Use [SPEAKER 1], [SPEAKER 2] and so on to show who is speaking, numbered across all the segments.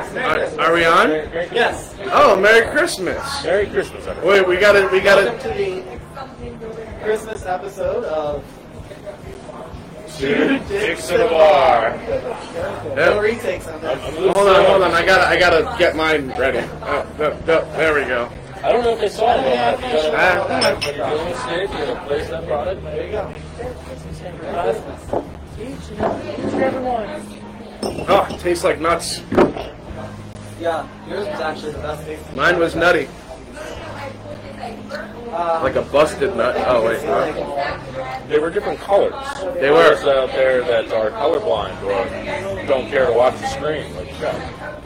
[SPEAKER 1] Are we on?
[SPEAKER 2] Yes.
[SPEAKER 1] Oh, Merry Christmas!
[SPEAKER 2] Merry Christmas, everyone.
[SPEAKER 1] Wait, we gotta, we
[SPEAKER 2] Welcome
[SPEAKER 1] gotta.
[SPEAKER 2] to the Christmas episode of
[SPEAKER 1] Dicks in a bar.
[SPEAKER 2] No
[SPEAKER 1] Yep.
[SPEAKER 2] Retakes on this.
[SPEAKER 1] Hold on, hold on. I gotta, I gotta get mine ready. Oh, no, no, there we go.
[SPEAKER 3] I don't know if they saw it or not. but
[SPEAKER 1] Ah,
[SPEAKER 3] if You're on stage, you're gonna place that product.
[SPEAKER 2] There you go.
[SPEAKER 1] oh, tastes like nuts.
[SPEAKER 2] Yeah, yours was actually the best tasting.
[SPEAKER 1] Mine was nutty,
[SPEAKER 2] Uh,
[SPEAKER 1] like a busted nut. Oh wait, no.
[SPEAKER 3] They were different colors.
[SPEAKER 1] they were.
[SPEAKER 3] There's out there that are colorblind or don't care to watch the screen. Like, yeah.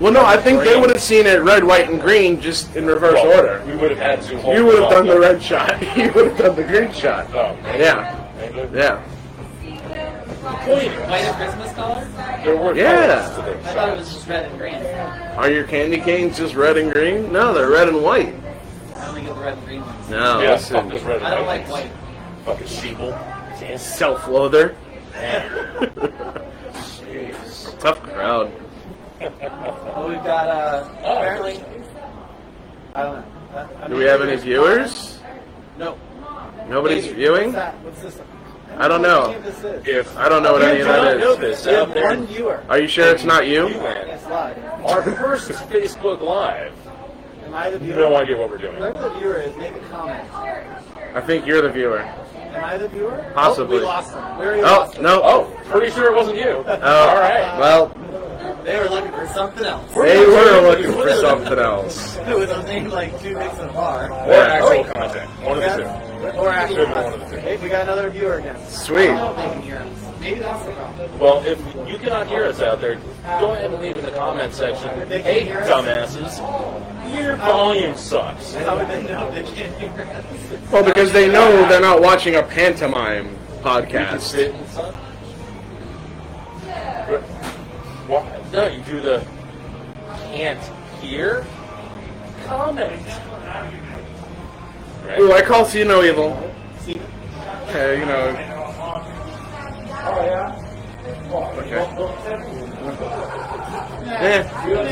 [SPEAKER 1] Well, no, I think they would have seen it red, white, and green, just in reverse
[SPEAKER 3] Well,
[SPEAKER 1] order.
[SPEAKER 3] We would have had to. hold
[SPEAKER 1] You would have done
[SPEAKER 3] them
[SPEAKER 1] the
[SPEAKER 3] up.
[SPEAKER 1] red shot. You would have done the green shot.
[SPEAKER 3] Oh,
[SPEAKER 1] Yeah,
[SPEAKER 3] yeah.
[SPEAKER 1] yeah.
[SPEAKER 4] White of Christmas color?
[SPEAKER 3] There were
[SPEAKER 1] Yeah.
[SPEAKER 3] colors to them.
[SPEAKER 4] I thought it was just red and green. I
[SPEAKER 1] Are your candy canes just red and green? No, they're red and white.
[SPEAKER 4] only get the red and green ones.
[SPEAKER 1] No,
[SPEAKER 3] Yeah, fuck this
[SPEAKER 1] listen.
[SPEAKER 3] red
[SPEAKER 4] I don't like
[SPEAKER 3] and
[SPEAKER 4] white.
[SPEAKER 3] Fucking sheeple. Yes.
[SPEAKER 1] Self-loather. Tough crowd.
[SPEAKER 2] Well, we've got uh, apparently. I don't know. Uh, I
[SPEAKER 1] Do
[SPEAKER 2] mean,
[SPEAKER 1] we have any viewers?
[SPEAKER 2] No.
[SPEAKER 1] Nobody's
[SPEAKER 2] Wait,
[SPEAKER 1] viewing?
[SPEAKER 2] What's, that? what's this?
[SPEAKER 1] I don't know.
[SPEAKER 2] What this is.
[SPEAKER 3] If
[SPEAKER 1] I don't know what
[SPEAKER 3] You
[SPEAKER 1] any of
[SPEAKER 3] do not
[SPEAKER 1] that
[SPEAKER 3] know
[SPEAKER 1] is.
[SPEAKER 3] this
[SPEAKER 2] We
[SPEAKER 3] out
[SPEAKER 2] have
[SPEAKER 3] there.
[SPEAKER 2] one viewer.
[SPEAKER 1] Are you sure it's not
[SPEAKER 3] You
[SPEAKER 1] you?
[SPEAKER 3] man.
[SPEAKER 2] It's live.
[SPEAKER 3] Our first Facebook Live.
[SPEAKER 2] Am I the
[SPEAKER 3] You
[SPEAKER 2] viewer?
[SPEAKER 3] have no idea what we're doing.
[SPEAKER 2] Whoever the viewer is, make a comment.
[SPEAKER 1] I think you're the viewer.
[SPEAKER 2] Am I the viewer?
[SPEAKER 1] Possibly.
[SPEAKER 2] Oh, we lost them. We already
[SPEAKER 1] Oh,
[SPEAKER 2] lost them.
[SPEAKER 1] no.
[SPEAKER 3] Oh, pretty sure it wasn't you.
[SPEAKER 1] Oh,
[SPEAKER 3] All right.
[SPEAKER 1] Well,
[SPEAKER 2] They were looking for something else.
[SPEAKER 1] they were looking for something else.
[SPEAKER 2] It was a name like two dicks in a bar.
[SPEAKER 3] Or actual content.
[SPEAKER 1] Oh,
[SPEAKER 3] One of the two.
[SPEAKER 2] Or
[SPEAKER 3] Should have been one of the
[SPEAKER 2] actually,
[SPEAKER 3] two.
[SPEAKER 2] hey, we got another viewer again.
[SPEAKER 1] Sweet.
[SPEAKER 2] I don't know if they can hear us. Maybe that's the problem.
[SPEAKER 3] Well, if you cannot hear us out there, go ahead and leave in the comment section. Hey, dumbasses, your volume sucks.
[SPEAKER 2] How would they know they can't hear us?
[SPEAKER 1] Well, because they know they're not watching a pantomime
[SPEAKER 3] Just
[SPEAKER 1] podcast.
[SPEAKER 3] sit and suck. Why? No, you do the can't hear comment.
[SPEAKER 1] Ooh,
[SPEAKER 3] Right?
[SPEAKER 1] I call see no evil. Okay, you know. Okay. Eh,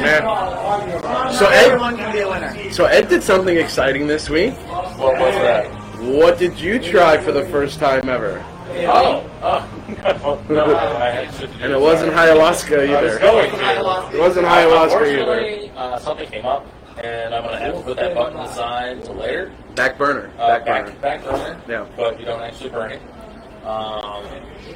[SPEAKER 1] meh. So Ed,
[SPEAKER 2] Everyone can be a winner.
[SPEAKER 1] so Ed did something exciting this week.
[SPEAKER 3] What was that?
[SPEAKER 1] What did you try for the first time ever?
[SPEAKER 3] Oh, oh no, no, I had shit to do.
[SPEAKER 1] And it wasn't ayahuasca
[SPEAKER 3] I was
[SPEAKER 1] either.
[SPEAKER 3] going to.
[SPEAKER 1] It wasn't ayahuasca either.
[SPEAKER 3] Uh, Unfortunately, uh, something came up, and I'm gonna have to put that button aside to later.
[SPEAKER 1] Back burner.
[SPEAKER 3] Uh,
[SPEAKER 1] Back burner.
[SPEAKER 3] back burner.
[SPEAKER 1] Yeah.
[SPEAKER 3] But you don't actually burn it. Um,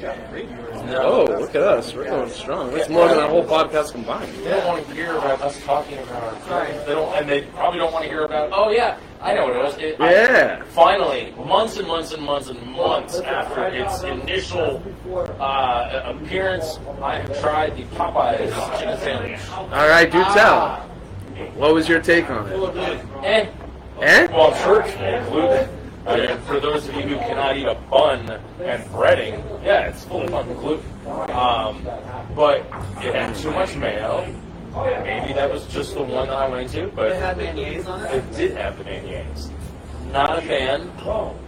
[SPEAKER 1] Oh,
[SPEAKER 3] no.
[SPEAKER 1] look at us. We're going strong. That's more than our whole podcast combined.
[SPEAKER 3] They don't want to hear about us talking about our
[SPEAKER 2] Sorry.
[SPEAKER 3] They don't, and they probably don't want to hear about. Oh yeah, I know what it was. It, I-
[SPEAKER 1] Yeah.
[SPEAKER 3] finally, months and months and months and months after its initial uh, appearance, I have tried the Popeyes chicken sandwich.
[SPEAKER 1] All right, do tell. What was your take on it?
[SPEAKER 3] Eh,
[SPEAKER 1] Eh?
[SPEAKER 3] Well, church gluten. I mean, Uh, for those of you who cannot eat a bun and breading, yeah, it's full of fucking gluten. Um, but it had too much mayo. Maybe that was just the one that I went to, but
[SPEAKER 2] They had mayonnaise on it.
[SPEAKER 3] it did have the mayonnaise. Not a fan.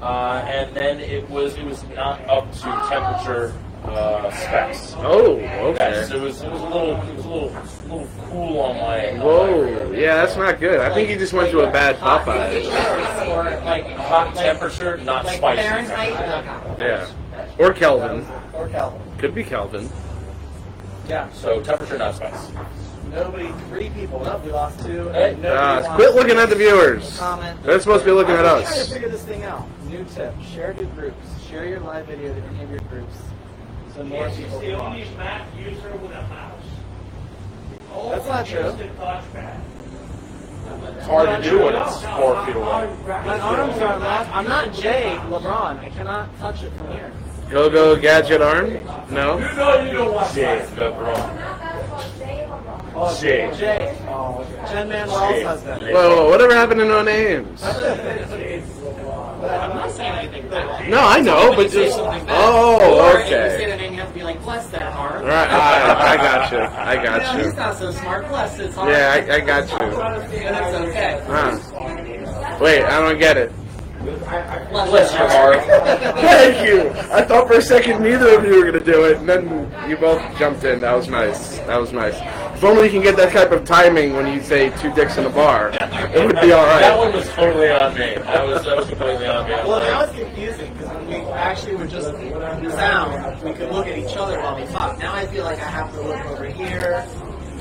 [SPEAKER 3] Uh, and then it was it was not up to temperature uh, specs.
[SPEAKER 1] Oh,
[SPEAKER 3] Yeah,
[SPEAKER 1] okay.
[SPEAKER 3] so it was it was a little it was a little little cool on my.
[SPEAKER 1] Whoa, yeah, that's not good. I think he just went to a bad Popeye.
[SPEAKER 4] Or like,
[SPEAKER 3] Hot temperature, not
[SPEAKER 4] like
[SPEAKER 3] spicy.
[SPEAKER 4] Fahrenheit.
[SPEAKER 1] Yeah. Or Kelvin.
[SPEAKER 2] Or Calvin.
[SPEAKER 1] Could be Kelvin.
[SPEAKER 2] Yeah.
[SPEAKER 3] So temperature, not spice.
[SPEAKER 2] Nobody, three people. Nope, we lost two.
[SPEAKER 3] Hey.
[SPEAKER 2] And nobody
[SPEAKER 1] Uh,
[SPEAKER 2] wants
[SPEAKER 1] quit looking at the viewers.
[SPEAKER 2] Comment.
[SPEAKER 1] They're supposed to be looking at
[SPEAKER 2] I'm trying to
[SPEAKER 1] us.
[SPEAKER 2] figure this thing out. New tip: share to groups. Share your live video to any of your groups, so more
[SPEAKER 5] Yes, it's
[SPEAKER 2] people
[SPEAKER 5] the
[SPEAKER 2] can
[SPEAKER 5] only
[SPEAKER 2] watch.
[SPEAKER 5] Mac user with a mouse.
[SPEAKER 2] That's not true.
[SPEAKER 5] Just a touchpad.
[SPEAKER 3] It's hard to do when it's four feet away.
[SPEAKER 2] My arms are not. I'm not Jay LeBron. I cannot touch it from here.
[SPEAKER 1] Go go gadget arm? No?
[SPEAKER 5] No, you don't want
[SPEAKER 3] Jay LeBron.
[SPEAKER 2] Oh,
[SPEAKER 3] Jay.
[SPEAKER 2] Jay. Oh, Jen Manuel's husband.
[SPEAKER 1] Whoa, whoa, whatever happened to no names?
[SPEAKER 4] I'm not saying anything bad.
[SPEAKER 1] No, I know,
[SPEAKER 4] When you
[SPEAKER 1] but
[SPEAKER 4] say
[SPEAKER 1] just
[SPEAKER 4] something bad,
[SPEAKER 1] oh,
[SPEAKER 4] or If you say
[SPEAKER 1] okay.
[SPEAKER 4] the name, you have to be like, bless that
[SPEAKER 1] All
[SPEAKER 4] heart.
[SPEAKER 1] right, I, I got you. I got
[SPEAKER 4] No,
[SPEAKER 1] you.
[SPEAKER 4] he's not so smart. Bless his heart.
[SPEAKER 1] Yeah, I, I got you.
[SPEAKER 4] That's okay.
[SPEAKER 1] Huh. Wait, I don't get it.
[SPEAKER 3] Bless your heart.
[SPEAKER 1] Thank you. I thought for a second neither of you were gonna do it, and then you both jumped in. That was nice. That was nice. If only you can get that type of timing when you say two dicks in a bar, it would be all
[SPEAKER 3] That one
[SPEAKER 1] right.
[SPEAKER 3] was totally on me. That was that was completely on me. I was
[SPEAKER 2] Well,
[SPEAKER 3] like,
[SPEAKER 2] that was confusing because when we actually were just sound, we could look at each other while we talked. Now I feel like I have to look over here,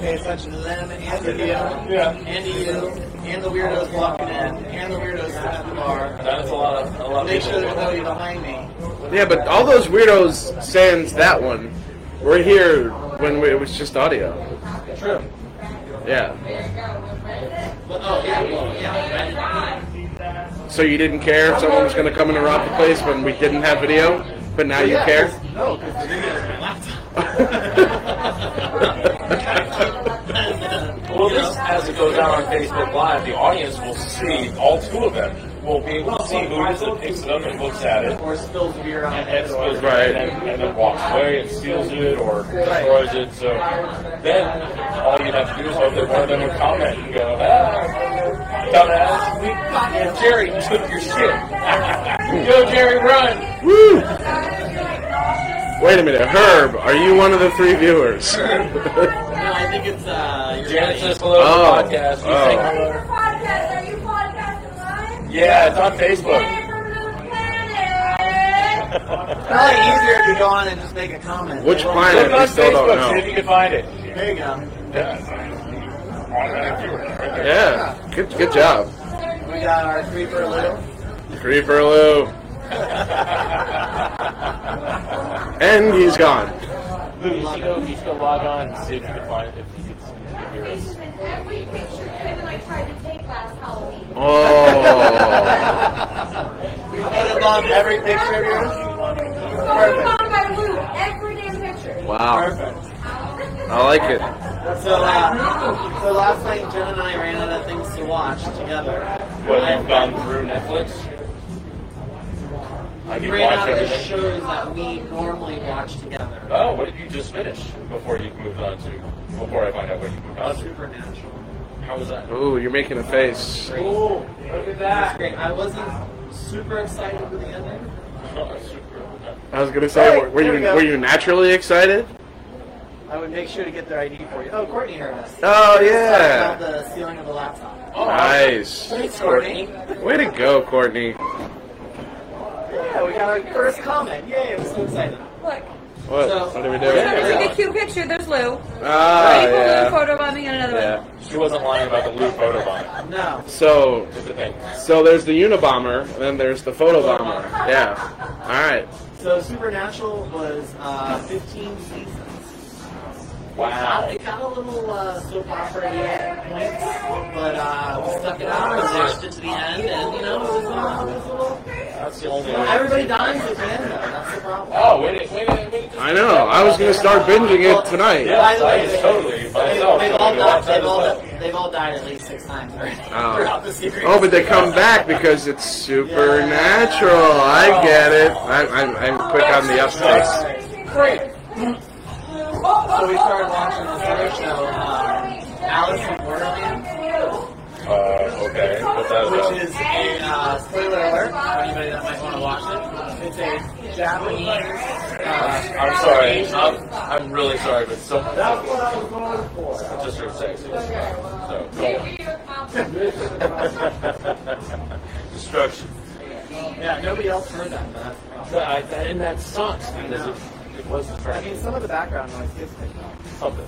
[SPEAKER 2] pay attention to them and to you,
[SPEAKER 3] Yeah.
[SPEAKER 2] and to you, and the weirdos walking in, and the weirdos at the bar.
[SPEAKER 3] That's a lot of a lot of
[SPEAKER 2] Make
[SPEAKER 3] people.
[SPEAKER 2] sure there's nobody behind me.
[SPEAKER 1] Yeah, but all those weirdos sans that one were here when we, it was just audio.
[SPEAKER 3] True.
[SPEAKER 1] Yeah.
[SPEAKER 2] Well, oh yeah, well, yeah.
[SPEAKER 1] So you didn't care if someone was gonna come in and rob the place when we didn't have video, but now you
[SPEAKER 2] Yeah,
[SPEAKER 1] care.
[SPEAKER 2] 'cause- No, because the video's on my laptop.
[SPEAKER 3] Well, this, as it goes out on Facebook Live, the audience will see all two of them. Will be able to see who just picks it up and looks at it,
[SPEAKER 2] or spills beer on
[SPEAKER 3] and
[SPEAKER 2] it.
[SPEAKER 3] then goes
[SPEAKER 2] or-
[SPEAKER 1] Right.
[SPEAKER 3] and, then, and then walks away and steals it or destroys it. So then all you have to do is hope that one of them would comment and go, ah, "Dumbass, we fucking Jerry took your shit. go Jerry, run!"
[SPEAKER 1] Woo! Wait a minute, Herb, are you one of the three viewers?
[SPEAKER 2] No, I think it's uh. your
[SPEAKER 3] Janet
[SPEAKER 2] buddy.
[SPEAKER 3] says hello
[SPEAKER 1] Oh.
[SPEAKER 3] to the podcast. We
[SPEAKER 1] Oh.
[SPEAKER 3] say
[SPEAKER 5] Are you
[SPEAKER 3] hello.
[SPEAKER 5] podcast? Are you podcasting live?
[SPEAKER 3] Yeah, it's on Facebook.
[SPEAKER 5] Planet from Blue Planet.
[SPEAKER 2] Probably easier if you go on and just make a comment.
[SPEAKER 1] Which
[SPEAKER 2] Well,
[SPEAKER 1] planet?
[SPEAKER 3] Look
[SPEAKER 1] we
[SPEAKER 3] on
[SPEAKER 1] still don't
[SPEAKER 3] Facebook,
[SPEAKER 1] know.
[SPEAKER 3] see if you can find it.
[SPEAKER 2] There you go.
[SPEAKER 3] Yeah.
[SPEAKER 1] Yeah, good, good job.
[SPEAKER 2] We got our three for a little.
[SPEAKER 1] Three for Lou. and he's gone.
[SPEAKER 3] Lou, you should go, you should go log on and see if you can find it. If you can, see if you can hear us.
[SPEAKER 5] Every picture Kim and I tried to take last Halloween.
[SPEAKER 1] Oh.
[SPEAKER 2] We put above every picture of yours.
[SPEAKER 5] It's going on by Luke, every damn picture.
[SPEAKER 1] Wow.
[SPEAKER 2] Perfect.
[SPEAKER 1] I like it.
[SPEAKER 2] So, uh, so last night Jen and I ran out of things to watch together.
[SPEAKER 3] What,
[SPEAKER 2] I-
[SPEAKER 3] you've gone through Netflix? I
[SPEAKER 2] we
[SPEAKER 3] you
[SPEAKER 2] ran
[SPEAKER 3] watch
[SPEAKER 2] out of the
[SPEAKER 3] everything?
[SPEAKER 2] shows that we normally watch together.
[SPEAKER 3] Oh, what did you just finish before you moved on to? Before I find out what you moved on to?
[SPEAKER 2] Supernatural.
[SPEAKER 3] How was that?
[SPEAKER 1] Ooh, you're making a face.
[SPEAKER 2] Ooh, look at that. Great. I wasn't super excited with the ending.
[SPEAKER 3] Oh, super.
[SPEAKER 1] I was gonna say, were, were you were you naturally excited?
[SPEAKER 2] I would make sure to get their ID for you. Oh, Courtney heard us.
[SPEAKER 1] Oh
[SPEAKER 2] Sorry about
[SPEAKER 1] yeah.
[SPEAKER 2] the ceiling of the laptop.
[SPEAKER 1] Nice.
[SPEAKER 2] Thanks, Oh, Courtney.
[SPEAKER 1] Way to go, Courtney.
[SPEAKER 2] Yeah, we got our first comment. Yay, I'm so excited.
[SPEAKER 6] Look,
[SPEAKER 1] What?
[SPEAKER 2] So-
[SPEAKER 1] What are we
[SPEAKER 6] look
[SPEAKER 1] doing?
[SPEAKER 6] at the cute picture. There's Lou.
[SPEAKER 1] Ah,
[SPEAKER 6] Ready for Lou
[SPEAKER 1] yeah.
[SPEAKER 6] photo bombing and another one.
[SPEAKER 1] Yeah.
[SPEAKER 3] She wasn't lying about the Lou photo bomb.
[SPEAKER 2] No.
[SPEAKER 1] So,
[SPEAKER 3] Is the thing.
[SPEAKER 1] so there's the Unabomber, and then there's the Photobomber. Yeah. All right.
[SPEAKER 2] So Supernatural was uh, 15 seasons.
[SPEAKER 3] Wow.
[SPEAKER 2] It got a little uh, soap opera at points, but uh, we stuck it out and watched it to the end, and you know, it was, uh, it was a little.
[SPEAKER 3] That's the only.
[SPEAKER 2] Well, everybody dies at the end, though. That's the problem.
[SPEAKER 3] Oh, wait, a- wait, a- wait. a- just-
[SPEAKER 1] I know. I was gonna start binging it tonight.
[SPEAKER 3] Yeah,
[SPEAKER 2] By the
[SPEAKER 3] I
[SPEAKER 2] way,
[SPEAKER 3] was
[SPEAKER 2] they-
[SPEAKER 3] totally
[SPEAKER 2] They've,
[SPEAKER 3] myself.
[SPEAKER 2] they've all
[SPEAKER 3] You watch
[SPEAKER 2] died,
[SPEAKER 3] that
[SPEAKER 2] they've, all,
[SPEAKER 3] as well.
[SPEAKER 2] they've all died at least six times already
[SPEAKER 1] Oh.
[SPEAKER 2] throughout the series.
[SPEAKER 1] Oh, but they come back because it's supernatural. I get it. I'm, I'm, I'm quick on the updates.
[SPEAKER 3] Great.
[SPEAKER 2] So we started watching this other show, um, Alice in Borderland,
[SPEAKER 3] Uh, okay. But that,
[SPEAKER 2] which is a, uh, spoiler alert for anybody that might want to watch it. It's a Japanese, uh,
[SPEAKER 3] I'm sorry. I'm, I'm really sorry, but someone
[SPEAKER 2] that's what I was going for.
[SPEAKER 3] just heard sex. So,
[SPEAKER 5] Give me your compliment.
[SPEAKER 3] destruction.
[SPEAKER 2] Yeah, nobody else heard that, but that's the problem.
[SPEAKER 3] But I, that, and that sucks because it, it was
[SPEAKER 2] I mean,
[SPEAKER 3] destruction.
[SPEAKER 2] some of the background noise gets picked up.
[SPEAKER 3] Something.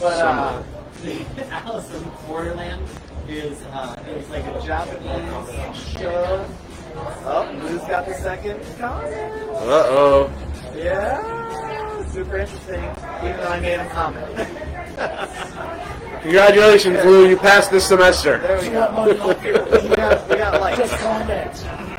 [SPEAKER 2] But uh, Alice in Borderland is uh, it's like a Japanese show. Oh, Lou's got the second comment.
[SPEAKER 1] Uh oh.
[SPEAKER 2] Yeah, super interesting. Even though I made a comment.
[SPEAKER 1] Congratulations, Lou. You passed this semester.
[SPEAKER 2] there we go. we got, we got like. I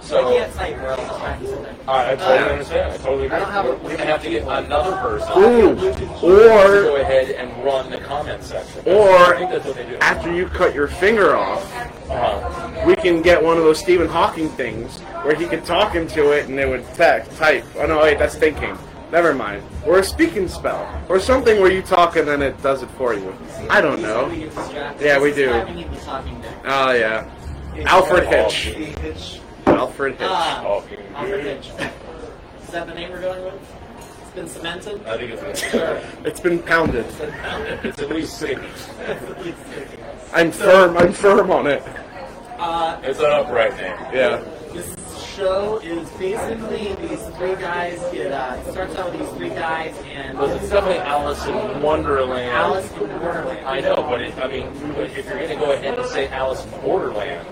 [SPEAKER 3] So
[SPEAKER 2] can't type. We're all distracted.
[SPEAKER 3] I, I totally understand. I totally agree.
[SPEAKER 2] I don't have a-
[SPEAKER 3] We're gonna have to get another person
[SPEAKER 1] Ooh.
[SPEAKER 3] to go
[SPEAKER 1] Or,
[SPEAKER 3] ahead and run the comment section.
[SPEAKER 1] Or-
[SPEAKER 3] I think that's what they do.
[SPEAKER 1] after you cut your finger off,
[SPEAKER 3] Uh-huh.
[SPEAKER 1] we can get one of those Stephen Hawking things where he could talk into it and it would text, type. Oh no, wait, that's thinking. Never mind. Or a speaking spell. Or something where you talk and then it does it for you. I don't know.
[SPEAKER 2] We get distracted.
[SPEAKER 1] Yeah, we
[SPEAKER 2] This is
[SPEAKER 1] do.
[SPEAKER 2] why We need the talking dick.
[SPEAKER 1] Oh yeah. Alfred
[SPEAKER 3] Hitch.
[SPEAKER 1] Hitch.
[SPEAKER 2] Hitch.
[SPEAKER 1] Alfred Hitch.
[SPEAKER 2] Ah,
[SPEAKER 3] Talking
[SPEAKER 2] Alfred
[SPEAKER 3] Hitch.
[SPEAKER 2] Hitch. Is that the name we're going with? It's been cemented.
[SPEAKER 3] I think it's,
[SPEAKER 1] It's been pounded.
[SPEAKER 3] it's at least six.
[SPEAKER 1] I'm firm. I'm firm on it.
[SPEAKER 2] Uh,
[SPEAKER 3] It's an upright name.
[SPEAKER 1] Yeah.
[SPEAKER 2] this show is basically these three guys get. Uh, it starts out with these three guys and
[SPEAKER 3] Well, it's definitely Alice in Wonderland.
[SPEAKER 2] Alice in Borderland.
[SPEAKER 3] I know, but it, I mean, but if you're going to go ahead and say Alice in Borderland,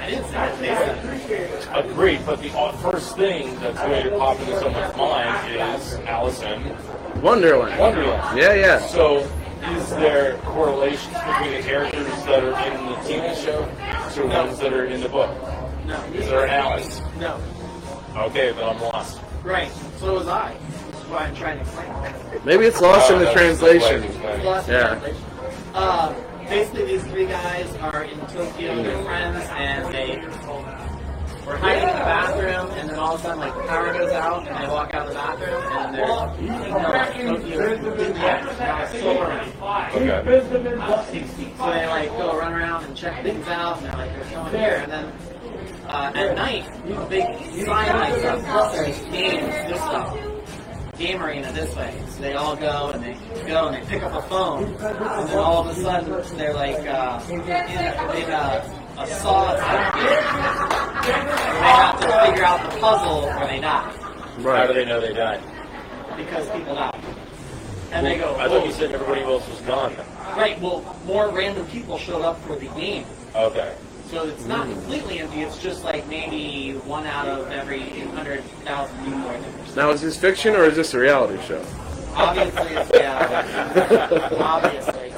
[SPEAKER 2] I didn't say it. They said it.
[SPEAKER 3] agreed. But the au- first thing that's going to pop into someone's mind is Alice in
[SPEAKER 1] Wonderland.
[SPEAKER 3] Wonderland.
[SPEAKER 1] Yeah, yeah.
[SPEAKER 3] So, is there correlations between the characters that are in the TV show to ones that are in the book?
[SPEAKER 2] No.
[SPEAKER 3] Is there an Alice?
[SPEAKER 2] No.
[SPEAKER 3] Okay, then I'm lost.
[SPEAKER 2] Right. So was I. That's why I'm trying to explain.
[SPEAKER 1] Maybe it's lost in
[SPEAKER 3] Uh,
[SPEAKER 1] the
[SPEAKER 3] that's
[SPEAKER 1] translation.
[SPEAKER 3] the way it's
[SPEAKER 2] Lost in
[SPEAKER 1] Yeah.
[SPEAKER 2] translation. Uh, basically, these three guys are in Tokyo. They're friends, and they were hiding in the bathroom. And then all of a sudden, like the power goes out, and they walk out of the bathroom, and they're in Tokyo. Yeah, so
[SPEAKER 3] Okay.
[SPEAKER 2] so they like go run around and check things out, and they're like, "There's no one here." And then uh, at night, a big sign lights up. "Look, There's games this way, game arena this way. So they all go and they go and they pick up a phone, and then all of a sudden they're like uh, in a big uh, a saw. type game. And They have to figure out the puzzle or they die
[SPEAKER 3] How do
[SPEAKER 1] Right.
[SPEAKER 3] they know they died?
[SPEAKER 2] because people die. And they go, "Oh."
[SPEAKER 3] I thought
[SPEAKER 2] "Whoa."
[SPEAKER 3] you said everybody else was gone.
[SPEAKER 2] right, well, more random people showed up for the game.
[SPEAKER 3] Okay.
[SPEAKER 2] So it's
[SPEAKER 3] Hmm.
[SPEAKER 2] not completely empty. It's just like maybe one out of every 800,000 people. are there.
[SPEAKER 1] Now, is this fiction or is this a reality show?
[SPEAKER 2] Obviously, it's yeah. Obviously,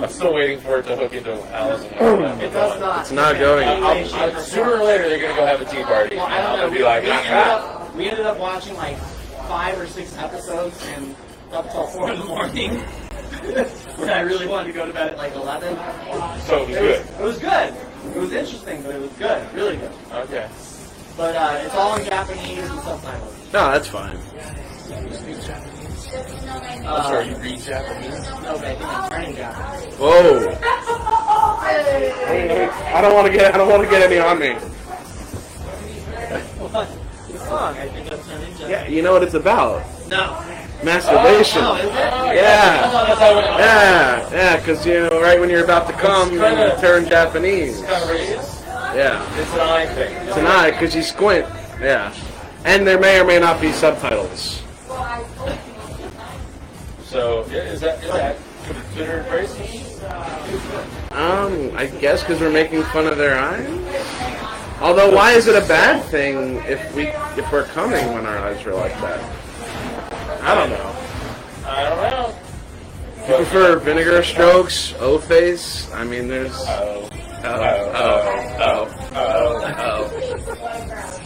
[SPEAKER 3] I'm still waiting for it to hook into Alice in Wonderland.
[SPEAKER 2] it does not.
[SPEAKER 1] It's not going.
[SPEAKER 2] in any way,
[SPEAKER 3] Uh,
[SPEAKER 2] shape, or
[SPEAKER 3] sooner or
[SPEAKER 2] form.
[SPEAKER 3] later, they're gonna go have a tea party.
[SPEAKER 2] Well, I
[SPEAKER 3] and I'm
[SPEAKER 2] don't know.
[SPEAKER 3] gonna
[SPEAKER 2] We,
[SPEAKER 3] be like,
[SPEAKER 2] we ended
[SPEAKER 3] "Ah."
[SPEAKER 2] up, we ended up watching like five or six episodes and up till four in the morning. when I really wanted to go to bed at like 11.
[SPEAKER 3] so it was
[SPEAKER 2] It was,
[SPEAKER 3] good.
[SPEAKER 2] it was good. It was interesting, but it was good. Really good.
[SPEAKER 3] Okay.
[SPEAKER 2] But uh, it's all in Japanese and subtitles.
[SPEAKER 1] No, that's fine.
[SPEAKER 2] Uh,
[SPEAKER 3] Sorry, you read Japanese?
[SPEAKER 2] No, but I think I'm turning down.
[SPEAKER 1] Whoa. I don't want to get. I don't want to get any on me.
[SPEAKER 2] The song, I think I'm turning down.
[SPEAKER 1] Yeah, you know what it's about?
[SPEAKER 2] No.
[SPEAKER 1] Masturbation.
[SPEAKER 2] Oh, is it?
[SPEAKER 1] Yeah.
[SPEAKER 2] Oh, that's-
[SPEAKER 1] Yeah, yeah, because you know, right when you're about to come, you
[SPEAKER 3] kinda-
[SPEAKER 1] turn Japanese.
[SPEAKER 3] Kind of racist.
[SPEAKER 1] Yeah,
[SPEAKER 3] It's an eye thing.
[SPEAKER 1] tonight because you squint. Yeah, and there may or may not be subtitles.
[SPEAKER 3] So yeah, is that is that considered racist?
[SPEAKER 1] Um, I guess because we're making fun of their eyes. Although, why is it a bad thing if we if we're coming when our eyes are like that? I don't know.
[SPEAKER 3] I don't know.
[SPEAKER 1] You prefer vinegar strokes, O face? I mean, there's.
[SPEAKER 3] Oh,
[SPEAKER 1] Oh, oh, oh,
[SPEAKER 3] oh.
[SPEAKER 1] oh.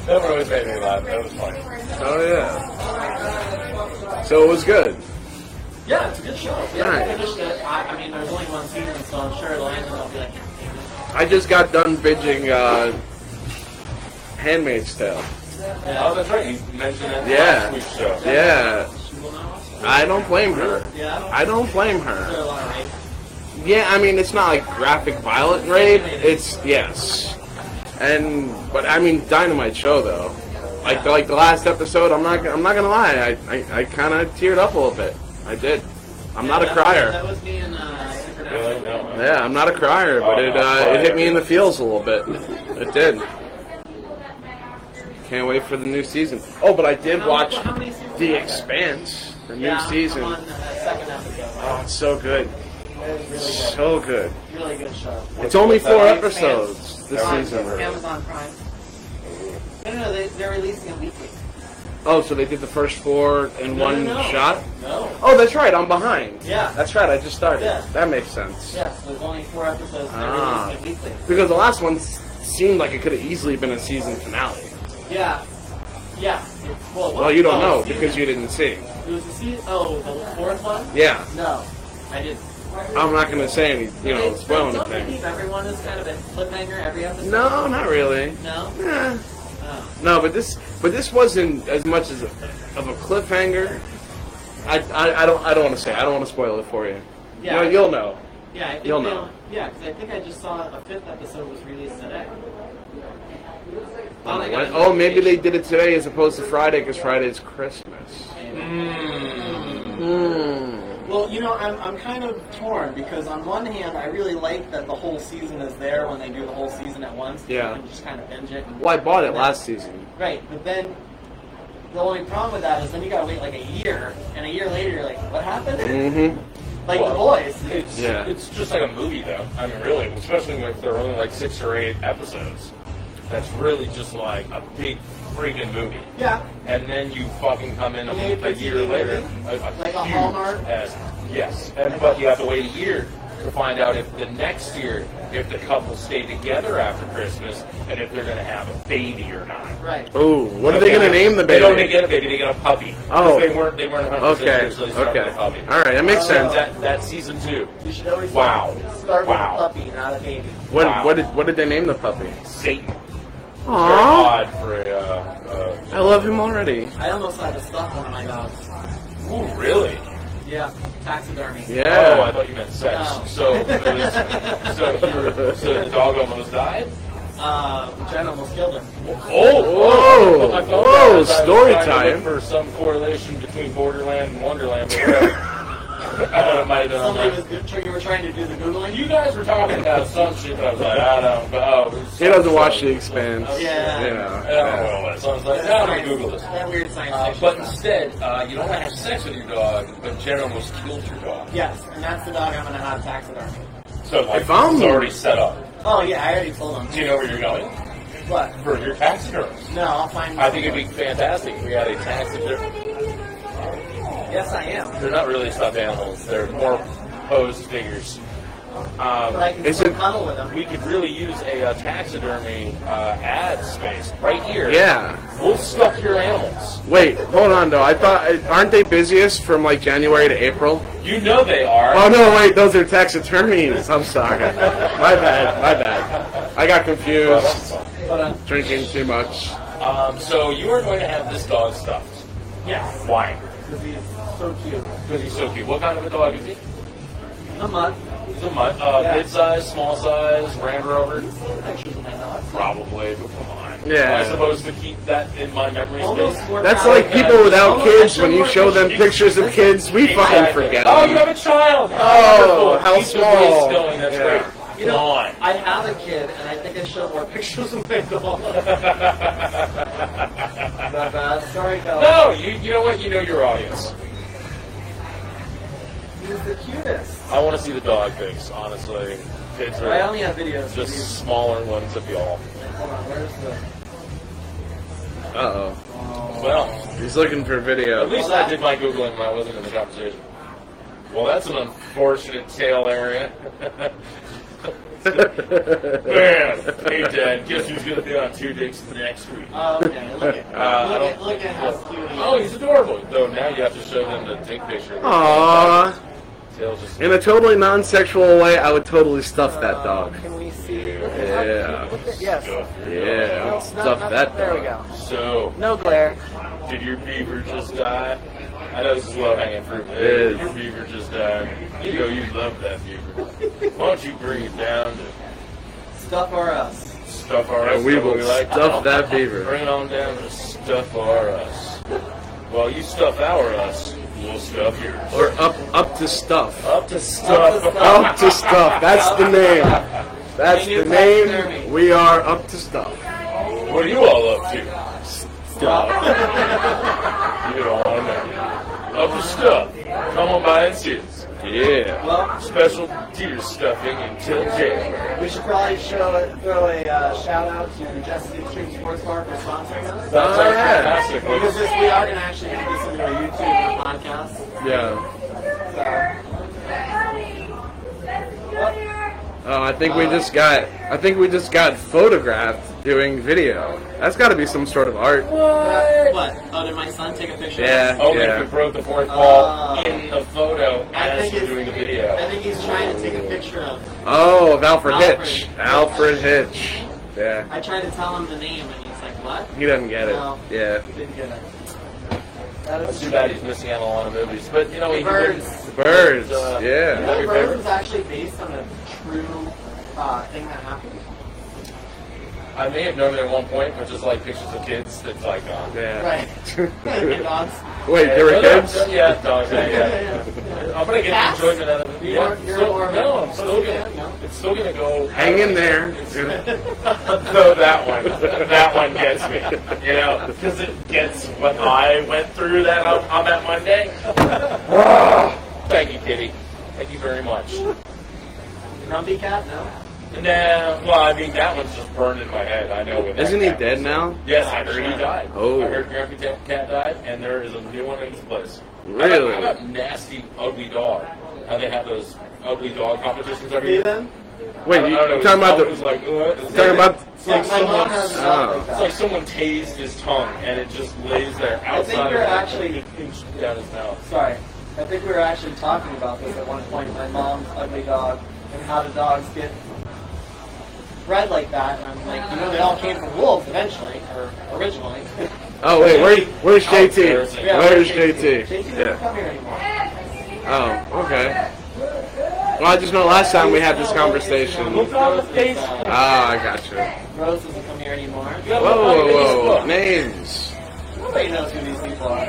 [SPEAKER 3] That one always made me laugh. That was funny.
[SPEAKER 1] Oh, yeah. So it was good.
[SPEAKER 2] Yeah, it's a good show. Yeah,
[SPEAKER 1] Alright.
[SPEAKER 2] I finished it. I, I mean, there's only one season, so I'm sure it'll end and I'll be like,
[SPEAKER 1] I just got done binging uh, Handmaid's Tale.
[SPEAKER 3] Oh, that's right. You mentioned that
[SPEAKER 1] Yeah.
[SPEAKER 3] last week's show.
[SPEAKER 1] Yeah. I don't blame her.
[SPEAKER 2] yeah, I don't
[SPEAKER 1] I don't blame
[SPEAKER 2] know
[SPEAKER 1] her.
[SPEAKER 2] a lot of rape.
[SPEAKER 1] Yeah, I mean, it's not like graphic violent rape. It's, yes. And, but I mean, dynamite show, though. Like, like the last episode, I'm not, I'm not gonna lie, I, I, I kind of teared up a little bit. I did. I'm not a
[SPEAKER 2] That-
[SPEAKER 1] crier.
[SPEAKER 2] That was me and, uh,
[SPEAKER 3] Really? No.
[SPEAKER 1] Yeah, I'm not a crier, but it uh, it hit me in the feels a little bit. It did. Can't wait for the new season. Oh, but I did
[SPEAKER 2] How-
[SPEAKER 1] watch
[SPEAKER 2] how many seasons
[SPEAKER 1] The
[SPEAKER 2] was
[SPEAKER 1] Expanse, the new
[SPEAKER 2] yeah,
[SPEAKER 1] season.
[SPEAKER 2] I'm on the second episode.
[SPEAKER 1] Oh, it's so good,
[SPEAKER 2] It was
[SPEAKER 1] so
[SPEAKER 2] really
[SPEAKER 1] good.
[SPEAKER 2] good. Really good show.
[SPEAKER 1] It's only four
[SPEAKER 2] The Expanse.
[SPEAKER 1] episodes this
[SPEAKER 2] on
[SPEAKER 1] season.
[SPEAKER 2] Amazon Prime. No, no, they, they're releasing it weekly.
[SPEAKER 1] Oh, so they did the first four in
[SPEAKER 2] No,
[SPEAKER 1] one
[SPEAKER 2] no, no.
[SPEAKER 1] shot.
[SPEAKER 2] No.
[SPEAKER 1] Oh, that's right. I'm behind.
[SPEAKER 2] Yeah.
[SPEAKER 1] that's right. I just started.
[SPEAKER 2] Yeah.
[SPEAKER 1] That makes sense.
[SPEAKER 2] Yes, there's only four episodes. They're
[SPEAKER 1] Ah.
[SPEAKER 2] releasing it weekly.
[SPEAKER 1] Because the last one s- seemed like it could have easily been a season finale.
[SPEAKER 2] Yeah. Yeah. It's- Well, oh,
[SPEAKER 1] Well, you don't know because you didn't see.
[SPEAKER 2] It was a season. Oh, the fourth one?
[SPEAKER 1] Yeah.
[SPEAKER 2] No, I didn't.
[SPEAKER 1] I'm not gonna say any, you know,
[SPEAKER 2] It's
[SPEAKER 1] spoil
[SPEAKER 2] don't they
[SPEAKER 1] anything.
[SPEAKER 2] keep everyone is kind of a cliffhanger every episode.
[SPEAKER 1] No, not really.
[SPEAKER 2] No.
[SPEAKER 1] Eh.
[SPEAKER 2] Oh.
[SPEAKER 1] No, but this, but this wasn't as much as a, of a cliffhanger. I, I, I don't, I don't want to say. I don't want to spoil it for you.
[SPEAKER 2] Yeah.
[SPEAKER 1] You know, you'll know.
[SPEAKER 2] Yeah, I think
[SPEAKER 7] You'll
[SPEAKER 2] they-
[SPEAKER 7] know.
[SPEAKER 2] Yeah, because I think I just saw a fifth episode was released today. Thought I got
[SPEAKER 7] When- oh, maybe they did it today as opposed to Friday because Friday is Christmas. Hmm.
[SPEAKER 2] Well, you know, I'm, I'm kind of torn because on one hand, I really like that the whole season is there when they do the whole season at once.
[SPEAKER 7] Yeah.
[SPEAKER 2] And just kind of binge it. and-
[SPEAKER 7] Well, I bought it last season.
[SPEAKER 2] Right, but then the only problem with that is then you gotta wait like a year, and a year later you're like, what happened?
[SPEAKER 7] Mm-hmm.
[SPEAKER 2] Like
[SPEAKER 3] Well,
[SPEAKER 2] the boys.
[SPEAKER 3] It's,
[SPEAKER 7] Yeah.
[SPEAKER 3] it's just like a movie, though. I mean, really, especially when there are only like six or eight episodes. That's really just like a big freaking movie.
[SPEAKER 2] Yeah.
[SPEAKER 3] And then you fucking come in a,
[SPEAKER 2] Yeah,
[SPEAKER 3] a year later, a, a
[SPEAKER 2] Like a
[SPEAKER 3] huge
[SPEAKER 2] Hallmark?
[SPEAKER 3] ass- yes, and, but you have to wait a year to find out if the next year, if the couple stay together after Christmas, and if they're gonna have a baby or not.
[SPEAKER 2] Right.
[SPEAKER 7] Oh, what are they
[SPEAKER 3] Okay.
[SPEAKER 7] gonna name the
[SPEAKER 3] They don't
[SPEAKER 7] baby?
[SPEAKER 3] get a baby; they get a puppy. 'Cause
[SPEAKER 7] Oh.
[SPEAKER 3] They weren't. They weren't 100%
[SPEAKER 7] Okay.
[SPEAKER 3] sure, so they started
[SPEAKER 7] Okay.
[SPEAKER 3] with a puppy.
[SPEAKER 7] All right, that makes sense.
[SPEAKER 3] That, that's season two.
[SPEAKER 2] You should always
[SPEAKER 3] Wow.
[SPEAKER 2] start
[SPEAKER 3] Wow.
[SPEAKER 2] with a puppy, not a baby.
[SPEAKER 7] What
[SPEAKER 3] Wow.
[SPEAKER 7] what did what did they name the puppy?
[SPEAKER 3] Satan. Very
[SPEAKER 7] Aww.
[SPEAKER 3] odd for a. Uh,
[SPEAKER 7] I love him already.
[SPEAKER 2] I almost had to stuff one of my dogs.
[SPEAKER 3] uh, ooh, really?
[SPEAKER 2] Yeah. Taxidermy.
[SPEAKER 3] Oh, I
[SPEAKER 7] Yeah.
[SPEAKER 3] thought you meant sex.
[SPEAKER 2] No.
[SPEAKER 3] So, it was, so, you- so the dog almost died.
[SPEAKER 2] Uh, Jen almost killed him.
[SPEAKER 3] Oh,
[SPEAKER 7] Whoa.
[SPEAKER 3] I felt
[SPEAKER 7] Whoa,
[SPEAKER 3] bad as I was
[SPEAKER 7] story
[SPEAKER 3] trying to
[SPEAKER 7] time.
[SPEAKER 3] look For some correlation between Borderland and Wonderland. but whatever. I don't know, it might have been on
[SPEAKER 2] Somebody was
[SPEAKER 3] that.
[SPEAKER 2] good. You were trying to do the googling.
[SPEAKER 3] You guys were talking about some shit, and I was like, I don't know. Oh,
[SPEAKER 7] He doesn't watch The Expanse.
[SPEAKER 2] Yeah.
[SPEAKER 7] You
[SPEAKER 3] I
[SPEAKER 7] know.
[SPEAKER 3] don't know what it was. So I was like, no, I'm gonna Google this.
[SPEAKER 2] That weird science
[SPEAKER 3] Uh,
[SPEAKER 2] fiction
[SPEAKER 3] but
[SPEAKER 2] stuff.
[SPEAKER 3] instead, uh, you don't have sex with your dog, but Jen almost killed your dog.
[SPEAKER 2] Yes, and that's the dog I'm gonna have taxidermy.
[SPEAKER 3] So like,
[SPEAKER 7] I found
[SPEAKER 3] it's
[SPEAKER 7] them.
[SPEAKER 3] already set up.
[SPEAKER 2] Oh yeah, I already told him.
[SPEAKER 3] Do you know where you're going?
[SPEAKER 2] What?
[SPEAKER 3] For your taxidermist.
[SPEAKER 2] No, I'll find.
[SPEAKER 3] I think it'd be fantastic if we had a taxidermist.
[SPEAKER 2] Yes, I am.
[SPEAKER 3] They're not really stuffed animals. They're more posed figures.
[SPEAKER 2] But
[SPEAKER 3] Um,
[SPEAKER 2] I can
[SPEAKER 7] Is
[SPEAKER 2] still
[SPEAKER 7] it-
[SPEAKER 2] cuddle with him.
[SPEAKER 3] we could really use a uh, taxidermy uh, ad space right here.
[SPEAKER 7] Yeah.
[SPEAKER 3] We'll stuff your animals.
[SPEAKER 7] Wait, hold on though. I thought aren't they busiest from like January to April?
[SPEAKER 3] You know they are.
[SPEAKER 7] Oh no, wait, those are tax attorneys. I'm sorry. My bad. My bad. I got confused.
[SPEAKER 2] But uh,
[SPEAKER 7] Drinking too much.
[SPEAKER 3] Um, so you are going to have this dog stuffed.
[SPEAKER 2] yes,
[SPEAKER 3] Why?
[SPEAKER 2] because he's so cute.
[SPEAKER 3] Because he's so cute. What kind of a dog is he?
[SPEAKER 2] A month.
[SPEAKER 3] He's a mutt. Uh,
[SPEAKER 2] Yeah.
[SPEAKER 3] Mid-size, small size, Grand Rover.
[SPEAKER 2] Pictures of my dog.
[SPEAKER 3] Probably, but come on.
[SPEAKER 7] Yeah.
[SPEAKER 3] Am I supposed to keep that in my memory
[SPEAKER 2] Almost
[SPEAKER 3] space?
[SPEAKER 2] more
[SPEAKER 7] That's
[SPEAKER 2] power
[SPEAKER 7] like
[SPEAKER 2] than-
[SPEAKER 7] people without kids. When you show them pictures of kids, we fucking
[SPEAKER 3] Exactly.
[SPEAKER 7] forget.
[SPEAKER 3] Oh, you have a child.
[SPEAKER 7] Oh,
[SPEAKER 3] Wonderful.
[SPEAKER 7] how
[SPEAKER 3] Keep the
[SPEAKER 7] small.
[SPEAKER 3] voice going. That's
[SPEAKER 7] Yeah.
[SPEAKER 3] great.
[SPEAKER 2] You
[SPEAKER 3] Come
[SPEAKER 2] know,
[SPEAKER 3] on.
[SPEAKER 2] I have a kid, and I think I showed more pictures of my dog. Not bad. Sorry, Kyle.
[SPEAKER 3] No, you, you know what? You know your audience.
[SPEAKER 2] He's the cutest.
[SPEAKER 3] I want to see the dog pics, honestly. Kids
[SPEAKER 2] I
[SPEAKER 3] are
[SPEAKER 2] only have videos. for you.
[SPEAKER 3] just smaller ones of y'all.
[SPEAKER 2] Hold on, where's the?
[SPEAKER 7] Uh oh.
[SPEAKER 3] Well,
[SPEAKER 7] He's looking for
[SPEAKER 3] at
[SPEAKER 7] video.
[SPEAKER 3] least I did my Googling when I wasn't in the conversation. Well, that's an unfortunate tail area. Man, hey, Dad, guess who's going to be on two dicks next week?
[SPEAKER 2] Oh, okay. Look at,
[SPEAKER 3] Uh, I
[SPEAKER 2] look,
[SPEAKER 3] don't-
[SPEAKER 2] at look at how cute he
[SPEAKER 3] Oh,
[SPEAKER 2] is.
[SPEAKER 3] he's adorable. Though now you have to show them the dick picture.
[SPEAKER 7] Aww.
[SPEAKER 3] Tail just.
[SPEAKER 7] In a totally non-sexual way, I would totally stuff that dog.
[SPEAKER 2] Can we see?
[SPEAKER 7] Yeah.
[SPEAKER 2] Yes.
[SPEAKER 7] Yeah. I'd Stuff that
[SPEAKER 2] There we
[SPEAKER 7] dog.
[SPEAKER 2] go.
[SPEAKER 3] So,
[SPEAKER 2] No glare.
[SPEAKER 3] did your beaver just die? I know this is low hanging fruit. But
[SPEAKER 7] It
[SPEAKER 3] Your
[SPEAKER 7] is.
[SPEAKER 3] beaver just died. You know you love that beaver. Why don't you bring it down to
[SPEAKER 2] Stuff or us.
[SPEAKER 3] stuff our
[SPEAKER 7] And
[SPEAKER 3] us
[SPEAKER 7] we
[SPEAKER 3] that
[SPEAKER 7] will
[SPEAKER 3] we like?
[SPEAKER 7] stuff that beaver.
[SPEAKER 3] Bring it on down to stuff our us. Well, you stuff our us, we'll stuff yours.
[SPEAKER 7] Or up, up to stuff.
[SPEAKER 3] up to stuff.
[SPEAKER 7] Up to stuff. That's the name. That's the name. We are up to stuff.
[SPEAKER 3] What are you all up to?
[SPEAKER 7] Stuff.
[SPEAKER 3] You don't want to know. Up to stuff. Come on by and see us.
[SPEAKER 7] Yeah.
[SPEAKER 2] Well,
[SPEAKER 3] Special deer stuffing until January.
[SPEAKER 2] we should probably show it, throw a uh, shout out to Jesse Extreme Sports Bar for sponsoring us.
[SPEAKER 3] Sounds
[SPEAKER 7] Oh,
[SPEAKER 3] like
[SPEAKER 7] yeah.
[SPEAKER 3] fantastic.
[SPEAKER 2] Because this, we are going to actually do this into a YouTube and a podcast.
[SPEAKER 7] Yeah.
[SPEAKER 2] So,
[SPEAKER 7] Oh, I think we just got. I think we just got photographed doing video. That's got to be some sort of art.
[SPEAKER 2] what? Oh, did my son take a picture?
[SPEAKER 7] Yeah.
[SPEAKER 3] Only Oh, if you broke the fourth wall
[SPEAKER 2] Uh,
[SPEAKER 3] in the photo
[SPEAKER 2] I
[SPEAKER 3] as
[SPEAKER 2] think
[SPEAKER 3] you're
[SPEAKER 2] it's,
[SPEAKER 3] doing the
[SPEAKER 2] I
[SPEAKER 3] video.
[SPEAKER 2] think he's trying to take a picture of.
[SPEAKER 7] Oh, of Alfred
[SPEAKER 2] Alfred.
[SPEAKER 7] Hitch. Alfred Hitch. Yeah.
[SPEAKER 2] I tried to tell him the name, and he's like, "What?"
[SPEAKER 7] He doesn't get it.
[SPEAKER 2] No.
[SPEAKER 7] Yeah.
[SPEAKER 2] Didn't get it.
[SPEAKER 8] That
[SPEAKER 3] It's
[SPEAKER 8] is
[SPEAKER 3] too bad he's missing out on a lot of movies. But you know, he
[SPEAKER 2] Birds.
[SPEAKER 7] Birds,
[SPEAKER 3] Uh,
[SPEAKER 7] yeah.
[SPEAKER 3] is that
[SPEAKER 2] The
[SPEAKER 3] your
[SPEAKER 2] Birds
[SPEAKER 3] favorite?
[SPEAKER 2] is actually based on a true uh, thing that happened.
[SPEAKER 3] I may have known it at one point, but just like pictures of kids that's like uh, gone.
[SPEAKER 7] Yeah.
[SPEAKER 2] Right. and dogs.
[SPEAKER 7] Wait, there were
[SPEAKER 3] Yeah,
[SPEAKER 7] kids?
[SPEAKER 3] Yeah, dogs. Yeah, yeah. I'm gonna get
[SPEAKER 2] Cats?
[SPEAKER 3] the enjoyment out of it.
[SPEAKER 2] You
[SPEAKER 3] Yeah,
[SPEAKER 2] weren't- you're
[SPEAKER 3] still-
[SPEAKER 2] more of a-
[SPEAKER 3] no, I'm still
[SPEAKER 2] Yeah, no.
[SPEAKER 3] gonna. It's still gonna go.
[SPEAKER 7] Hang in there.
[SPEAKER 3] no, that one. That one gets me. You know, because it gets what I went through that on, on that Monday. Thank you, Kitty. Thank you very much.
[SPEAKER 2] Grumpy cat? No.
[SPEAKER 3] Nah, well, I mean, that one's just burned in my head. I know. what that
[SPEAKER 7] Isn't he
[SPEAKER 3] cat was.
[SPEAKER 7] dead now?
[SPEAKER 3] Yes, I heard he died.
[SPEAKER 7] Oh.
[SPEAKER 3] I heard Grumpy Cat Cat died, and there is a new one in his place.
[SPEAKER 7] Really?
[SPEAKER 3] I got nasty, ugly dog. How they have those ugly dog competitions every
[SPEAKER 2] See
[SPEAKER 3] year.
[SPEAKER 2] them?
[SPEAKER 7] Wait, you, you talking about
[SPEAKER 3] It's
[SPEAKER 7] the
[SPEAKER 3] like, uh, it's
[SPEAKER 7] talking
[SPEAKER 3] like-
[SPEAKER 7] about
[SPEAKER 3] It's like
[SPEAKER 2] my mom has a
[SPEAKER 3] someone's.
[SPEAKER 2] dog
[SPEAKER 7] Oh.
[SPEAKER 2] like
[SPEAKER 3] It's
[SPEAKER 2] that.
[SPEAKER 3] like someone tased his tongue, and it just lays there outside.
[SPEAKER 2] I think you're
[SPEAKER 3] of-
[SPEAKER 2] actually
[SPEAKER 3] down his mouth.
[SPEAKER 2] Sorry, I think we were actually talking about this at one point. My mom's ugly dog and how the dogs get bred like that. And I'm like, you know, they all came from wolves eventually, or originally.
[SPEAKER 7] Oh wait, where, where's JT?
[SPEAKER 3] Yeah,
[SPEAKER 7] Where's
[SPEAKER 2] JT?
[SPEAKER 7] JT?
[SPEAKER 2] JT doesn't
[SPEAKER 7] Yeah.
[SPEAKER 2] come here anymore.
[SPEAKER 7] Oh, okay. Well, I just know last time we had this conversation.
[SPEAKER 2] Rose
[SPEAKER 7] Oh,
[SPEAKER 2] doesn't come-
[SPEAKER 7] I got you.
[SPEAKER 2] Rose doesn't come here anymore.
[SPEAKER 7] Whoa, whoa, whoa! Names,
[SPEAKER 2] Nobody knows who these people are.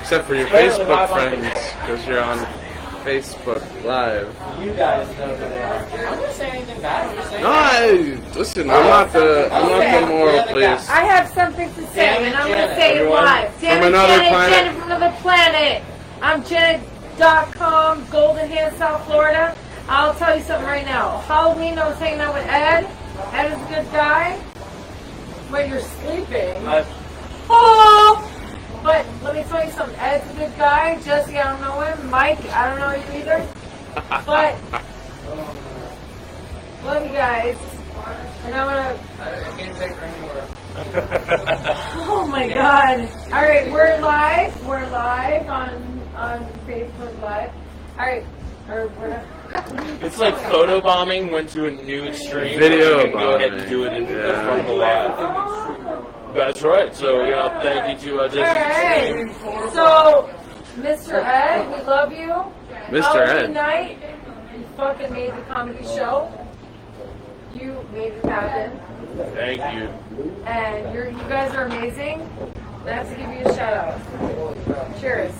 [SPEAKER 7] except for your Facebook friends, because you're on Facebook Live.
[SPEAKER 2] You guys know who they are. I'm not saying anything bad. I'm just saying.
[SPEAKER 7] No, I, listen, I'm not the I'm not the moral police.
[SPEAKER 9] I have something to say,
[SPEAKER 2] Damn it,
[SPEAKER 9] and I'm going
[SPEAKER 2] Janet.
[SPEAKER 9] to say it
[SPEAKER 7] Everyone,
[SPEAKER 9] live. Damn
[SPEAKER 7] from
[SPEAKER 9] it,
[SPEAKER 7] another
[SPEAKER 9] Janet,
[SPEAKER 7] planet.
[SPEAKER 9] Janet from another planet. I'm Janet.com, Golden Hand, South Florida. I'll tell you something right now. Halloween, I was hanging out with Ed. Ed is a good guy. But you're sleeping.
[SPEAKER 2] I've-
[SPEAKER 9] Oh! But let me tell you something. Ed's a good guy. Jesse, I don't know him. Mike, I don't know you either. But love you guys. And I'm gonna. Oh my god! All right, we're live. We're live on on Facebook Live. All right, or we're.
[SPEAKER 3] It's like photo bombing went to a new extreme.
[SPEAKER 7] Video
[SPEAKER 3] You can Go ahead and
[SPEAKER 7] bombing.
[SPEAKER 3] do it in
[SPEAKER 7] Yeah.
[SPEAKER 3] front of the live. That's right. So you know, thank you to uh,
[SPEAKER 9] All
[SPEAKER 3] Jason.
[SPEAKER 9] right. So, Mr. Ed, we love you.
[SPEAKER 7] Mr.
[SPEAKER 9] Halloween
[SPEAKER 7] Ed.
[SPEAKER 9] night, you fucking made the comedy show. You made it happen.
[SPEAKER 3] Thank you.
[SPEAKER 9] and you're, you guys are amazing. I have to give you a shout out. Cheers.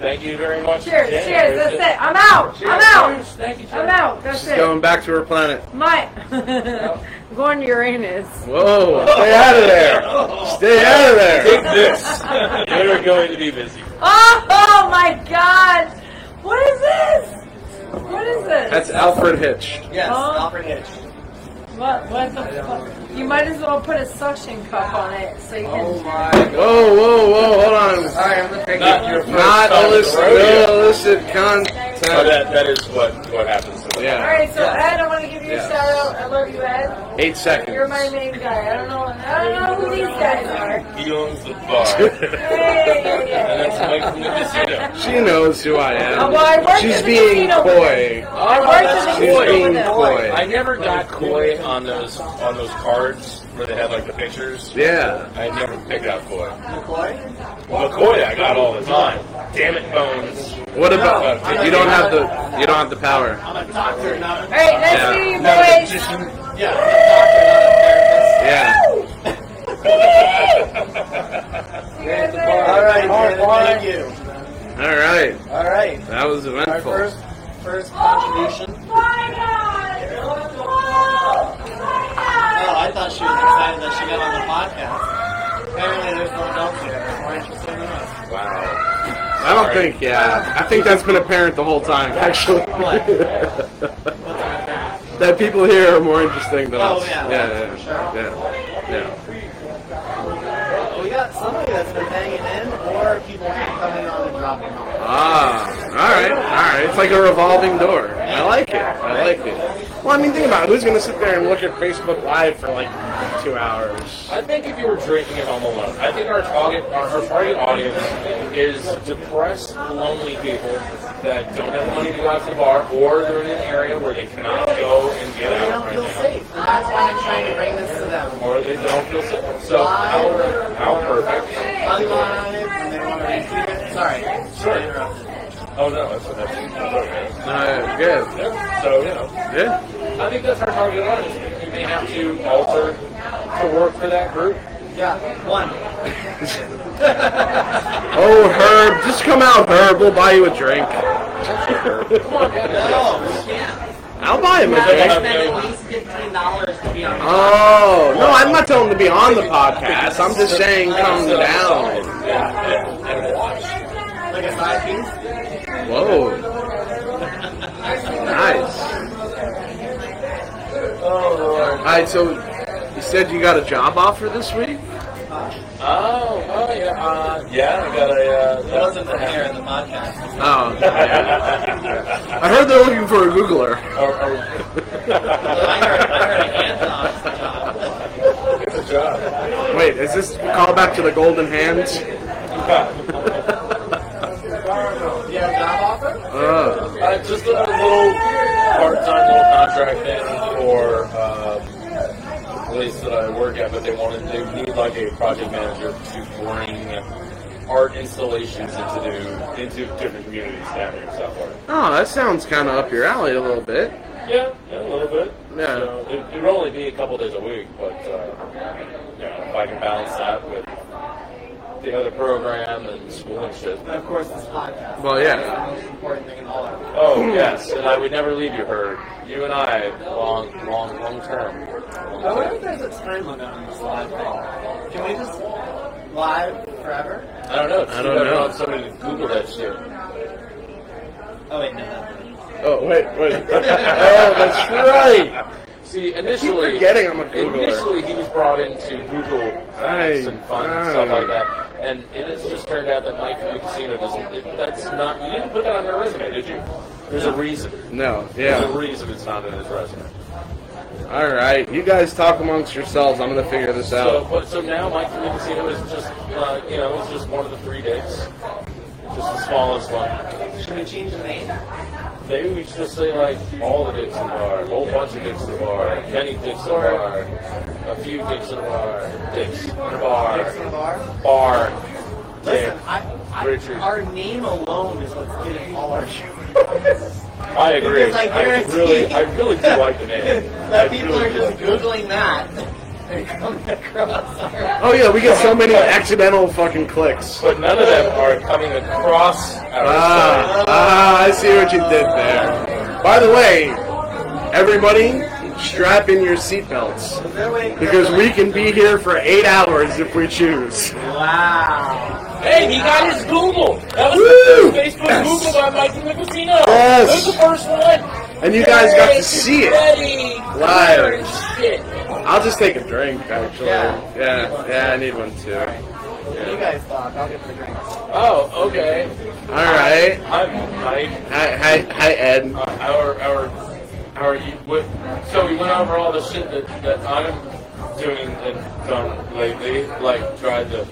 [SPEAKER 3] Thank you very much.
[SPEAKER 9] Cheers.
[SPEAKER 3] Janet.
[SPEAKER 9] Cheers. That's it. I'm out. I'm out.
[SPEAKER 3] Thank you.
[SPEAKER 9] I'm out. That's
[SPEAKER 7] She's
[SPEAKER 9] it.
[SPEAKER 7] going back to her planet.
[SPEAKER 9] My. going to Uranus.
[SPEAKER 7] Whoa! Stay out of there! Stay out of
[SPEAKER 3] Take
[SPEAKER 7] there!
[SPEAKER 3] this. You're going to be busy.
[SPEAKER 9] Oh, oh my God. What is this? What is this?
[SPEAKER 7] That's Alfred Hitch.
[SPEAKER 2] Yes,
[SPEAKER 9] Huh?
[SPEAKER 2] Alfred Hitch.
[SPEAKER 9] what? What the fuck? You might as well put a suction cup on it so you can.
[SPEAKER 2] Oh my god.
[SPEAKER 7] Whoa, whoa, whoa! Hold on.
[SPEAKER 2] Alright, I'm gonna take
[SPEAKER 3] Not
[SPEAKER 2] it.
[SPEAKER 3] your first
[SPEAKER 7] Not
[SPEAKER 3] time
[SPEAKER 7] illicit,
[SPEAKER 3] at the rodeo.
[SPEAKER 7] no illicit
[SPEAKER 3] So
[SPEAKER 7] contact.
[SPEAKER 3] that, that is what, what happens. To them.
[SPEAKER 9] All
[SPEAKER 7] Yeah,
[SPEAKER 9] right, so Ed, I want to give you
[SPEAKER 7] Yes.
[SPEAKER 9] a shout out. I love you, Ed.
[SPEAKER 7] eight seconds.
[SPEAKER 9] You're my main guy. I don't know. I don't know who these guys are.
[SPEAKER 3] He owns the bar. and that's Mike from the casino.
[SPEAKER 7] she knows who I
[SPEAKER 9] Oh, well, I
[SPEAKER 7] am.
[SPEAKER 9] worked
[SPEAKER 7] She's
[SPEAKER 9] in the
[SPEAKER 7] being
[SPEAKER 9] casino.
[SPEAKER 7] coy.
[SPEAKER 9] I worked in
[SPEAKER 7] She's
[SPEAKER 9] the casino
[SPEAKER 7] being
[SPEAKER 9] with him.
[SPEAKER 7] coy.
[SPEAKER 3] I never got coy on those on those cards where they had like the pictures.
[SPEAKER 7] Yeah.
[SPEAKER 3] I never picked out coy.
[SPEAKER 2] McCoy?
[SPEAKER 3] McCoy I got all the time. Damn it, Bones.
[SPEAKER 7] What about
[SPEAKER 3] No.
[SPEAKER 7] you? Don't have the you don't have the power.
[SPEAKER 2] I'm a doctor, not a
[SPEAKER 9] All right, nice to meet you, boys.
[SPEAKER 2] Yeah, I'm a doctor, not a therapist.
[SPEAKER 7] Yeah.
[SPEAKER 9] See you guys later.
[SPEAKER 2] All right, Janet, thank you.
[SPEAKER 7] All right.
[SPEAKER 2] All right,
[SPEAKER 7] That was
[SPEAKER 2] our
[SPEAKER 7] eventful.
[SPEAKER 2] first first contribution. Oh, Oh, I thought she was excited that she got on the podcast. Apparently, there's no adults here. They're more interested in us.
[SPEAKER 3] Wow.
[SPEAKER 7] I don't think. Yeah. I think that's been apparent the whole time, actually. that people here are more interesting than
[SPEAKER 2] Oh,
[SPEAKER 7] us.
[SPEAKER 2] yeah. For sure.
[SPEAKER 7] Yeah. Yeah. Yeah.
[SPEAKER 1] Oh,
[SPEAKER 2] Well, we got somebody that's been hanging in, or people keep coming on and dropping off.
[SPEAKER 7] Ah, all right, all right. It's like a revolving door. I like it. I like it. Well, I mean, think about it. Who's gonna sit there and look at Facebook Live for like two hours?
[SPEAKER 3] I think if you were drinking at home alone, I think our target our, our target audience is depressed, lonely people that don't have money to go out to the bar or they're in an area where they cannot go and get
[SPEAKER 2] They
[SPEAKER 3] out
[SPEAKER 2] don't
[SPEAKER 3] right
[SPEAKER 2] feel
[SPEAKER 3] now.
[SPEAKER 2] safe, and that's why I'm trying to bring this to them.
[SPEAKER 3] Or they don't feel safe. So how, how perfect.
[SPEAKER 2] Unlive, and they want to reach
[SPEAKER 1] Sorry. I interrupted.
[SPEAKER 3] Oh no, that's, that's, that's okay.
[SPEAKER 7] Uh, yeah.
[SPEAKER 3] Yeah, So you know.
[SPEAKER 7] Yeah.
[SPEAKER 3] I think that's our target audience. You may have to alter to work for that group.
[SPEAKER 1] Yeah, one.
[SPEAKER 7] Oh, Herb, just come out, Herb. We'll buy you a drink.
[SPEAKER 1] No, we can't.
[SPEAKER 7] I'll buy him a
[SPEAKER 1] We have to
[SPEAKER 7] drink.
[SPEAKER 1] spend at least fifteen dollars to be on. the-
[SPEAKER 7] Oh, no, I'm not telling him to be on the podcast. I'm just saying come down.
[SPEAKER 1] Like a side piece.
[SPEAKER 7] Whoa. Nice. Alright, so you said you got a job offer this week?
[SPEAKER 3] Oh, well, yeah, uh, yeah, I got a. Uh,
[SPEAKER 1] It wasn't from here in the podcast.
[SPEAKER 7] Oh. I heard they're looking for a Googler.
[SPEAKER 3] Oh,
[SPEAKER 1] I heard, I heard a hands-on job.
[SPEAKER 3] Good job.
[SPEAKER 7] Wait, is this a callback to the Golden Hands?
[SPEAKER 1] Do you have a job offer?
[SPEAKER 7] Oh.
[SPEAKER 3] Uh, just a little part-time little contract thing for um, the place that I work at, but they wanted they need like a project manager to bring art installations into into different communities down here in South Florida.
[SPEAKER 7] Oh, that sounds kind of up your alley a little bit.
[SPEAKER 3] Yeah, yeah, a little bit.
[SPEAKER 7] Yeah.
[SPEAKER 3] So it, it would only be a couple days a week, but uh, you know, if I can balance that with the other program and school and shit.
[SPEAKER 1] And of course, this podcast.
[SPEAKER 7] Well, yeah.
[SPEAKER 1] That's the most important thing in all of it.
[SPEAKER 3] Oh yes, and I would never leave you, Herb. You and I, long, long, long term.
[SPEAKER 1] Oh, I wonder if there's a time limit on this live thing. Can we just live forever?
[SPEAKER 3] I don't know.
[SPEAKER 7] I don't know.
[SPEAKER 3] if Somebody to Google that shit.
[SPEAKER 1] Oh wait, no.
[SPEAKER 7] Oh wait, wait. oh, that's right.
[SPEAKER 3] See,
[SPEAKER 7] I
[SPEAKER 3] initially,
[SPEAKER 7] keep forgetting I'm a Googler.
[SPEAKER 3] Initially, he was brought into Google
[SPEAKER 7] Hey, Oh.
[SPEAKER 3] Maps and fun and stuff like that, and it has just turned out that Mike from the casino doesn't. It, that's not. You didn't put that on your resume, did you? There's a reason.
[SPEAKER 7] No,
[SPEAKER 3] There's a
[SPEAKER 7] yeah.
[SPEAKER 3] reason it's not in his resume.
[SPEAKER 7] All right, you guys talk amongst yourselves. I'm gonna figure this
[SPEAKER 3] So,
[SPEAKER 7] out.
[SPEAKER 3] but so now Mike from the casino is just, uh, you know, it's just one of the three dates. Just the smallest one.
[SPEAKER 1] Should we change the name?
[SPEAKER 3] Maybe we should just say like all the dicks in the bar, a whole bunch of dicks in the bar, many dicks in the bar, a few dicks in the bar, dicks in the
[SPEAKER 1] Dicks in the
[SPEAKER 3] bar,
[SPEAKER 1] bar.
[SPEAKER 3] bar, dick.
[SPEAKER 1] Listen, I,
[SPEAKER 3] Richard.
[SPEAKER 1] I, our name alone is what's getting all our.
[SPEAKER 3] I agree.
[SPEAKER 1] Because I
[SPEAKER 3] I
[SPEAKER 1] guarantee
[SPEAKER 3] really, I really do like the name.
[SPEAKER 1] that
[SPEAKER 3] I
[SPEAKER 1] people
[SPEAKER 3] really
[SPEAKER 1] are
[SPEAKER 3] do
[SPEAKER 1] just
[SPEAKER 3] like the name.
[SPEAKER 1] googling that. They come across our.
[SPEAKER 7] Oh yeah, we get so many accidental fucking clicks.
[SPEAKER 3] But none of them are coming across our site.
[SPEAKER 7] Ah, ah, I see what you did there. By the way, everybody, strap in your seatbelts
[SPEAKER 1] Is there a way-
[SPEAKER 7] because we can be here for eight hours if we choose.
[SPEAKER 1] Wow.
[SPEAKER 3] Hey, he got his Google. That was
[SPEAKER 7] Woo!
[SPEAKER 3] the first Facebook Google by Mike in the casino.
[SPEAKER 7] Yes.
[SPEAKER 3] That was the first one.
[SPEAKER 7] And you guys got to see it
[SPEAKER 3] Ready.
[SPEAKER 7] live.
[SPEAKER 3] Shit.
[SPEAKER 7] I'll just take a drink, actually.
[SPEAKER 1] Yeah.
[SPEAKER 7] Yeah, yeah, I need one too. All
[SPEAKER 1] You guys talk. I'll get the drinks.
[SPEAKER 3] Oh, okay.
[SPEAKER 7] right.
[SPEAKER 3] I'm Mike.
[SPEAKER 7] Hi, hi, hi, Ed.
[SPEAKER 3] Uh, our, our, our, you, what, so we went over all the shit that, that I'm doing and done lately. Like, tried the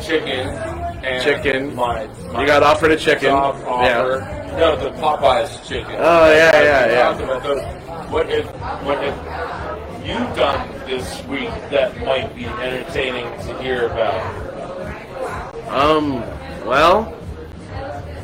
[SPEAKER 3] chicken and
[SPEAKER 7] Chicken.
[SPEAKER 3] My, my
[SPEAKER 7] You got offered a chicken.
[SPEAKER 3] job offer.
[SPEAKER 7] Yeah.
[SPEAKER 3] No, the Popeyes chicken.
[SPEAKER 7] Oh yeah, yeah,
[SPEAKER 3] Talk
[SPEAKER 7] yeah.
[SPEAKER 3] about those. What if what if you done this week that might be entertaining to hear about?
[SPEAKER 7] Um, well,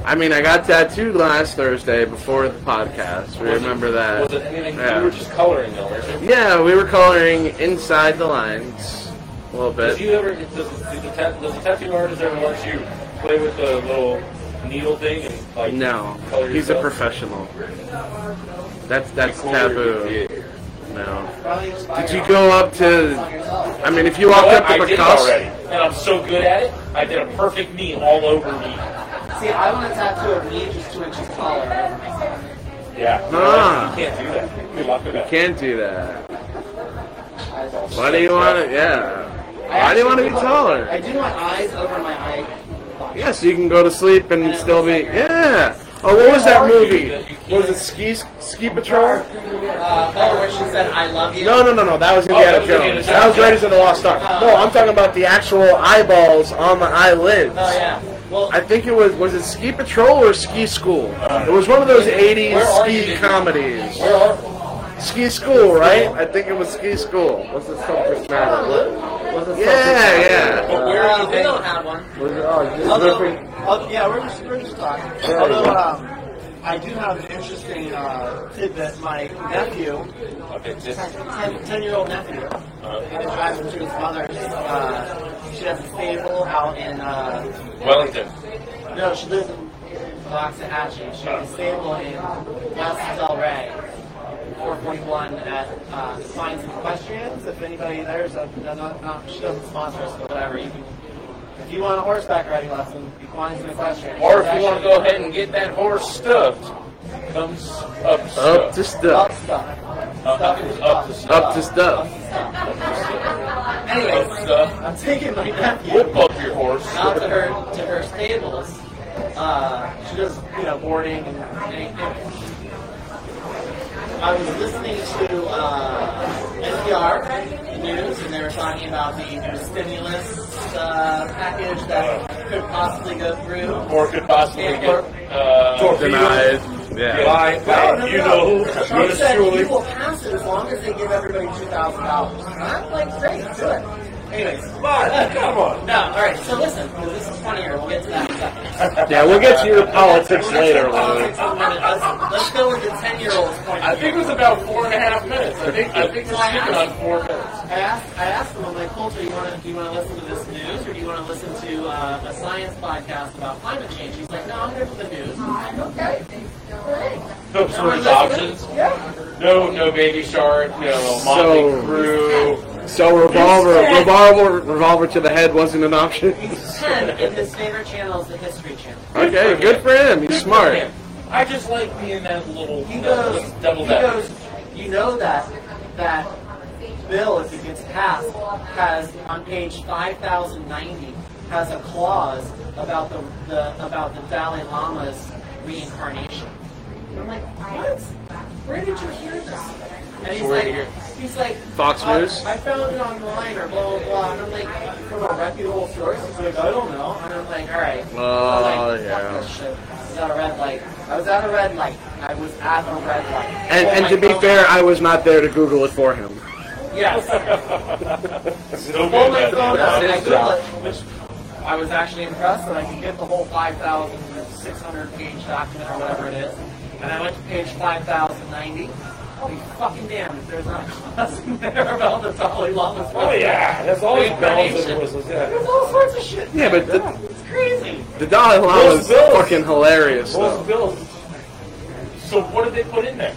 [SPEAKER 7] I mean, I got tattooed last Thursday before the podcast. We remember
[SPEAKER 3] Was
[SPEAKER 7] that.
[SPEAKER 3] it anything?
[SPEAKER 7] Uh, Yeah.
[SPEAKER 3] You were just coloring though, weren't you?
[SPEAKER 7] Yeah, we were coloring inside the lines a little
[SPEAKER 3] Does
[SPEAKER 7] bit.
[SPEAKER 3] you ever does, does, the, tat- does the tattoo artist ever let you play with the little needle thing and like
[SPEAKER 7] No,
[SPEAKER 3] color
[SPEAKER 7] he's a
[SPEAKER 3] yourself?
[SPEAKER 7] professional. That's that's
[SPEAKER 3] Before you
[SPEAKER 7] taboo.
[SPEAKER 3] did.
[SPEAKER 7] No.
[SPEAKER 1] Probably just buy
[SPEAKER 7] Did
[SPEAKER 1] your
[SPEAKER 7] you go up
[SPEAKER 1] own
[SPEAKER 7] to?
[SPEAKER 1] yourself.
[SPEAKER 7] I mean, if you
[SPEAKER 3] You know
[SPEAKER 7] walked
[SPEAKER 3] what?
[SPEAKER 7] up
[SPEAKER 3] Oh, I
[SPEAKER 7] to
[SPEAKER 3] did it
[SPEAKER 7] Picasso,
[SPEAKER 3] already, and I'm so good at it. I did a perfect knee all over me.
[SPEAKER 1] See, I want to tattoo of me just two inches taller over myself.
[SPEAKER 3] Yeah,
[SPEAKER 7] Ah.
[SPEAKER 3] you can't do that. Good luck with that.
[SPEAKER 7] can't do that.
[SPEAKER 1] Eyes all
[SPEAKER 7] Why do you want to? Yeah. Why do you want to be taller?
[SPEAKER 1] I do want eyes over my eye.
[SPEAKER 7] Yes, you can go to sleep and still be. Yeah. Oh, what was that movie? What was it Ski Ski Patrol?
[SPEAKER 1] Uh, oh, where she said, I love you.
[SPEAKER 7] No, no, no, no. That was Indiana
[SPEAKER 3] Oh, that was Indiana
[SPEAKER 7] Jones. That was
[SPEAKER 3] Jones.
[SPEAKER 7] Raiders of the Lost Ark. No, I'm talking about the actual eyeballs on the eyelids.
[SPEAKER 1] Oh, yeah. Well,
[SPEAKER 7] I think it was was it Ski Patrol or Ski School? It was one of those
[SPEAKER 3] Where
[SPEAKER 7] '80s
[SPEAKER 3] are you,
[SPEAKER 7] ski
[SPEAKER 3] dude?
[SPEAKER 7] comedies.
[SPEAKER 3] Where are
[SPEAKER 7] Ski School, right? I think it was Ski School. What's the something matter?
[SPEAKER 10] Was it
[SPEAKER 7] Yeah, yeah.
[SPEAKER 1] But where uh, they don't have one. oh,
[SPEAKER 10] Was it, oh, just
[SPEAKER 2] Although,
[SPEAKER 10] different.
[SPEAKER 2] although, yeah, we're just, we're just talking.
[SPEAKER 10] Yeah,
[SPEAKER 2] Although,
[SPEAKER 10] yeah.
[SPEAKER 2] um, I do have an interesting uh, tidbit. My nephew,
[SPEAKER 3] Okay, just.
[SPEAKER 2] ten, ten-year-old nephew, had to drive him to his mother's. Uh, she has a stable out in. Uh,
[SPEAKER 3] Wellington.
[SPEAKER 2] no, she lives in Waxahachie. She has a stable in West Del Rey. 441 at uh, Signs and Equestrians. If anybody there's a, no, not, not, she doesn't sponsor us, but whatever. You can, if you want a horseback riding lesson, Equines and Equestrians.
[SPEAKER 3] Or if you want to go ahead and get that horse stuffed, comes up
[SPEAKER 7] Up
[SPEAKER 3] stuffed.
[SPEAKER 7] to
[SPEAKER 2] Up
[SPEAKER 7] stuff.
[SPEAKER 2] stuff.
[SPEAKER 3] Up to- up to stuff.
[SPEAKER 7] Up to stuff.
[SPEAKER 3] Up
[SPEAKER 2] Anyways,
[SPEAKER 3] stuff.
[SPEAKER 2] I'm taking my nephew
[SPEAKER 3] Whip up your horse.
[SPEAKER 2] out to her to her stables. Uh, she does you know boarding and anything. I was listening to uh, NPR news and they were talking about the new stimulus uh, package that could possibly go through.
[SPEAKER 3] Or could possibly
[SPEAKER 2] Yeah,
[SPEAKER 3] get
[SPEAKER 2] or-
[SPEAKER 3] uh,
[SPEAKER 7] Denied. Yeah.
[SPEAKER 11] July, Uh, you know who,
[SPEAKER 2] Trump
[SPEAKER 11] yours
[SPEAKER 2] said
[SPEAKER 11] truly.
[SPEAKER 2] he will pass it as long as they give everybody two thousand dollars. I'm like, great, do it. Anyways,
[SPEAKER 11] But, come on.
[SPEAKER 2] No, all right. So listen, this is funnier. We'll get to that. in a second.
[SPEAKER 7] Yeah, we'll get to your politics later,
[SPEAKER 2] Politics
[SPEAKER 7] Lou.
[SPEAKER 2] in a minute. Let's, let's go with the ten-year-old's point.
[SPEAKER 3] I think it was about four and a half minutes. I think I think we're sitting on four minutes.
[SPEAKER 2] I asked, I asked them, I'm like, Coulter, you want to, do you want to listen to this news or do you want to listen to uh, a science podcast about climate change? He's like, no, I'm here for the news. I'm like, okay.
[SPEAKER 3] No sort of options. No, no baby shark. No
[SPEAKER 7] So-
[SPEAKER 3] Motley Crew.
[SPEAKER 7] So revolver, revolver, revolver to the head wasn't an option.
[SPEAKER 2] He's 10, and his favorite channel is the History Channel.
[SPEAKER 7] Okay, good for him. He's smart.
[SPEAKER 3] I just like being that little
[SPEAKER 2] He
[SPEAKER 3] that
[SPEAKER 2] goes,
[SPEAKER 3] little
[SPEAKER 2] he
[SPEAKER 3] double decker.
[SPEAKER 2] goes, you know that, that bill, if it gets passed, has, on page 5090, has a clause about the, the about the Dalai Lama's reincarnation. And I'm like, what? Where did you hear this? And he's
[SPEAKER 3] Where did
[SPEAKER 2] like,
[SPEAKER 3] you-
[SPEAKER 2] he's like,
[SPEAKER 7] Fox
[SPEAKER 2] "Uh,
[SPEAKER 7] News?"
[SPEAKER 2] I found it online or blah, blah, blah. And I'm like, from a reputable source? He's like, I don't know. And I'm like, all right.
[SPEAKER 7] Oh,
[SPEAKER 2] I'm like, fuck
[SPEAKER 7] yeah.
[SPEAKER 2] this shit. I was at a red light. I was at a red light. I was at a red light.
[SPEAKER 7] And,
[SPEAKER 2] Oh
[SPEAKER 7] and
[SPEAKER 2] my
[SPEAKER 7] to be
[SPEAKER 2] God.
[SPEAKER 7] fair, I was not there to Google it for him.
[SPEAKER 2] yes.
[SPEAKER 11] No
[SPEAKER 2] Pull
[SPEAKER 11] good,
[SPEAKER 2] my
[SPEAKER 11] that's
[SPEAKER 2] phone out and I
[SPEAKER 11] it.
[SPEAKER 2] Google it, which I was actually impressed that I could get the whole 5,600 page document or whatever it is. And I went to page 5,090. Holy fucking damn, if there's not a class in there about the Dalai Lama's
[SPEAKER 11] Oh yeah, that's always bells and whistles. Yeah.
[SPEAKER 2] There's all sorts of shit.
[SPEAKER 7] Yeah, but the,
[SPEAKER 2] It's crazy.
[SPEAKER 7] the Dalai Lama is
[SPEAKER 11] Bills.
[SPEAKER 7] fucking hilarious,
[SPEAKER 11] Those
[SPEAKER 7] though.
[SPEAKER 11] bills.
[SPEAKER 3] So what did they put in there?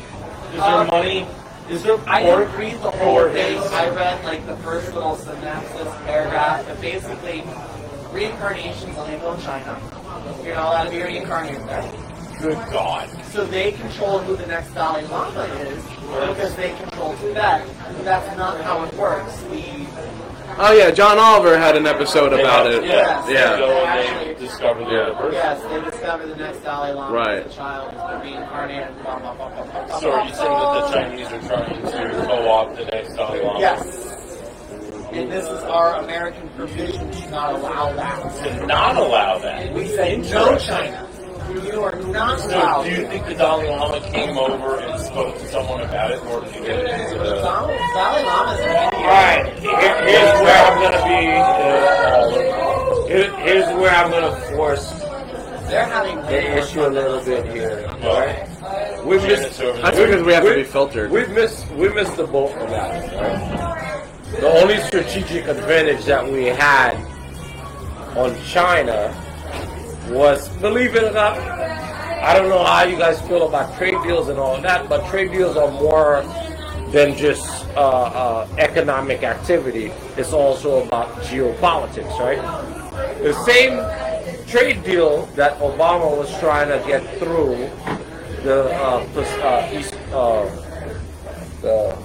[SPEAKER 3] Is there
[SPEAKER 2] Um,
[SPEAKER 3] money? Is there
[SPEAKER 2] I
[SPEAKER 3] pork?
[SPEAKER 2] didn't read the whole
[SPEAKER 3] Or-
[SPEAKER 2] thing. I read like the first little synopsis paragraph. But basically, reincarnation's illegal in China. You're not allowed to be reincarnated there.
[SPEAKER 3] Good God.
[SPEAKER 2] So they control who the next Dalai Lama is because they control Tibet. That's not how it works. The
[SPEAKER 7] Oh, yeah, John Oliver had an episode about it.
[SPEAKER 3] Yeah.
[SPEAKER 7] Yeah.
[SPEAKER 3] So they discovered the other person.
[SPEAKER 2] yes, they discover the next Dalai Lama
[SPEAKER 7] Right.
[SPEAKER 2] is a child has been reincarnated. Blah, blah, blah, blah, blah, blah,
[SPEAKER 3] So are
[SPEAKER 2] blah.
[SPEAKER 3] you saying that the Chinese are trying to co-opt the next Dalai Lama?
[SPEAKER 2] Yes. And this is our American provision to not allow that.
[SPEAKER 3] To not allow that.
[SPEAKER 2] We say no China. You are not
[SPEAKER 3] So
[SPEAKER 2] allowed.
[SPEAKER 3] do you think the Dalai Lama came over and spoke to someone about it in order to get it into the...
[SPEAKER 2] Dalai Dalai Lama's an idiot.
[SPEAKER 11] Alright, here- here's where I'm gonna be, uh, here- here's where I'm gonna force
[SPEAKER 2] They're having
[SPEAKER 10] The issue a little bit here.
[SPEAKER 3] Well,
[SPEAKER 11] We've
[SPEAKER 3] Janet's
[SPEAKER 11] missed.
[SPEAKER 3] over
[SPEAKER 7] That's
[SPEAKER 3] there.
[SPEAKER 7] because we have to be filtered.
[SPEAKER 11] We've missed. We missed the boat on that. Right? The only strategic advantage that we had on China was, believe it or not, I don't know how you guys feel about trade deals and all that, but trade deals are more than just uh, uh, economic activity. It's also about geopolitics, right? The same trade deal that Obama was trying to get through the uh, pers- uh, East, uh, the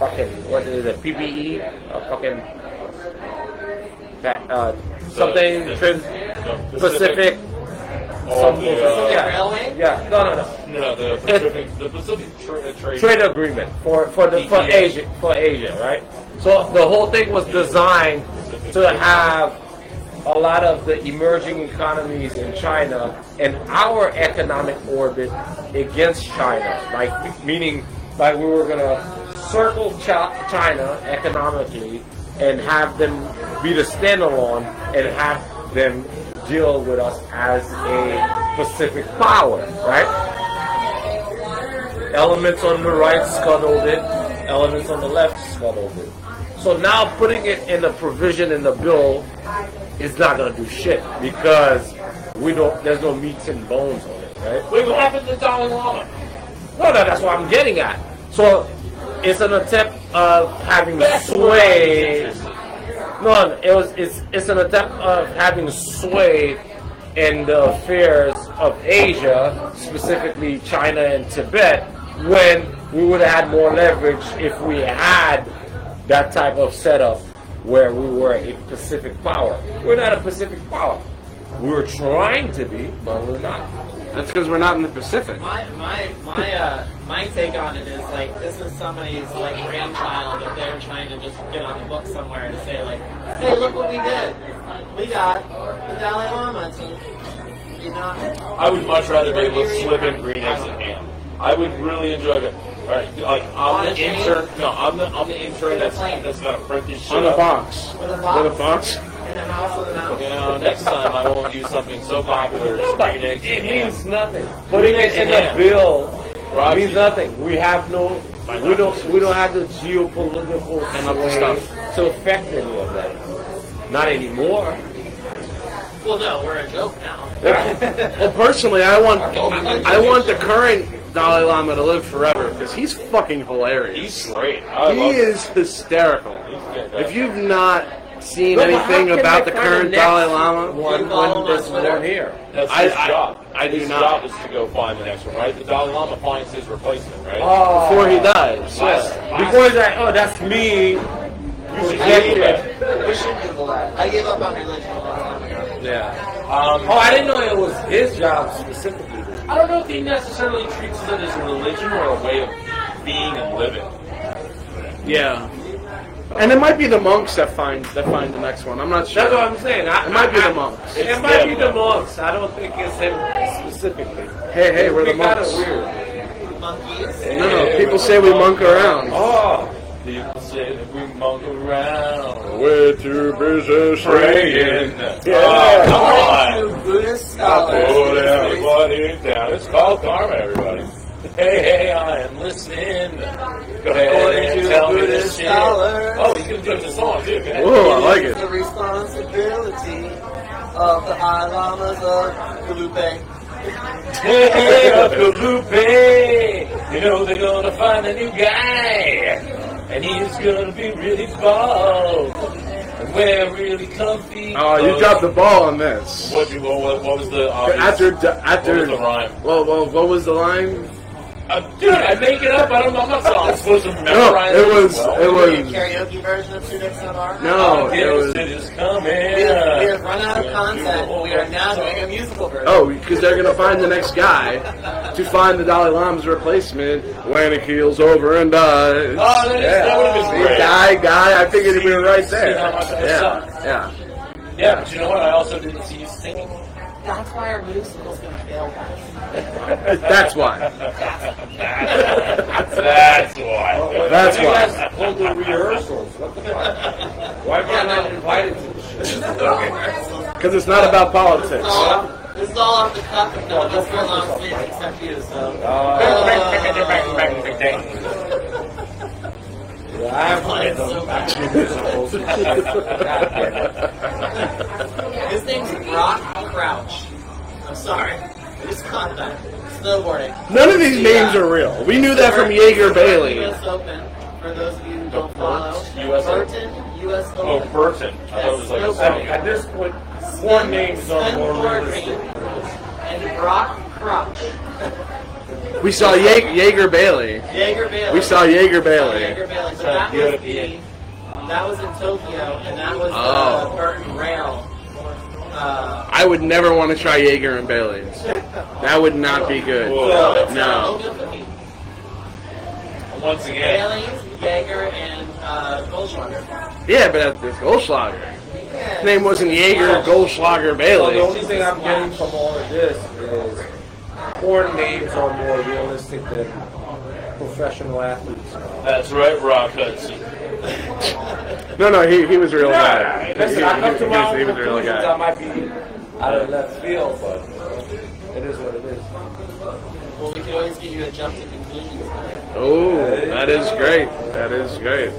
[SPEAKER 11] fucking what is it, PPE, uh, fucking that, uh, something
[SPEAKER 3] The- the-
[SPEAKER 11] trans-
[SPEAKER 3] the
[SPEAKER 11] Pacific.
[SPEAKER 3] or
[SPEAKER 11] something-
[SPEAKER 3] the, uh,
[SPEAKER 11] yeah,
[SPEAKER 2] Railway?
[SPEAKER 11] yeah, no, no, no.
[SPEAKER 3] No, the Pacific, the Pacific tra- uh, trade.
[SPEAKER 11] Trade agreement for for the for
[SPEAKER 3] PPE.
[SPEAKER 11] Asia for Asia, right? So the whole thing was designed to have a lot of the emerging economies in China and our economic orbit against China, like meaning like we were gonna circle Chi- China economically and have them be the standalone and have them deal with us as a Pacific power, right? Elements on the right scuttled it, elements on the left scuttled it. So now putting it in a provision in the bill is not gonna do shit because we don't there's no meats and bones on it, right?
[SPEAKER 3] Wait, what happened to Dalai Lama?
[SPEAKER 11] No, no, that's what I'm getting at. So it's an attempt of having sway. No, no, it was it's it's an attempt of having sway in the affairs of Asia, specifically China and Tibet, when we would have had more leverage if we had that type of setup where we were a Pacific power. We're not a Pacific power. We were trying to be, but we're not.
[SPEAKER 7] That's because we're not in the Pacific.
[SPEAKER 2] My my my uh my take on it is like this is somebody's like grandchild that they're trying to just get on the book somewhere to say like, hey, look what we did. We got the Dalai Lama to you know
[SPEAKER 3] I would much rather be able to slip in green eggs and ham. I would really enjoy it. All right, like I'm the intern. No, I'm the I'm the intern. That's that's gonna print this shit
[SPEAKER 7] On the
[SPEAKER 3] up.
[SPEAKER 7] box.
[SPEAKER 2] with a
[SPEAKER 7] On the
[SPEAKER 2] box
[SPEAKER 7] box.
[SPEAKER 2] and a mouse with a
[SPEAKER 3] You
[SPEAKER 2] mouse.
[SPEAKER 3] know, next time I won't use something so popular as green eggs
[SPEAKER 11] It
[SPEAKER 3] and
[SPEAKER 11] means
[SPEAKER 3] ham.
[SPEAKER 11] nothing. Putting it in a bill
[SPEAKER 3] Rob,
[SPEAKER 11] means
[SPEAKER 3] you-
[SPEAKER 11] nothing. We have no, we don't, we don't have the geopolitical
[SPEAKER 3] Enough of
[SPEAKER 11] sway to affect any of that. Not anymore.
[SPEAKER 2] Well no, we're a joke now.
[SPEAKER 7] Well, personally, I want I want the current Dalai Lama to live forever because he's fucking hilarious.
[SPEAKER 3] He's great. I
[SPEAKER 7] He
[SPEAKER 3] love him.
[SPEAKER 7] is hysterical. If you've not seen
[SPEAKER 11] But how
[SPEAKER 7] anything
[SPEAKER 11] can
[SPEAKER 7] about
[SPEAKER 11] they
[SPEAKER 7] the
[SPEAKER 11] find
[SPEAKER 7] current
[SPEAKER 11] the next
[SPEAKER 7] Dalai Lama,
[SPEAKER 11] One,
[SPEAKER 2] follow
[SPEAKER 11] one, this
[SPEAKER 2] on Twitter?
[SPEAKER 11] one here.
[SPEAKER 3] That's
[SPEAKER 7] I-
[SPEAKER 3] his
[SPEAKER 7] I-
[SPEAKER 3] job.
[SPEAKER 7] I do
[SPEAKER 3] his
[SPEAKER 7] not.
[SPEAKER 3] job is to go find the next one, right? The Dalai Lama finds his replacement, right?
[SPEAKER 11] Oh,
[SPEAKER 7] before he dies,
[SPEAKER 3] Last-
[SPEAKER 7] yeah.
[SPEAKER 3] last-
[SPEAKER 11] before he's like, oh, that's me.
[SPEAKER 3] you should Google that.
[SPEAKER 2] We should Google that. I gave up on religion a long time ago.
[SPEAKER 11] Yeah.
[SPEAKER 3] Um,
[SPEAKER 11] Oh, I didn't know it was his job specifically.
[SPEAKER 3] I don't know if he necessarily treats it as a religion or a way of being and living.
[SPEAKER 7] yeah. And it might be the monks that find that find the next one. I'm not
[SPEAKER 11] That's what
[SPEAKER 7] sure.
[SPEAKER 11] I'm saying. I,
[SPEAKER 7] It might be
[SPEAKER 11] I-
[SPEAKER 7] the monks.
[SPEAKER 11] It might be the monks. I don't think it's him specifically.
[SPEAKER 7] Hey, hey, we're the
[SPEAKER 11] It'd be kinda
[SPEAKER 7] monks.
[SPEAKER 11] weird.
[SPEAKER 2] Monkeys.
[SPEAKER 7] No, no. People say we monk around.
[SPEAKER 11] Oh.
[SPEAKER 3] People say that we monk around.
[SPEAKER 7] We're too busy
[SPEAKER 3] Praying.
[SPEAKER 7] Yeah.
[SPEAKER 3] Oh, come on.
[SPEAKER 2] According to Buddhist scholars,
[SPEAKER 3] Put everybody down. It's called karma, everybody. Hey, hey, I am listening. Go ahead
[SPEAKER 2] according
[SPEAKER 3] and
[SPEAKER 2] to
[SPEAKER 3] tell me
[SPEAKER 2] Buddhist
[SPEAKER 3] this shit.
[SPEAKER 2] scholars,
[SPEAKER 3] Oh, you can do the song, too, man.
[SPEAKER 7] Whoa, oh, I like
[SPEAKER 2] It is
[SPEAKER 7] it.
[SPEAKER 2] The responsibility of the High Lamas of Guadalupe.
[SPEAKER 3] Hey, Uncle Lupe, you know they're gonna find a new guy, and he's gonna be really bald and wear really comfy.
[SPEAKER 7] Oh, you
[SPEAKER 3] clothes.
[SPEAKER 7] dropped the ball on this.
[SPEAKER 3] What, you- what, what, what was the obvious?
[SPEAKER 7] After after.
[SPEAKER 3] What was the rhyme?
[SPEAKER 7] Well, well, what was the line?
[SPEAKER 3] Uh, dude, I make it up. I don't know. I'm not I'm supposed to
[SPEAKER 7] No,
[SPEAKER 3] memorize
[SPEAKER 7] it was
[SPEAKER 3] Well,
[SPEAKER 7] it
[SPEAKER 2] Can you do
[SPEAKER 7] was
[SPEAKER 2] a karaoke version of Two Dicks in a Bar?
[SPEAKER 7] no,
[SPEAKER 3] Yes,
[SPEAKER 7] it was
[SPEAKER 3] it is coming.
[SPEAKER 2] We have, we have run out of content. We are now doing a musical version.
[SPEAKER 7] oh because they're gonna find the next guy to find the Dalai Lama's replacement when it keels over and dies.
[SPEAKER 3] Oh, that, is, that would have been great.
[SPEAKER 7] Guy, guy, I figured we were right there.
[SPEAKER 3] See how much that
[SPEAKER 7] Yeah,
[SPEAKER 3] sucks.
[SPEAKER 7] yeah.
[SPEAKER 3] Yeah, but you know what? I also didn't see you singing.
[SPEAKER 2] That's why our musical's gonna fail. guys.
[SPEAKER 7] That's why.
[SPEAKER 3] That's why.
[SPEAKER 7] That's
[SPEAKER 11] You
[SPEAKER 7] why.
[SPEAKER 11] guys hold the rehearsals. What the fuck? Why am I not invited to the shit?
[SPEAKER 7] Because it's not about politics.
[SPEAKER 2] So, this is all off the cuff. and No one else will on stage except you. So
[SPEAKER 7] Uh,
[SPEAKER 11] I have one of those fucking musicals.
[SPEAKER 2] his name's Rock Crouch. I'm sorry. I just caught that. Snowboarding.
[SPEAKER 7] None of these names are real. We knew that from Jaeger Bailey.
[SPEAKER 2] U.S. Open. For those of you who don't follow.
[SPEAKER 3] US Open.
[SPEAKER 2] Burton. U.S.
[SPEAKER 3] Oh,
[SPEAKER 2] Open.
[SPEAKER 3] Burton. I thought it was like a
[SPEAKER 11] At
[SPEAKER 3] song.
[SPEAKER 11] at this point, four names are
[SPEAKER 2] Sven
[SPEAKER 11] more
[SPEAKER 2] Borgman
[SPEAKER 11] realistic.
[SPEAKER 2] and Brock Crouch.
[SPEAKER 7] We saw Ye- Jaeger Bailey.
[SPEAKER 2] Jaeger Bailey.
[SPEAKER 7] We saw Jaeger
[SPEAKER 2] Jaeger
[SPEAKER 7] Bailey.
[SPEAKER 2] Bailey. So
[SPEAKER 3] Sorry,
[SPEAKER 2] that
[SPEAKER 3] you
[SPEAKER 2] was
[SPEAKER 3] gotta pee
[SPEAKER 2] the, um, that was in Tokyo, and that was
[SPEAKER 7] Oh.
[SPEAKER 2] the Burton Rail. Uh,
[SPEAKER 7] I would never want to try Jaeger and Bailey's. That would not be good.
[SPEAKER 3] Whoa.
[SPEAKER 2] so it's
[SPEAKER 7] Oh, No.
[SPEAKER 2] uh, Ogilvy,
[SPEAKER 3] Once again,
[SPEAKER 2] Bailey, Jaeger, and uh, Goldschlager.
[SPEAKER 7] Yeah, but that's that's Goldschlager. His name wasn't Jaeger, Goldschlager,
[SPEAKER 11] So the
[SPEAKER 7] Bailey.
[SPEAKER 11] only thing I'm getting from all of this is four names are more realistic than professional athletes.
[SPEAKER 3] that's right, Rock Hudson.
[SPEAKER 7] No, no, he, he was a real guy.
[SPEAKER 11] Nah, listen, I come to my
[SPEAKER 7] he
[SPEAKER 11] own
[SPEAKER 7] was a real
[SPEAKER 11] conclusions. I
[SPEAKER 7] guy.
[SPEAKER 11] might be out of left field, but it is what it is.
[SPEAKER 2] Well, we could always get you to jump to conclusions.
[SPEAKER 7] Oh, that is great. That is great.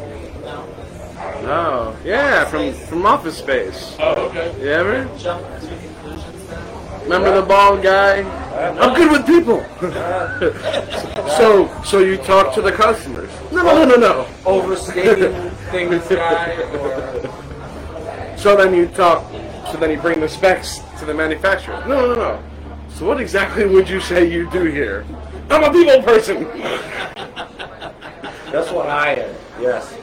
[SPEAKER 7] No. Yeah, from from Office Space.
[SPEAKER 3] Oh, okay.
[SPEAKER 7] You ever?
[SPEAKER 2] Jump to conclusions now.
[SPEAKER 7] Remember the bald guy? I'm good with people. so so you talk to the customers? No, no, no, no, no.
[SPEAKER 11] Overstating things, guy, or
[SPEAKER 7] So then you talk. So then you bring the specs to the manufacturer. No, no, no. So what exactly would you say you do here? I'm a people person.
[SPEAKER 11] that's what I am. Yes,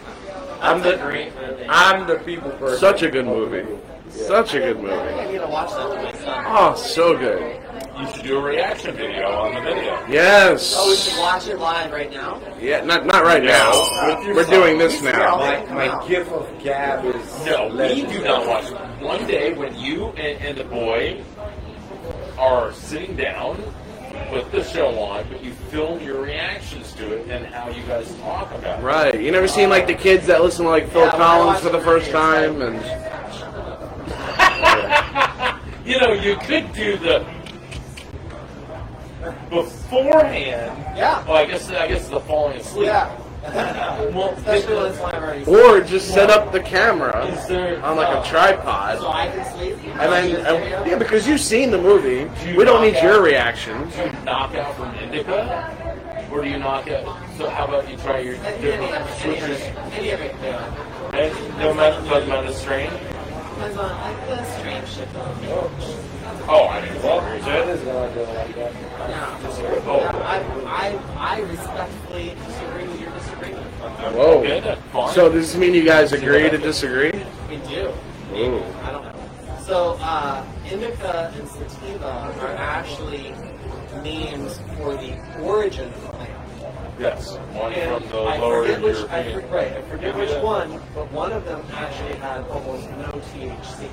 [SPEAKER 11] I'm the I'm the people person.
[SPEAKER 7] Such a good movie. Such a good movie.
[SPEAKER 2] I need to watch that with my son.
[SPEAKER 7] Oh, so good.
[SPEAKER 3] You should do a reaction video on the video.
[SPEAKER 7] Yes.
[SPEAKER 2] Oh, we should watch it live right now.
[SPEAKER 7] Yeah, not not right now. We're doing this now.
[SPEAKER 11] My, my gift of gab is
[SPEAKER 3] No, we
[SPEAKER 11] legendary.
[SPEAKER 3] do not watch it. One day when you and, and the boy are sitting down with the show on, but you film your reactions to it and how you guys talk about it.
[SPEAKER 7] Right. You never seen like the kids that listen to like Phil
[SPEAKER 2] Yeah, when I
[SPEAKER 7] Collins
[SPEAKER 2] watch
[SPEAKER 7] for the
[SPEAKER 2] the
[SPEAKER 7] first
[SPEAKER 2] videos,
[SPEAKER 7] time and
[SPEAKER 3] You know, you could do the beforehand.
[SPEAKER 2] Yeah.
[SPEAKER 3] Well, I guess I guess the falling asleep.
[SPEAKER 2] Yeah.
[SPEAKER 3] Well,
[SPEAKER 2] Especially when it's live already.
[SPEAKER 7] or just set up the camera
[SPEAKER 3] Is there-
[SPEAKER 7] on like a
[SPEAKER 2] So
[SPEAKER 7] tripod.
[SPEAKER 2] I can sleep.
[SPEAKER 7] And then and- yeah, because you've seen the movie,
[SPEAKER 3] you
[SPEAKER 7] we don't
[SPEAKER 3] knock
[SPEAKER 7] need your
[SPEAKER 3] out?
[SPEAKER 7] reaction.
[SPEAKER 3] do you knock out from indica, or do you knock out? So how about you try your
[SPEAKER 2] Any of it.
[SPEAKER 3] different
[SPEAKER 2] Any of
[SPEAKER 3] switches?
[SPEAKER 2] it. Any of it. yeah.
[SPEAKER 3] And no matter doesn't matter the strain.
[SPEAKER 2] Depends on like the stream shit though.
[SPEAKER 3] Oh, I mean, well, is
[SPEAKER 11] That
[SPEAKER 3] it?
[SPEAKER 11] is not gonna like that.
[SPEAKER 2] Yeah.
[SPEAKER 3] Oh,
[SPEAKER 2] I, I, I respectfully disagree with your disagreement.
[SPEAKER 3] okay,
[SPEAKER 7] Whoa.
[SPEAKER 3] that's fine.
[SPEAKER 7] So does this mean you guys agree to disagree?
[SPEAKER 2] We do.
[SPEAKER 7] Ooh.
[SPEAKER 2] I don't know. So, uh, indica and sativa are actually names for the origin of the plant.
[SPEAKER 3] yes, one
[SPEAKER 2] And
[SPEAKER 3] from the
[SPEAKER 2] I
[SPEAKER 3] lower
[SPEAKER 2] forget which, I,
[SPEAKER 3] European.
[SPEAKER 2] for- right, I forget which one, but one of them actually had almost no THC.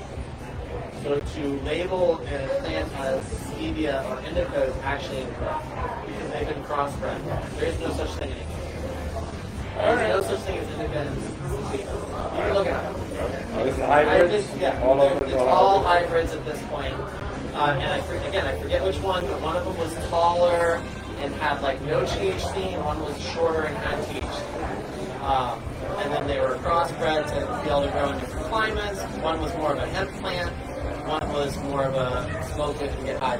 [SPEAKER 2] So to label a plant as stevia or indica is actually incorrect because they've been crossbred. There is no such thing anymore. There's no such thing as indica and sativa. You can look it up.
[SPEAKER 11] It's
[SPEAKER 2] I
[SPEAKER 11] hybrids
[SPEAKER 2] just, yeah,
[SPEAKER 11] all over
[SPEAKER 2] it's
[SPEAKER 11] the
[SPEAKER 2] all hybrids at this point. Uh, and I for, again, I forget which one, but one of them was taller and had like no THC, and one was shorter and had THC. Um, and then they were crossbred to be able to grow in different climates. One was more of a hemp plant, one was more of a smoke it and get high.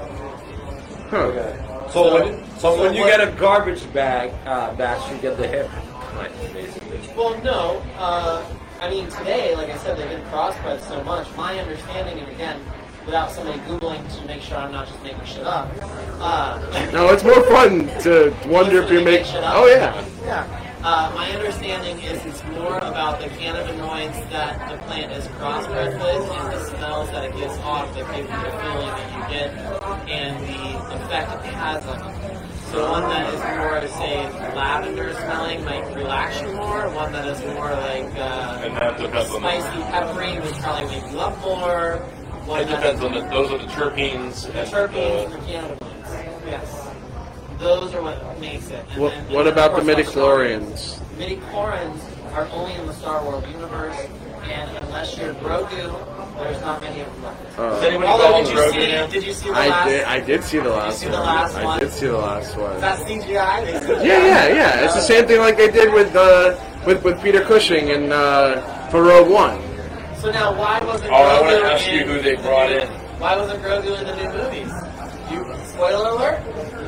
[SPEAKER 7] Huh.
[SPEAKER 11] So, when so, when you
[SPEAKER 2] what-
[SPEAKER 11] get a garbage bag uh, bash, you get the hip. basically.
[SPEAKER 2] Well, no. Uh, I mean, today, like I said, they've been crossbred so much. My understanding, and again, without somebody Googling to make sure I'm not just making shit up, uh,
[SPEAKER 7] No, it's more fun to wonder if you make. Oh yeah.
[SPEAKER 2] Yeah. Uh, my understanding is it's more about the cannabinoids that the plant is crossbred with and the smells that it gives off that give you the feeling that you get and the effect it has on you. So one that is more, say, lavender smelling might relax you more. One that is more like
[SPEAKER 3] And
[SPEAKER 2] uh,
[SPEAKER 3] that depends on the,
[SPEAKER 2] spicy, peppery would probably wake you up more. One
[SPEAKER 3] it
[SPEAKER 2] that
[SPEAKER 3] depends on the, those are the terpenes and
[SPEAKER 2] the terpenes and the cannabinoids. Yes. Those are what makes it. And
[SPEAKER 7] What
[SPEAKER 2] then-
[SPEAKER 7] what about the
[SPEAKER 2] of course,
[SPEAKER 7] midichlorians?
[SPEAKER 2] Midichlorians are only in the Star Wars universe, and unless you're Grogu, there's not many of them left.
[SPEAKER 3] Does
[SPEAKER 7] Uh,
[SPEAKER 3] anybody
[SPEAKER 2] Although,
[SPEAKER 3] follow
[SPEAKER 2] did you
[SPEAKER 3] Grogu
[SPEAKER 2] see?
[SPEAKER 3] now?
[SPEAKER 2] Did you see the
[SPEAKER 7] I
[SPEAKER 2] last?
[SPEAKER 7] did. I did see the last
[SPEAKER 2] see
[SPEAKER 7] one.
[SPEAKER 2] the last
[SPEAKER 7] I
[SPEAKER 2] one?
[SPEAKER 7] did see the last one.
[SPEAKER 2] that CGI. They said-
[SPEAKER 7] Yeah, yeah, yeah. It's the
[SPEAKER 2] Oh.
[SPEAKER 7] same thing like they did with uh, with with Peter Cushing and uh, for Rogue One.
[SPEAKER 2] So now, why wasn't?
[SPEAKER 3] Oh, I
[SPEAKER 2] Grogu
[SPEAKER 3] wanna ask
[SPEAKER 2] in
[SPEAKER 3] you who they
[SPEAKER 2] the
[SPEAKER 3] brought
[SPEAKER 2] new-
[SPEAKER 3] in.
[SPEAKER 2] Why wasn't Grogu in the new movies? You spoiler alert.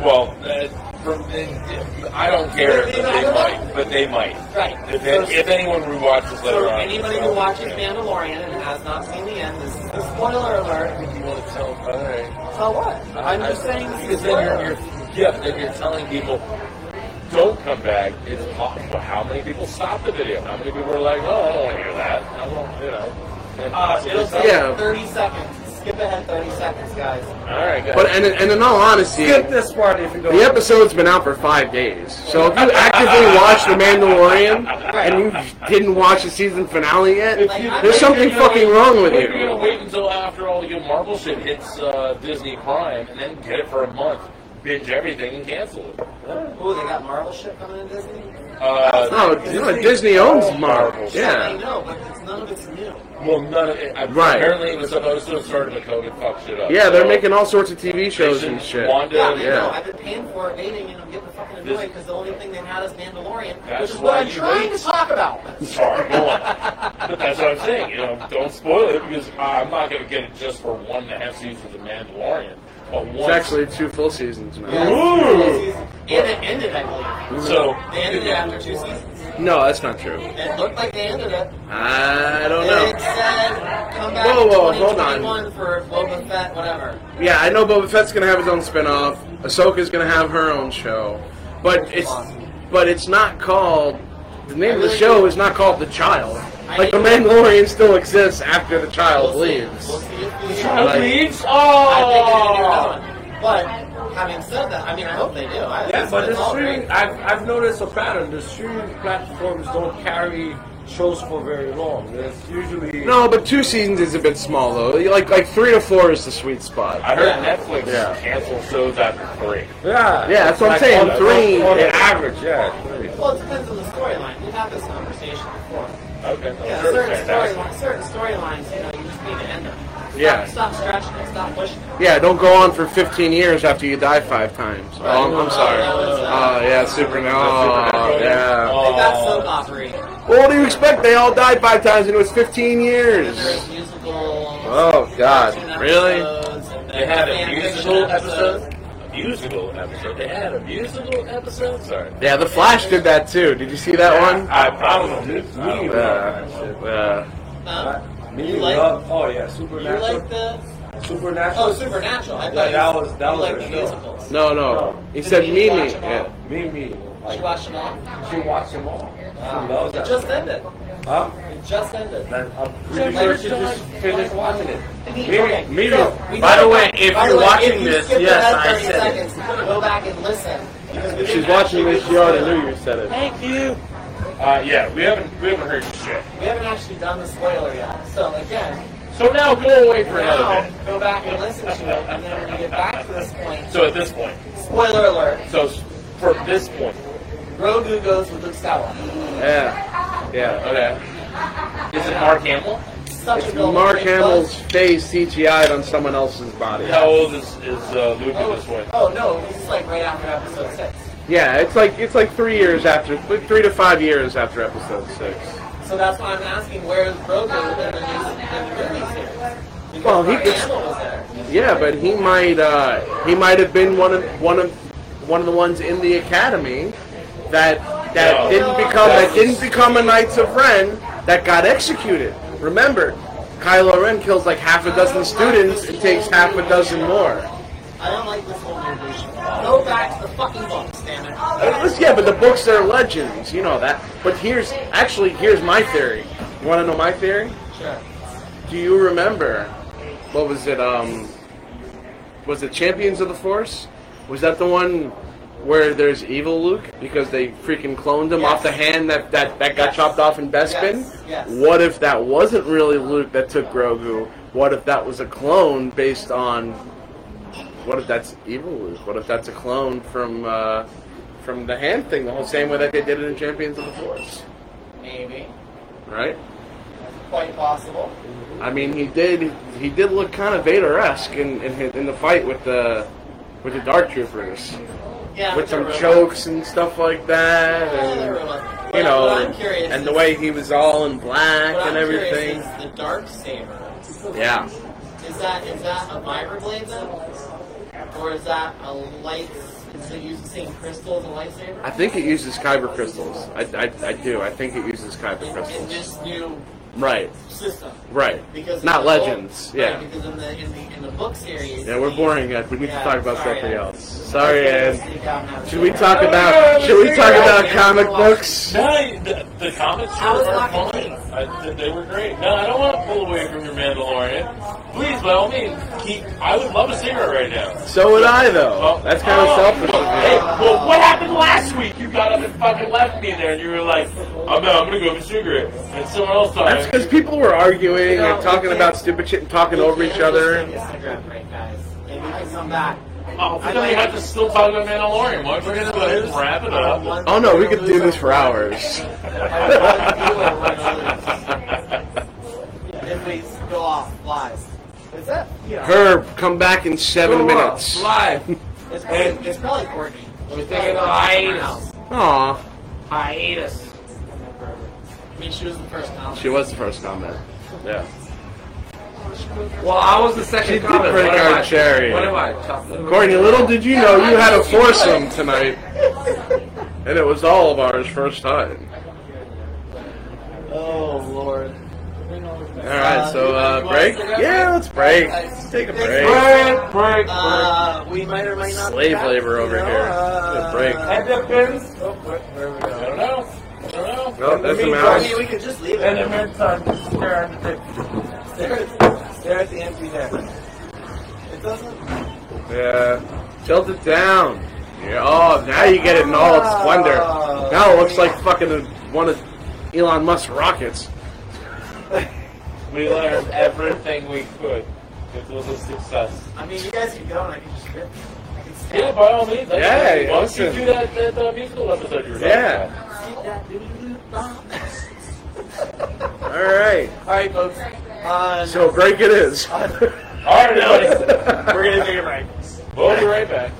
[SPEAKER 3] Well, uh, from, uh, I don't care if they might, but they might.
[SPEAKER 2] Right.
[SPEAKER 3] If, if anyone rewatches
[SPEAKER 2] So
[SPEAKER 3] later on,
[SPEAKER 2] anybody who watches Mandalorian and has not seen the end, this is a spoiler alert.
[SPEAKER 3] Alright.
[SPEAKER 2] So what? I'm just saying this is
[SPEAKER 3] Because
[SPEAKER 2] a
[SPEAKER 3] then
[SPEAKER 2] spoiler.
[SPEAKER 3] you're, you're, yeah, then you're telling people, don't come back. It's possible. How many people stopped the video? How many people were like, oh, I don't want to hear that. I won't, you know. And
[SPEAKER 2] Uh, it'll
[SPEAKER 3] possibly-
[SPEAKER 2] take
[SPEAKER 7] Yeah.
[SPEAKER 2] 30 seconds. Skip ahead 30 seconds, guys.
[SPEAKER 3] All right, guys.
[SPEAKER 7] But and and in all honesty, the
[SPEAKER 11] Skip this part if you go.
[SPEAKER 7] episode's been out for five days. So if you actively watch The Mandalorian and you didn't watch the season finale yet, there's something fucking wrong with
[SPEAKER 3] We're gonna
[SPEAKER 7] you.
[SPEAKER 3] wait until after all your Marvel shit hits uh, Disney Prime and then get it for a month. binge everything and cancel it.
[SPEAKER 2] Ooh, they got Marvel shit coming in Disney?
[SPEAKER 3] Uh,
[SPEAKER 7] No, Oh, you know, Disney owns Marvel.
[SPEAKER 2] I
[SPEAKER 7] Yeah.
[SPEAKER 2] know, but it's, none of it's new.
[SPEAKER 3] well, none of it. I-
[SPEAKER 7] Right.
[SPEAKER 3] Apparently, it was supposed to have started, but COVID fucked shit up.
[SPEAKER 7] Yeah, they're
[SPEAKER 3] So,
[SPEAKER 7] making all sorts of TV shows
[SPEAKER 3] they
[SPEAKER 7] and
[SPEAKER 3] should-
[SPEAKER 7] shit.
[SPEAKER 3] Wanda,
[SPEAKER 2] Yeah, I
[SPEAKER 7] yeah.
[SPEAKER 2] know. I've been paying for it, waiting, and I'm getting fucking
[SPEAKER 3] This-
[SPEAKER 2] annoyed because the only thing they've had is Mandalorian,
[SPEAKER 3] That's
[SPEAKER 2] which is what
[SPEAKER 3] why
[SPEAKER 2] I'm
[SPEAKER 3] you
[SPEAKER 2] trying
[SPEAKER 3] wait.
[SPEAKER 2] to talk about.
[SPEAKER 3] Sorry, go on. But that's what I'm saying. You know, don't spoil it because I'm not going to get it just for one and a half seasons of Mandalorian. But
[SPEAKER 7] It's
[SPEAKER 3] one.
[SPEAKER 7] actually two full seasons now.
[SPEAKER 3] Ooh.
[SPEAKER 2] And it ended, I believe.
[SPEAKER 3] So
[SPEAKER 2] They ended it after two seasons.
[SPEAKER 7] No, that's not true.
[SPEAKER 2] It looked like they ended it.
[SPEAKER 7] I don't
[SPEAKER 2] It
[SPEAKER 7] know.
[SPEAKER 2] said, come back
[SPEAKER 7] Oh, Whoa,
[SPEAKER 2] in
[SPEAKER 7] whoa, hold on.
[SPEAKER 2] 2021 for Boba Fett, whatever.
[SPEAKER 7] Yeah, I know Boba Fett's gonna have his own spin-off. Ahsoka's gonna have her own show, but it's but it's not called. The name of the show is not called The Child. Like the Mandalorian still exists after the child
[SPEAKER 2] We'll see. We'll
[SPEAKER 7] leaves.
[SPEAKER 2] see if we-
[SPEAKER 7] Like-
[SPEAKER 3] leaves.
[SPEAKER 2] I think they need to do another
[SPEAKER 3] Oh.
[SPEAKER 2] one. But having said that, I mean, I hope they do. I,
[SPEAKER 11] Yeah, but
[SPEAKER 2] it's
[SPEAKER 11] the
[SPEAKER 2] all
[SPEAKER 11] streaming,
[SPEAKER 2] great.
[SPEAKER 11] I've, I've noticed a pattern. The streaming platforms don't carry shows for very long. It's usually
[SPEAKER 7] No, but two seasons is a bit small though. Like like three to four is the sweet spot.
[SPEAKER 3] I heard Netflix
[SPEAKER 7] Yeah.
[SPEAKER 3] canceled shows after three.
[SPEAKER 11] yeah,
[SPEAKER 7] Yeah, that's what I'm saying,
[SPEAKER 11] On,
[SPEAKER 7] three.
[SPEAKER 11] on, on
[SPEAKER 7] Yeah.
[SPEAKER 11] average, yeah. three.
[SPEAKER 2] Well, it depends on the storyline. We've had this conversation before.
[SPEAKER 3] Okay.
[SPEAKER 2] Yeah,
[SPEAKER 3] Sure,
[SPEAKER 2] certain
[SPEAKER 3] fantastic.
[SPEAKER 2] storylines, certain storylines, you know, you just need to end them. Stop,
[SPEAKER 7] Yeah.
[SPEAKER 2] Stop stretching it. Stop pushing it.
[SPEAKER 7] Yeah, don't go on for 15 years after you die five times. Oh, I'm, I'm sorry. Oh, yeah, Superman. Oh, yeah.
[SPEAKER 2] They
[SPEAKER 7] Oh.
[SPEAKER 2] got soap opera.
[SPEAKER 7] Well, what do you expect? They all died five times and it was 15 years.
[SPEAKER 2] There's musicals.
[SPEAKER 7] Oh, God.
[SPEAKER 2] cartoon
[SPEAKER 7] Really?
[SPEAKER 2] episodes, and
[SPEAKER 3] They had a
[SPEAKER 2] fan fiction
[SPEAKER 3] musical
[SPEAKER 2] episodes.
[SPEAKER 3] episode. A musical episode. They had a musical episode. Sorry.
[SPEAKER 7] Yeah, The Flash did that too. Did you see that one?
[SPEAKER 3] I, I don't know. It's me,
[SPEAKER 7] Yeah.
[SPEAKER 3] but-
[SPEAKER 7] Yeah.
[SPEAKER 2] Huh?
[SPEAKER 11] Uh, Me,
[SPEAKER 2] You like-
[SPEAKER 11] love, oh yeah,
[SPEAKER 2] You
[SPEAKER 11] Supernatural.
[SPEAKER 2] like the...
[SPEAKER 11] Supernatural.
[SPEAKER 2] Oh, Supernatural. I thought
[SPEAKER 11] Yeah,
[SPEAKER 2] you-
[SPEAKER 11] that was- that
[SPEAKER 2] you
[SPEAKER 11] was
[SPEAKER 2] like
[SPEAKER 11] a
[SPEAKER 2] the
[SPEAKER 11] show.
[SPEAKER 2] musicals.
[SPEAKER 7] No, no. He said
[SPEAKER 2] Did you
[SPEAKER 7] Mimi.
[SPEAKER 2] watch them all?
[SPEAKER 7] Yeah.
[SPEAKER 11] me, me.
[SPEAKER 2] She
[SPEAKER 11] Like,
[SPEAKER 2] watched them all.
[SPEAKER 11] she watched them all. She loves
[SPEAKER 2] It
[SPEAKER 11] that.
[SPEAKER 2] just ended.
[SPEAKER 11] huh?
[SPEAKER 2] It just ended.
[SPEAKER 11] Then I'm pretty sure she just finished watching it.
[SPEAKER 2] Okay,
[SPEAKER 11] Mimi.
[SPEAKER 2] so we
[SPEAKER 11] By the
[SPEAKER 2] did-
[SPEAKER 11] way, if
[SPEAKER 2] by the
[SPEAKER 11] you're
[SPEAKER 2] way,
[SPEAKER 11] watching
[SPEAKER 2] if you
[SPEAKER 11] this,
[SPEAKER 2] skipped
[SPEAKER 11] yes,
[SPEAKER 2] ahead
[SPEAKER 11] I
[SPEAKER 2] 30
[SPEAKER 11] said it.
[SPEAKER 2] seconds, Go back and listen. because we
[SPEAKER 7] If she's
[SPEAKER 2] didn't
[SPEAKER 7] watching
[SPEAKER 2] actually
[SPEAKER 7] this,
[SPEAKER 2] do
[SPEAKER 7] you already
[SPEAKER 2] spoiler.
[SPEAKER 7] knew you said it.
[SPEAKER 11] Thank you.
[SPEAKER 3] Uh, yeah, we haven't we haven't heard shit.
[SPEAKER 2] We haven't actually done the spoiler yet. So again,
[SPEAKER 3] So now go away for another
[SPEAKER 2] now
[SPEAKER 3] bit.
[SPEAKER 2] go back and listen to it, and then when you get back to this point,
[SPEAKER 3] So at this point,
[SPEAKER 2] spoiler alert:
[SPEAKER 3] so s- for this point,
[SPEAKER 2] Grogu goes with Luke Skywalker.
[SPEAKER 7] Yeah. Yeah.
[SPEAKER 3] okay, is it Mark Hamill?
[SPEAKER 2] Such a
[SPEAKER 7] It's
[SPEAKER 2] goal.
[SPEAKER 7] Mark
[SPEAKER 2] It
[SPEAKER 7] Hamill's
[SPEAKER 2] was-
[SPEAKER 7] face CGI'd on someone else's body.
[SPEAKER 3] How old is is uh, Luke at this point?
[SPEAKER 2] Oh no, this is like right after episode six.
[SPEAKER 7] Yeah, it's like it's like three years after, like three to five years after episode six.
[SPEAKER 2] So that's why I'm asking where is Grogu in the new in the movie series? Because
[SPEAKER 7] Well, he
[SPEAKER 2] Mark
[SPEAKER 7] gets-
[SPEAKER 2] Hamill was there.
[SPEAKER 7] Yeah, but he might uh, he might have been one of one of one of the ones in the academy that that
[SPEAKER 3] No.
[SPEAKER 7] didn't become that
[SPEAKER 3] That's-
[SPEAKER 7] didn't become a Knights of Ren that got executed. Remember, Kylo Ren kills like half a dozen students and takes half a dozen more.
[SPEAKER 2] I don't like this whole new version. Go back to the fucking books, damn it.
[SPEAKER 7] It was- Uh, yeah, but the books are legends, you know that. But here's actually here's my theory. You want to know my theory?
[SPEAKER 2] Sure.
[SPEAKER 7] Do you remember what was it? Um, was it Champions of the Force? Was that the one where there's evil Luke because they freaking cloned him off the
[SPEAKER 2] Yes.
[SPEAKER 7] hand that that, that got
[SPEAKER 2] Yes.
[SPEAKER 7] chopped off in Bespin?
[SPEAKER 2] Yes, yes.
[SPEAKER 7] What if that wasn't really Luke that took Grogu? What if that was a clone based on? What if that's evil Luke? What if that's a clone from uh, from the hand thing? The whole same way that they did it in Champions of the Force,
[SPEAKER 2] Maybe.
[SPEAKER 7] right?
[SPEAKER 2] Quite possible.
[SPEAKER 7] I mean, he did. He did look kind of Vader-esque in in, his, in the fight with the with the Dark Troopers,
[SPEAKER 2] Yeah.
[SPEAKER 7] with some
[SPEAKER 2] they're
[SPEAKER 7] jokes and stuff like that,
[SPEAKER 2] Yeah, they're
[SPEAKER 7] and
[SPEAKER 2] robots.
[SPEAKER 7] you
[SPEAKER 2] But-
[SPEAKER 7] know,
[SPEAKER 2] but I'm curious
[SPEAKER 7] and the
[SPEAKER 2] is-
[SPEAKER 7] way he was all in black
[SPEAKER 2] what I'm
[SPEAKER 7] and everything.
[SPEAKER 2] Curious is the dark saber.
[SPEAKER 7] Yeah,
[SPEAKER 2] Is that is that a microblade then, or is that a light? Is it using same crystal as a lightsaber?
[SPEAKER 7] I think it uses kyber crystals. I, I, I do. I think it uses kyber
[SPEAKER 2] In, in
[SPEAKER 7] crystals.
[SPEAKER 2] this new
[SPEAKER 7] Right,
[SPEAKER 2] system,
[SPEAKER 7] right.
[SPEAKER 2] because in
[SPEAKER 7] Not
[SPEAKER 2] the old-
[SPEAKER 7] legends.
[SPEAKER 2] right,
[SPEAKER 7] Yeah,
[SPEAKER 2] because in the in the in the book series.
[SPEAKER 7] yeah. We're
[SPEAKER 2] they-
[SPEAKER 7] boring, Ed. We need to
[SPEAKER 2] Yeah,
[SPEAKER 7] talk about
[SPEAKER 2] sorry,
[SPEAKER 7] something
[SPEAKER 2] Ed.
[SPEAKER 7] else. Sorry, Ed.
[SPEAKER 2] Sneak out and have a
[SPEAKER 7] Should we
[SPEAKER 2] chat.
[SPEAKER 7] talk about? Should we talk about comic books?
[SPEAKER 3] No, I- the, the comments
[SPEAKER 2] I was
[SPEAKER 3] were are
[SPEAKER 2] talking
[SPEAKER 3] fine.
[SPEAKER 2] to you.
[SPEAKER 3] I, th- they were great. No, I don't want to pull away from your Mandalorian. Please, by all means, keep. I would love a cigarette right now.
[SPEAKER 7] So would I, though.
[SPEAKER 3] Well,
[SPEAKER 7] That's kind of
[SPEAKER 3] oh,
[SPEAKER 7] selfish of
[SPEAKER 3] Well, hey,
[SPEAKER 7] me.
[SPEAKER 3] well, what happened last week? You got up and fucking left me there, and you were like, "I'm not. I'm gonna go have a cigarette." And someone else thought.
[SPEAKER 7] That's because people were arguing and talking about stupid shit and talking
[SPEAKER 2] We
[SPEAKER 7] over each
[SPEAKER 2] can't
[SPEAKER 7] other.
[SPEAKER 2] understand Instagram, right, guys? Maybe we can come back.
[SPEAKER 3] Oh, I thought we had to still talk about Mandalorian. Why don't we just let him wrap it up?
[SPEAKER 7] Oh no, we could do this for hours.
[SPEAKER 2] If we go off lies. Is that? Yeah.
[SPEAKER 7] Herb, come back in seven minutes.
[SPEAKER 11] Live.
[SPEAKER 2] It's probably, it's probably Courtney.
[SPEAKER 1] We're thinking of hiatus.
[SPEAKER 7] Aw,
[SPEAKER 1] Hiatus.
[SPEAKER 2] I mean, she was the first now.
[SPEAKER 7] she was the first comment. Yeah.
[SPEAKER 11] Well, I was the second
[SPEAKER 7] She did
[SPEAKER 11] comment.
[SPEAKER 7] break
[SPEAKER 11] What am
[SPEAKER 7] our
[SPEAKER 11] I-
[SPEAKER 7] cherry.
[SPEAKER 11] What am I? chocolate?
[SPEAKER 7] Courtney, little did you know you had a foursome tonight, and it was all of ours first time.
[SPEAKER 2] Oh, Lord.
[SPEAKER 7] All right, so uh, break. Yeah, let's break. Let's take a break.
[SPEAKER 11] Break, break, break.
[SPEAKER 2] Uh, we might or might not. be
[SPEAKER 7] Slave
[SPEAKER 2] back,
[SPEAKER 7] labor
[SPEAKER 2] you
[SPEAKER 7] over
[SPEAKER 2] know,
[SPEAKER 7] here.
[SPEAKER 2] Uh,
[SPEAKER 7] Good break.
[SPEAKER 11] and the
[SPEAKER 3] I
[SPEAKER 11] pins.
[SPEAKER 3] don't know. I don't know.
[SPEAKER 7] No, that's the
[SPEAKER 2] I
[SPEAKER 7] mouse.
[SPEAKER 2] mean, we could just leave
[SPEAKER 11] And the
[SPEAKER 2] it.
[SPEAKER 11] men's on the square on the tip.
[SPEAKER 2] Stare at, stare at the empty net. It doesn't.
[SPEAKER 7] Yeah. Tilt it down. Yeah. Oh, now you get it in all its splendor. Now it looks like fucking uh, one of Elon Musk's rockets.
[SPEAKER 3] We learned everything we could. It was a success.
[SPEAKER 2] I mean, you guys can go and I can just rip. I can
[SPEAKER 3] Yeah,
[SPEAKER 2] stand
[SPEAKER 3] by all means. that's
[SPEAKER 7] Yeah,
[SPEAKER 3] it. Why don't you
[SPEAKER 7] listen.
[SPEAKER 3] do that, that uh, musical episode you were talking
[SPEAKER 7] Yeah.
[SPEAKER 3] about?
[SPEAKER 2] that doo-doo-doo bomb.
[SPEAKER 7] All right.
[SPEAKER 2] All right, folks. Uh,
[SPEAKER 7] So break it is.
[SPEAKER 3] All right, everybody.
[SPEAKER 2] we're gonna take a break.
[SPEAKER 3] we'll be right back.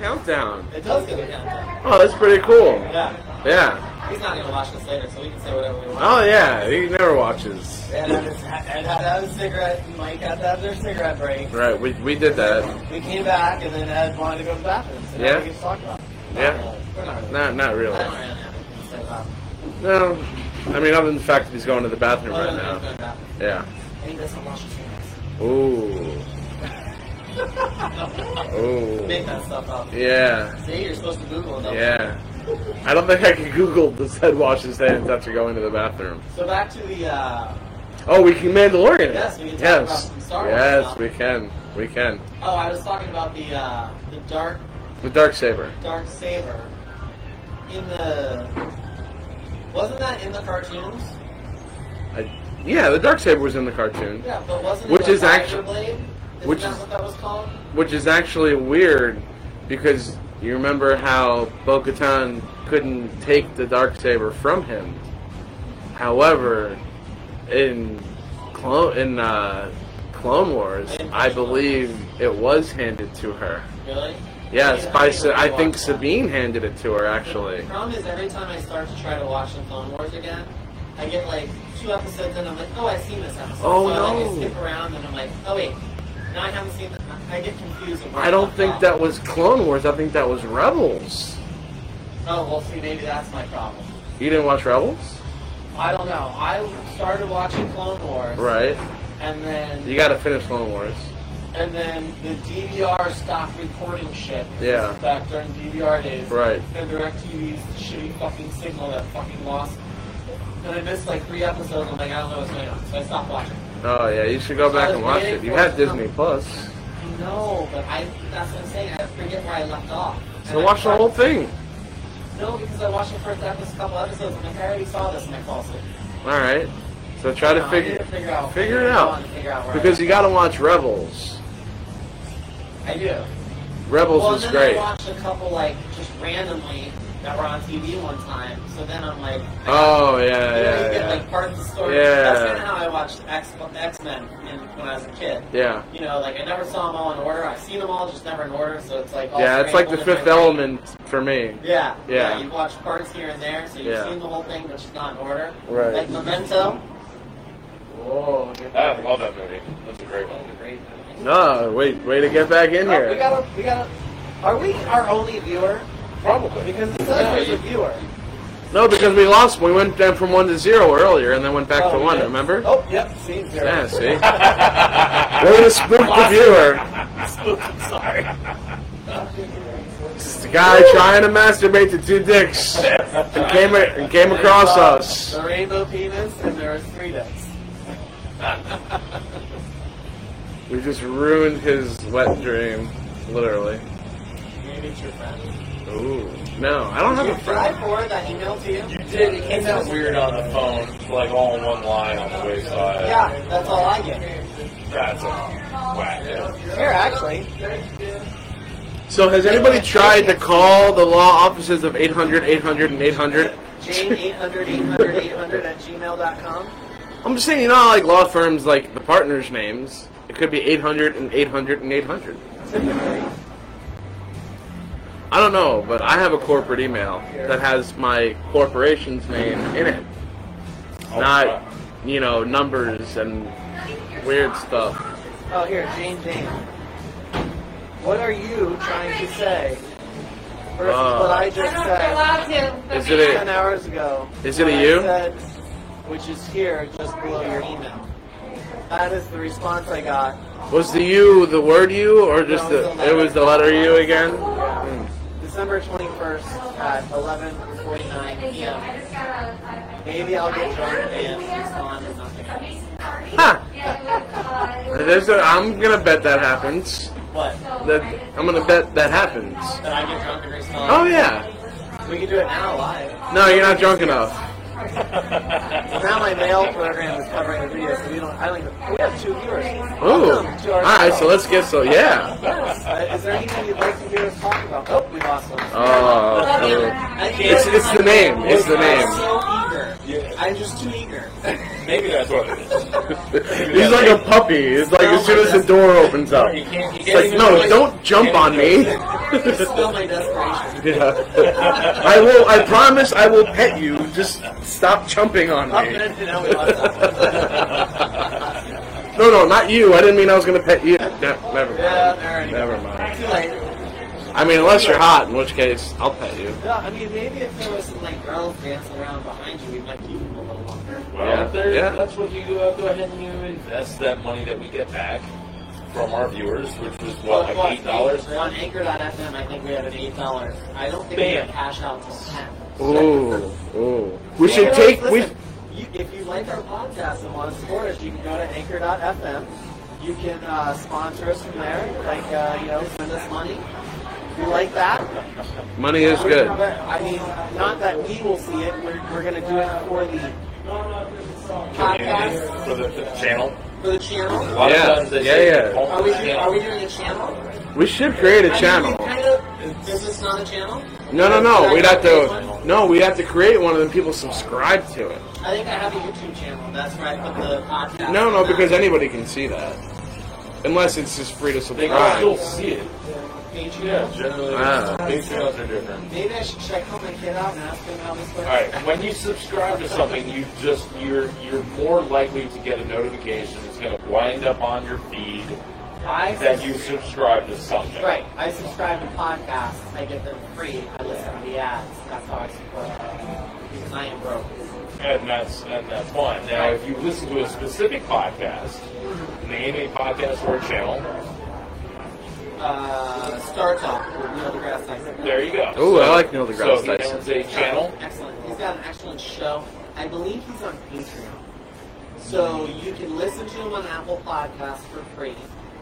[SPEAKER 7] Countdown.
[SPEAKER 2] It does get it down.
[SPEAKER 7] Oh, that's pretty cool.
[SPEAKER 2] Yeah.
[SPEAKER 7] Yeah.
[SPEAKER 2] He's not gonna watch this later, so we can say whatever we want.
[SPEAKER 7] Oh yeah. He never watches.
[SPEAKER 2] And I just had, and had a cigarette. Mike had to have their cigarette break.
[SPEAKER 7] Right. We we did that.
[SPEAKER 2] We came back, and then Ed wanted to go to the bathroom. So now
[SPEAKER 7] Yeah.
[SPEAKER 2] We can talk about. It. Uh,
[SPEAKER 7] Yeah.
[SPEAKER 2] We're not really.
[SPEAKER 7] Not not
[SPEAKER 2] I
[SPEAKER 7] really.
[SPEAKER 2] don't really have anything to say about it.
[SPEAKER 7] No. I mean, other than the fact that he's going to the bathroom
[SPEAKER 2] Other
[SPEAKER 7] right
[SPEAKER 2] than that,
[SPEAKER 7] now.
[SPEAKER 2] no, no.
[SPEAKER 7] Yeah.
[SPEAKER 2] And he doesn't wash his hands.
[SPEAKER 7] Ooh. Ooh.
[SPEAKER 2] Make that stuff up.
[SPEAKER 7] Yeah.
[SPEAKER 2] See, you're supposed to Google it. though.
[SPEAKER 7] Yeah. I don't think I can Google does head wash his hands after going to the bathroom.
[SPEAKER 2] So back to the. Uh,
[SPEAKER 7] Oh, we can Mandalorian.
[SPEAKER 2] Yes, we can talk about
[SPEAKER 7] yes.
[SPEAKER 2] some Star Wars
[SPEAKER 7] yes,
[SPEAKER 2] stuff.
[SPEAKER 7] we can. We can.
[SPEAKER 2] oh, I was talking about the uh, the dark
[SPEAKER 7] The dark saber.
[SPEAKER 2] dark saber in the. Wasn't that in the cartoons?
[SPEAKER 7] I, yeah, the dark saber was in the cartoon,
[SPEAKER 2] Yeah, but wasn't
[SPEAKER 7] Which
[SPEAKER 2] it the
[SPEAKER 7] is
[SPEAKER 2] Tiger
[SPEAKER 7] actu-
[SPEAKER 2] blade? Isn't
[SPEAKER 7] which
[SPEAKER 2] that
[SPEAKER 7] is-
[SPEAKER 2] what that was called?
[SPEAKER 7] which is actually weird because you remember how Bo-Katan couldn't take the dark saber from him. However, in Clone in uh, Clone Wars, I believe it was handed to her.
[SPEAKER 2] Really?
[SPEAKER 7] Yes,
[SPEAKER 2] Yeah,
[SPEAKER 7] by
[SPEAKER 2] I
[SPEAKER 7] Sa- I
[SPEAKER 2] watched
[SPEAKER 7] think
[SPEAKER 2] that.
[SPEAKER 7] Sabine handed it to her actually.
[SPEAKER 2] The problem is every time I start to try to watch the Clone Wars again, I get like two episodes and I'm like, oh, I've seen this episode.
[SPEAKER 7] Oh,
[SPEAKER 2] so I,
[SPEAKER 7] no.
[SPEAKER 2] like, I skip around and I'm like, oh wait, now I haven't seen. The, I get confused. and
[SPEAKER 7] I don't
[SPEAKER 2] what's
[SPEAKER 7] think
[SPEAKER 2] up.
[SPEAKER 7] that was Clone Wars. I think that was Rebels.
[SPEAKER 2] Oh well, see, maybe that's my problem.
[SPEAKER 7] You didn't watch Rebels,
[SPEAKER 2] I don't know. I started watching Clone Wars,
[SPEAKER 7] right?
[SPEAKER 2] and then
[SPEAKER 7] You got to finish Clone Wars.
[SPEAKER 2] and then the DVR stopped recording shit.
[SPEAKER 7] Yeah.
[SPEAKER 2] Back during DVR days.
[SPEAKER 7] Right.
[SPEAKER 2] And DirecTV's shitty fucking signal that fucking lost. And I missed like three episodes. I'm like, I don't know what's going on, so I stopped watching.
[SPEAKER 7] Oh yeah, you should go back and watch it. You had Disney Plus,
[SPEAKER 2] No, but I that's what I'm saying. I forget where I left off.
[SPEAKER 7] so
[SPEAKER 2] And I
[SPEAKER 7] watch the
[SPEAKER 2] tried-
[SPEAKER 7] whole thing.
[SPEAKER 2] No, because I watched the first episode, couple episodes, and I'm like, I already saw this, and I fall asleep.
[SPEAKER 7] All right, so try to
[SPEAKER 2] No, I need
[SPEAKER 7] figure
[SPEAKER 2] to figure out.
[SPEAKER 7] figure it
[SPEAKER 2] I
[SPEAKER 7] out
[SPEAKER 2] want to figure out where I
[SPEAKER 7] because you got to watch Rebels.
[SPEAKER 2] I do. Well,
[SPEAKER 7] Rebels is
[SPEAKER 2] then I
[SPEAKER 7] great.
[SPEAKER 2] watched a couple like just randomly that were on TV one time. So then I'm like,
[SPEAKER 7] Oh
[SPEAKER 2] you
[SPEAKER 7] yeah,
[SPEAKER 2] know, you
[SPEAKER 7] yeah,
[SPEAKER 2] get
[SPEAKER 7] yeah,
[SPEAKER 2] like part of the story.
[SPEAKER 7] Yeah.
[SPEAKER 2] That's kind of how I watched X X Men when I was a kid.
[SPEAKER 7] yeah.
[SPEAKER 2] You know, like I never saw them all in order. I've seen them all, just never in order. So it's like all
[SPEAKER 7] Yeah, it's like
[SPEAKER 2] scrambled
[SPEAKER 7] the
[SPEAKER 2] in
[SPEAKER 7] Fifth
[SPEAKER 2] my brain.
[SPEAKER 7] Element for me.
[SPEAKER 2] Yeah,
[SPEAKER 7] Yeah.
[SPEAKER 2] yeah. You've watched parts here and there, so you've
[SPEAKER 7] Yeah.
[SPEAKER 2] seen the whole thing, but it's not in order.
[SPEAKER 7] Right.
[SPEAKER 2] Like Memento. Whoa. good
[SPEAKER 3] I
[SPEAKER 2] memory.
[SPEAKER 3] love that movie. That's a great one.
[SPEAKER 2] Great memory.
[SPEAKER 7] No, wait, way to get back in
[SPEAKER 2] Oh, we
[SPEAKER 7] here.
[SPEAKER 2] gotta, we gotta. Are we our only viewer?
[SPEAKER 3] Probably.
[SPEAKER 2] Because it says there's a viewer.
[SPEAKER 7] No, because we lost. We went down from one to zero earlier, and then went back
[SPEAKER 2] Oh,
[SPEAKER 7] to
[SPEAKER 2] we
[SPEAKER 7] one.
[SPEAKER 2] did.
[SPEAKER 7] Remember?
[SPEAKER 2] Oh, yep. See, zero.
[SPEAKER 7] Yeah, see? Way to spook the viewer.
[SPEAKER 3] Sorry.
[SPEAKER 7] It's the guy trying to masturbate to two dicks. And came, and came across us.
[SPEAKER 2] The rainbow penis, and there was three dicks.
[SPEAKER 7] We just ruined his wet dream. Literally.
[SPEAKER 2] Maybe it's your friend.
[SPEAKER 7] Ooh. No, I don't have
[SPEAKER 2] Did
[SPEAKER 7] a
[SPEAKER 2] you try
[SPEAKER 7] friend.
[SPEAKER 2] for that email to you? You
[SPEAKER 3] Did it came out weird on the phone, like all in one line on the wayside.
[SPEAKER 2] Yeah, that's all I get.
[SPEAKER 3] That's a whack. ass.
[SPEAKER 2] Here, actually.
[SPEAKER 7] So has anybody tried to call the law offices of 800, 800, and 800?
[SPEAKER 2] Jane 800 800 800 at gmail.com.
[SPEAKER 7] I'm just saying, you know, how, like law firms, like the partners' names. It could be 800 and 800 and 800. I don't know, but I have a corporate email that has my corporation's name in it, not you know numbers and weird stuff.
[SPEAKER 2] Oh, here, Jane Jane. What are you trying to say? Versus
[SPEAKER 7] Uh,
[SPEAKER 2] what I
[SPEAKER 12] I
[SPEAKER 2] just
[SPEAKER 12] don't feel
[SPEAKER 2] said
[SPEAKER 12] allowed to. but
[SPEAKER 7] Is it
[SPEAKER 12] man,
[SPEAKER 7] a-
[SPEAKER 2] ten hours ago.
[SPEAKER 7] Is it a
[SPEAKER 2] when I
[SPEAKER 7] you?
[SPEAKER 2] said, which is here, just below your email. That is the response I got.
[SPEAKER 7] Was the U the word U or just the, it was the letter U again?
[SPEAKER 2] December 21st at 11:49
[SPEAKER 5] I
[SPEAKER 2] p.m.
[SPEAKER 5] just got a, I,
[SPEAKER 2] Maybe I'll get drunk and respond to something.
[SPEAKER 7] Huh.
[SPEAKER 5] I, yeah, it was, uh,
[SPEAKER 7] There's a, I'm gonna bet that happens.
[SPEAKER 2] What?
[SPEAKER 7] That I'm gonna bet that happens.
[SPEAKER 2] That I get drunk and respond?
[SPEAKER 7] Oh yeah.
[SPEAKER 2] We can do it now live.
[SPEAKER 7] No, you're not drunk enough.
[SPEAKER 2] Well, now my mail program is covering the video, so we don't. I don't even. We have two viewers.
[SPEAKER 7] Ooh. All
[SPEAKER 2] Welcome to our
[SPEAKER 7] right,
[SPEAKER 2] show.
[SPEAKER 7] so let's get so yeah.
[SPEAKER 2] Yes. Uh, is there anything you'd like to hear us talk about? Oh, we lost one.
[SPEAKER 7] Oh.
[SPEAKER 2] I can't-
[SPEAKER 7] It's it's the name. It's the
[SPEAKER 2] I'm
[SPEAKER 7] name.
[SPEAKER 2] so eager.
[SPEAKER 3] Yeah.
[SPEAKER 2] I'm just too eager.
[SPEAKER 3] Maybe that's what it is.
[SPEAKER 7] He's like a puppy. It's like as soon as the door opens up.
[SPEAKER 3] You
[SPEAKER 7] It's
[SPEAKER 3] can't, you can't
[SPEAKER 7] like
[SPEAKER 3] even
[SPEAKER 7] no,
[SPEAKER 3] really-
[SPEAKER 7] don't jump on me.
[SPEAKER 2] You smell my desperation.
[SPEAKER 7] Yeah. I will. I promise. I will pet you. Just stop jumping on
[SPEAKER 2] I'm
[SPEAKER 7] me.
[SPEAKER 2] gonna now we lost that one.
[SPEAKER 7] No, no, not you. I didn't mean I was gonna pet you. No, never
[SPEAKER 2] Yeah,
[SPEAKER 7] mind.
[SPEAKER 2] alright.
[SPEAKER 7] Never mind.
[SPEAKER 2] Too late.
[SPEAKER 7] I mean, unless you're hot, in which case I'll pet you.
[SPEAKER 2] No, I mean maybe if there was some like girls dancing around behind you, we might keep them a little longer.
[SPEAKER 3] Well,
[SPEAKER 7] Yeah.
[SPEAKER 3] there-
[SPEAKER 7] Yeah.
[SPEAKER 3] that's what you do. Uh, go ahead and you invest that money that we get back from our viewers, which was what like eight dollars.
[SPEAKER 2] On Anchor.fm, I think we had an eight dollars. I don't think we
[SPEAKER 3] Bam.
[SPEAKER 2] have cash out till ten.
[SPEAKER 7] Ooh, ooh. We
[SPEAKER 2] Hey,
[SPEAKER 7] should
[SPEAKER 2] guys,
[SPEAKER 7] take. We,
[SPEAKER 2] listen, you, if you like our podcast and want to support us, you can go to anchor.fm. You can uh, sponsor us from there, like, uh, you know, send us money. If you like that,
[SPEAKER 7] money is
[SPEAKER 2] we're
[SPEAKER 7] good.
[SPEAKER 2] gonna- I mean, not that we will see it, we're, we're going to do it for the podcast,
[SPEAKER 3] For the, the channel.
[SPEAKER 2] for the
[SPEAKER 3] A
[SPEAKER 2] channel.
[SPEAKER 3] lot
[SPEAKER 7] Yeah.
[SPEAKER 3] of times they
[SPEAKER 7] Yeah,
[SPEAKER 3] say
[SPEAKER 7] yeah.
[SPEAKER 3] home
[SPEAKER 2] Are we, do-
[SPEAKER 3] channel.
[SPEAKER 2] are we doing a channel?
[SPEAKER 7] We should create a
[SPEAKER 2] I
[SPEAKER 7] channel.
[SPEAKER 2] mean, we kind of, is this not a channel?
[SPEAKER 7] No, no, no. We'd have to.
[SPEAKER 2] One?
[SPEAKER 7] No, we'd have to create one, and then people subscribe to it.
[SPEAKER 2] I think I have a YouTube channel. That's where I put the podcast.
[SPEAKER 7] No, no,
[SPEAKER 2] on that.
[SPEAKER 7] because anybody can see that, unless it's just free to
[SPEAKER 3] They can still
[SPEAKER 7] subscribe.
[SPEAKER 3] see it.
[SPEAKER 2] Patreon.
[SPEAKER 3] Yeah, generally
[SPEAKER 7] Ah.
[SPEAKER 3] Patreons are different.
[SPEAKER 2] Maybe I should check home and kid out and ask him how this works.
[SPEAKER 3] All right, when you subscribe to something, you just you're you're more likely to get a notification. It's going to wind up on your feed
[SPEAKER 2] I
[SPEAKER 3] that you subscribe to something.
[SPEAKER 2] right. I subscribe to podcasts. I get them free. I listen to the ads. That's how I support them. Because I am broke.
[SPEAKER 3] And that's and that's fun. Now, if you listen to a specific podcast, name a podcast or a channel.
[SPEAKER 2] Uh, Star Talk with Neil deGrasse Tyson.
[SPEAKER 3] There you go.
[SPEAKER 7] Ooh, I like Neil deGrasse
[SPEAKER 3] so he
[SPEAKER 7] Tyson.
[SPEAKER 3] owns a channel.
[SPEAKER 2] Excellent. He's got an excellent show. I believe he's on Patreon. So you can listen to him on Apple Podcasts for free.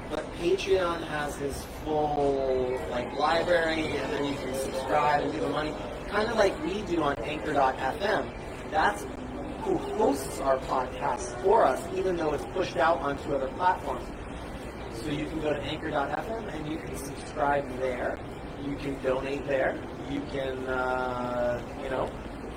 [SPEAKER 2] But Patreon has his full like library and then you can subscribe and give him money. Kind of like we do on Anchor.fm. That's who hosts our podcasts for us, even though it's pushed out onto other platforms. So you can go to anchor.fm and you can subscribe there. You can donate there. You can, uh, you know,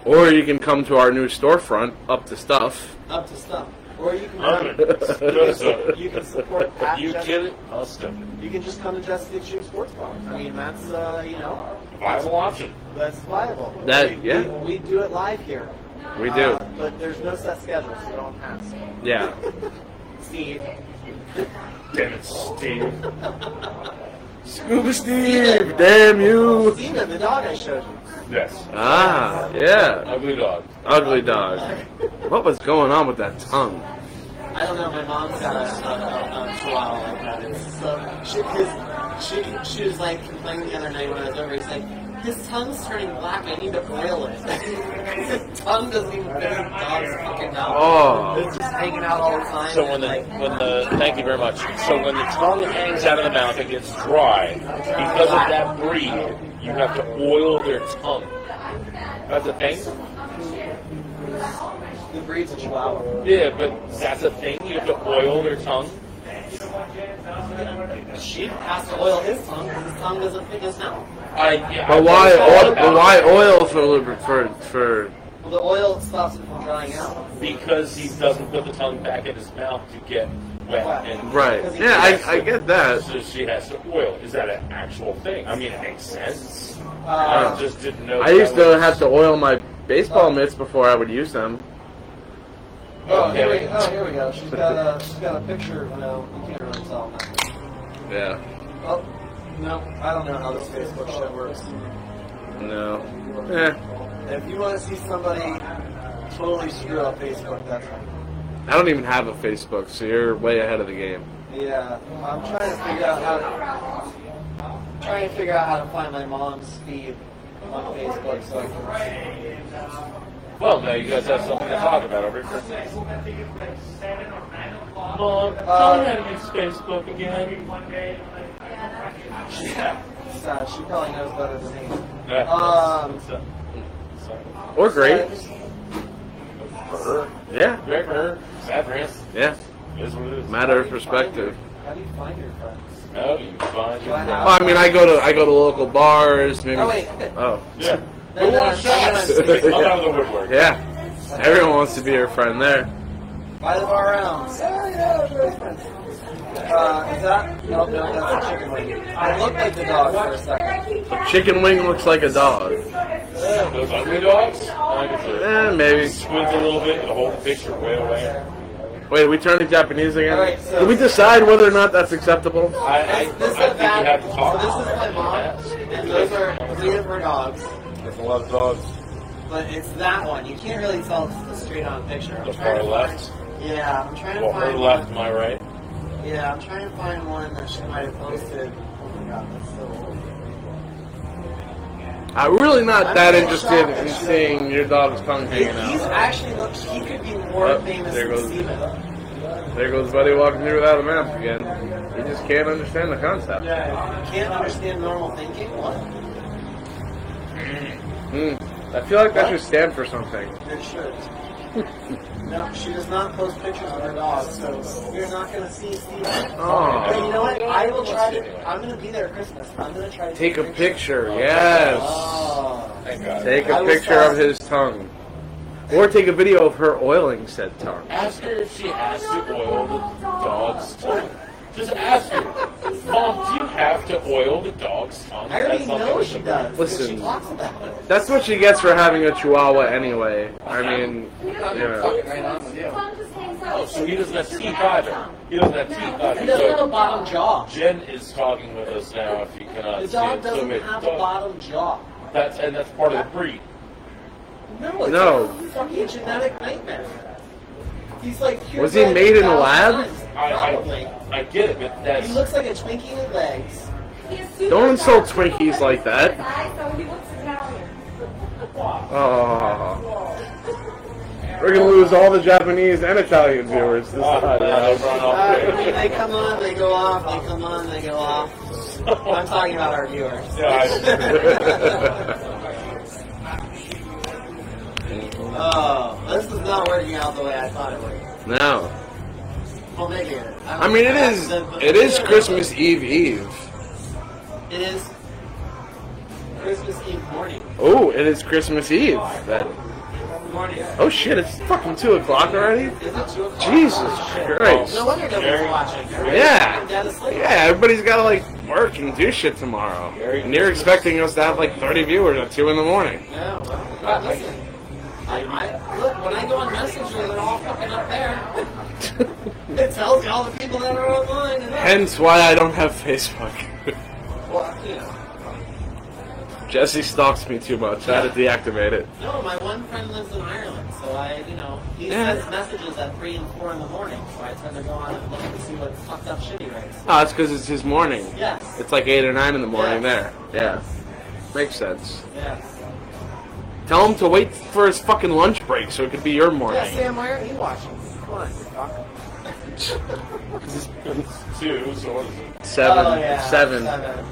[SPEAKER 7] Or you can come to our new storefront, up to stuff.
[SPEAKER 2] up to stuff. Or you can
[SPEAKER 3] Love
[SPEAKER 2] come,
[SPEAKER 3] it. Good stuff.
[SPEAKER 2] you can support at
[SPEAKER 3] You
[SPEAKER 2] Just-
[SPEAKER 3] get it? I'll stuff it.
[SPEAKER 2] You can just come to Just Get Shoot Sports Bar. I mean, that's, uh, you know,
[SPEAKER 3] Viable option.
[SPEAKER 2] that's viable.
[SPEAKER 7] That-
[SPEAKER 2] we,
[SPEAKER 7] yeah.
[SPEAKER 2] We, we do it live here.
[SPEAKER 7] We do.
[SPEAKER 2] Uh, but there's no set schedule, so don't ask.
[SPEAKER 7] Yeah.
[SPEAKER 2] Steve.
[SPEAKER 3] Damn it, Steve.
[SPEAKER 7] Scuba Steve, damn you.
[SPEAKER 2] Steven, the dog I showed you.
[SPEAKER 3] Yes.
[SPEAKER 7] Ah, yeah.
[SPEAKER 3] Ugly dog.
[SPEAKER 7] Ugly dog. What was going on with that tongue?
[SPEAKER 2] I don't know. My mom's got a, a, a, a chihuahua like that. It's so she, 'cause she, she was like complaining the other night when I was over. He's like, his tongue's turning black. I need to braille it. his tongue doesn't even fit in the dog's fucking mouth.
[SPEAKER 7] Oh.
[SPEAKER 2] It's just hanging out all the time.
[SPEAKER 3] So when the
[SPEAKER 2] and, like,
[SPEAKER 3] when the thank you very much. So when the tongue hangs out of the mouth, it gets dry. Because of that breed, you have to oil their tongue. That's a thing.
[SPEAKER 2] the breed's a chihuahua.
[SPEAKER 3] Yeah, but that's a thing. You have to oil their tongue.
[SPEAKER 2] She has to oil his tongue because his tongue doesn't fit his mouth.
[SPEAKER 3] I, yeah,
[SPEAKER 7] But why oil, but why oil for liber- for for?
[SPEAKER 2] Well, the oil stops it from drying out.
[SPEAKER 3] Because he doesn't put the tongue back in his mouth to get wet. And
[SPEAKER 7] Right. Yeah, I, I get that.
[SPEAKER 3] So she has to oil. Is that an actual thing? I mean, it makes sense. I
[SPEAKER 2] Uh,
[SPEAKER 3] just didn't know.
[SPEAKER 7] I
[SPEAKER 3] that
[SPEAKER 7] used to
[SPEAKER 3] was-
[SPEAKER 7] have to oil my baseball mitts before I would use them.
[SPEAKER 2] oh, here we, oh, here we go. She's got a, she's got a picture. No, you can't really tell. now.
[SPEAKER 7] Yeah.
[SPEAKER 2] Oh, no, I don't know how this Facebook shit works.
[SPEAKER 7] No. Eh.
[SPEAKER 2] If you want to see somebody totally screw up Facebook, that's right.
[SPEAKER 7] I don't even have a Facebook, so you're way ahead of the game.
[SPEAKER 2] Yeah, I'm trying to figure out how to trying to figure out how to find my mom's feed on Facebook so I can.
[SPEAKER 3] Well, now you guys have something to talk about over here. Mom,
[SPEAKER 2] tell me how
[SPEAKER 3] to use Facebook again. Yeah.
[SPEAKER 2] Uh, she probably knows better than me. Um,
[SPEAKER 3] Um, Sorry.
[SPEAKER 7] Or great.
[SPEAKER 3] For her.
[SPEAKER 7] Yeah.
[SPEAKER 3] Great for her. Sad for him.
[SPEAKER 7] Yeah.
[SPEAKER 3] It Is what it is.
[SPEAKER 7] Matter of perspective.
[SPEAKER 2] How do you find your friends?
[SPEAKER 3] No, you find your
[SPEAKER 2] Wow.
[SPEAKER 7] Well, I mean, I go to I go to local bars. Maybe.
[SPEAKER 2] Oh wait,
[SPEAKER 7] Oh.
[SPEAKER 3] Yeah.
[SPEAKER 2] Then,
[SPEAKER 3] Who wants
[SPEAKER 2] uh,
[SPEAKER 3] shots? Come out of the woodwork.
[SPEAKER 7] Yeah. Everyone wants to be your friend there.
[SPEAKER 2] by the bar rounds. Yeah, yeah, sure, friends. Uh, is that? No, no, that's a chicken wing. I looked like the dog for a second.
[SPEAKER 7] A chicken wing looks like a dog.
[SPEAKER 3] Those ugly dogs? I can see it.
[SPEAKER 7] Eh, maybe.
[SPEAKER 3] Squint a little bit and hold the picture way away.
[SPEAKER 7] Wait, we turn to Japanese again.
[SPEAKER 2] All right, so-
[SPEAKER 7] Did we decide whether or not that's acceptable?
[SPEAKER 3] I, I, I
[SPEAKER 2] This,
[SPEAKER 3] think you
[SPEAKER 2] this is
[SPEAKER 3] have
[SPEAKER 2] bad.
[SPEAKER 3] to
[SPEAKER 2] So
[SPEAKER 3] talk.
[SPEAKER 2] this is my mom, and those are three of her dogs.
[SPEAKER 11] There's a lot of dogs.
[SPEAKER 2] But it's that one. You can't really tell if it's a straight on picture. I'm
[SPEAKER 3] The
[SPEAKER 2] trying
[SPEAKER 3] far
[SPEAKER 2] to
[SPEAKER 3] left.
[SPEAKER 2] find- Yeah, I'm trying to
[SPEAKER 3] Well,
[SPEAKER 2] find
[SPEAKER 3] her left,
[SPEAKER 2] one.
[SPEAKER 3] my right.
[SPEAKER 2] Yeah, I'm trying to find one that she might have posted. Oh my god, that's so old.
[SPEAKER 7] I'm really not that interested in seeing your dog's tongue
[SPEAKER 2] He-
[SPEAKER 7] hanging
[SPEAKER 2] He's
[SPEAKER 3] uh,
[SPEAKER 7] out.
[SPEAKER 2] actually looks he could be more
[SPEAKER 7] Oh,
[SPEAKER 2] famous
[SPEAKER 7] there
[SPEAKER 2] than
[SPEAKER 7] goes-
[SPEAKER 2] Steven.
[SPEAKER 7] There goes Buddy walking through without a map again. He just can't understand the concept.
[SPEAKER 2] You can't understand normal thinking. What?
[SPEAKER 7] Hmm. I feel like that should stand for something.
[SPEAKER 2] It should. no, she does not post pictures of her dog, so you're not gonna see Steven.
[SPEAKER 7] Oh.
[SPEAKER 2] But you know what? I will try to I'm gonna be there at Christmas. I'm gonna try to
[SPEAKER 7] Take a picture, yes.
[SPEAKER 2] Oh.
[SPEAKER 3] Thank God.
[SPEAKER 7] Take a picture of his tongue. Or take a video of her oiling said tongue.
[SPEAKER 3] Ask her if she has to oil the dog's tongue. Just ask her. Mom, do you have to oil the dog's tongue?
[SPEAKER 2] I already
[SPEAKER 3] That's something
[SPEAKER 2] know
[SPEAKER 3] we
[SPEAKER 2] she
[SPEAKER 3] should-
[SPEAKER 2] does. 'cause
[SPEAKER 7] Listen.
[SPEAKER 2] She talks about it.
[SPEAKER 7] That's what she gets for having a chihuahua anyway. I mean, you know.
[SPEAKER 5] Tongue just hangs out.
[SPEAKER 3] Oh, so he doesn't have teeth either. He doesn't have teeth
[SPEAKER 2] He
[SPEAKER 3] either.
[SPEAKER 2] doesn't have a
[SPEAKER 3] So
[SPEAKER 2] bottom jaw.
[SPEAKER 3] Jen is talking with us now. If you cannot
[SPEAKER 2] The
[SPEAKER 3] see
[SPEAKER 2] dog
[SPEAKER 3] it,
[SPEAKER 2] doesn't
[SPEAKER 3] zoom it.
[SPEAKER 2] have a
[SPEAKER 3] Dog-
[SPEAKER 2] bottom jaw.
[SPEAKER 3] That's and that's part of the breed.
[SPEAKER 2] No, it's
[SPEAKER 7] No.
[SPEAKER 2] a fucking genetic nightmare. He's like cured
[SPEAKER 7] Was he
[SPEAKER 2] by
[SPEAKER 7] made in a
[SPEAKER 2] 1,000
[SPEAKER 7] lab?
[SPEAKER 2] times.
[SPEAKER 3] I,
[SPEAKER 2] Probably.
[SPEAKER 3] I, I get it, but that's
[SPEAKER 2] He looks like a Twinkie with legs.
[SPEAKER 5] He has super
[SPEAKER 7] Don't insult
[SPEAKER 5] dark-
[SPEAKER 7] Twinkies like that.
[SPEAKER 5] So he looks Italian.
[SPEAKER 7] Oh. We're gonna lose all the Japanese and Italian viewers. This
[SPEAKER 3] Ah, no,
[SPEAKER 7] is
[SPEAKER 3] run
[SPEAKER 2] Uh,
[SPEAKER 3] off quick.
[SPEAKER 2] they come on, they go off. They come on, they go off. I'm talking about our viewers.
[SPEAKER 7] Yeah,
[SPEAKER 2] oh, this is not working out the way I thought it would.
[SPEAKER 7] no.
[SPEAKER 2] Well, maybe it is.
[SPEAKER 7] I mean, it is it is Christmas Eve Eve.
[SPEAKER 2] It is Christmas Eve morning.
[SPEAKER 7] Oh, it is Christmas Eve. That,
[SPEAKER 2] Morning.
[SPEAKER 7] oh shit! It's fucking two o'clock already.
[SPEAKER 2] Is it two o'clock?
[SPEAKER 7] Jesus Christ!
[SPEAKER 2] No wonder nobody's watching.
[SPEAKER 7] Yeah.
[SPEAKER 2] Dad is sleeping.
[SPEAKER 7] Yeah, everybody's gotta like work and do shit tomorrow, and you're expecting us to have like 30 viewers at two in the morning.
[SPEAKER 2] No, well, listen. I, I, look, when I go on Messenger, they're all fucking up there. it tells me all the people that are online. And that.
[SPEAKER 7] Hence why I don't have Facebook.
[SPEAKER 2] Well, you know.
[SPEAKER 7] Jesse stalks me too much. I had to deactivate it.
[SPEAKER 2] No, my one friend lives in Ireland, so I, you know, he
[SPEAKER 7] Yeah.
[SPEAKER 2] sends messages at 3 and 4 in the morning, so I tend to go on and look to see what fucked up shit he writes.
[SPEAKER 7] Oh, it's because it's his morning.
[SPEAKER 2] Yes,
[SPEAKER 7] It's like eight or nine in the morning
[SPEAKER 2] Yes.
[SPEAKER 7] there. Yeah, makes sense.
[SPEAKER 2] yes.
[SPEAKER 7] Tell him to wait for his fucking lunch break so it could be your morning.
[SPEAKER 2] Yeah, Sam, why aren't you watching? Come on, you fuck.
[SPEAKER 3] Two, so what is it?
[SPEAKER 7] Seven.
[SPEAKER 2] Oh, yeah,
[SPEAKER 7] seven.
[SPEAKER 2] seven.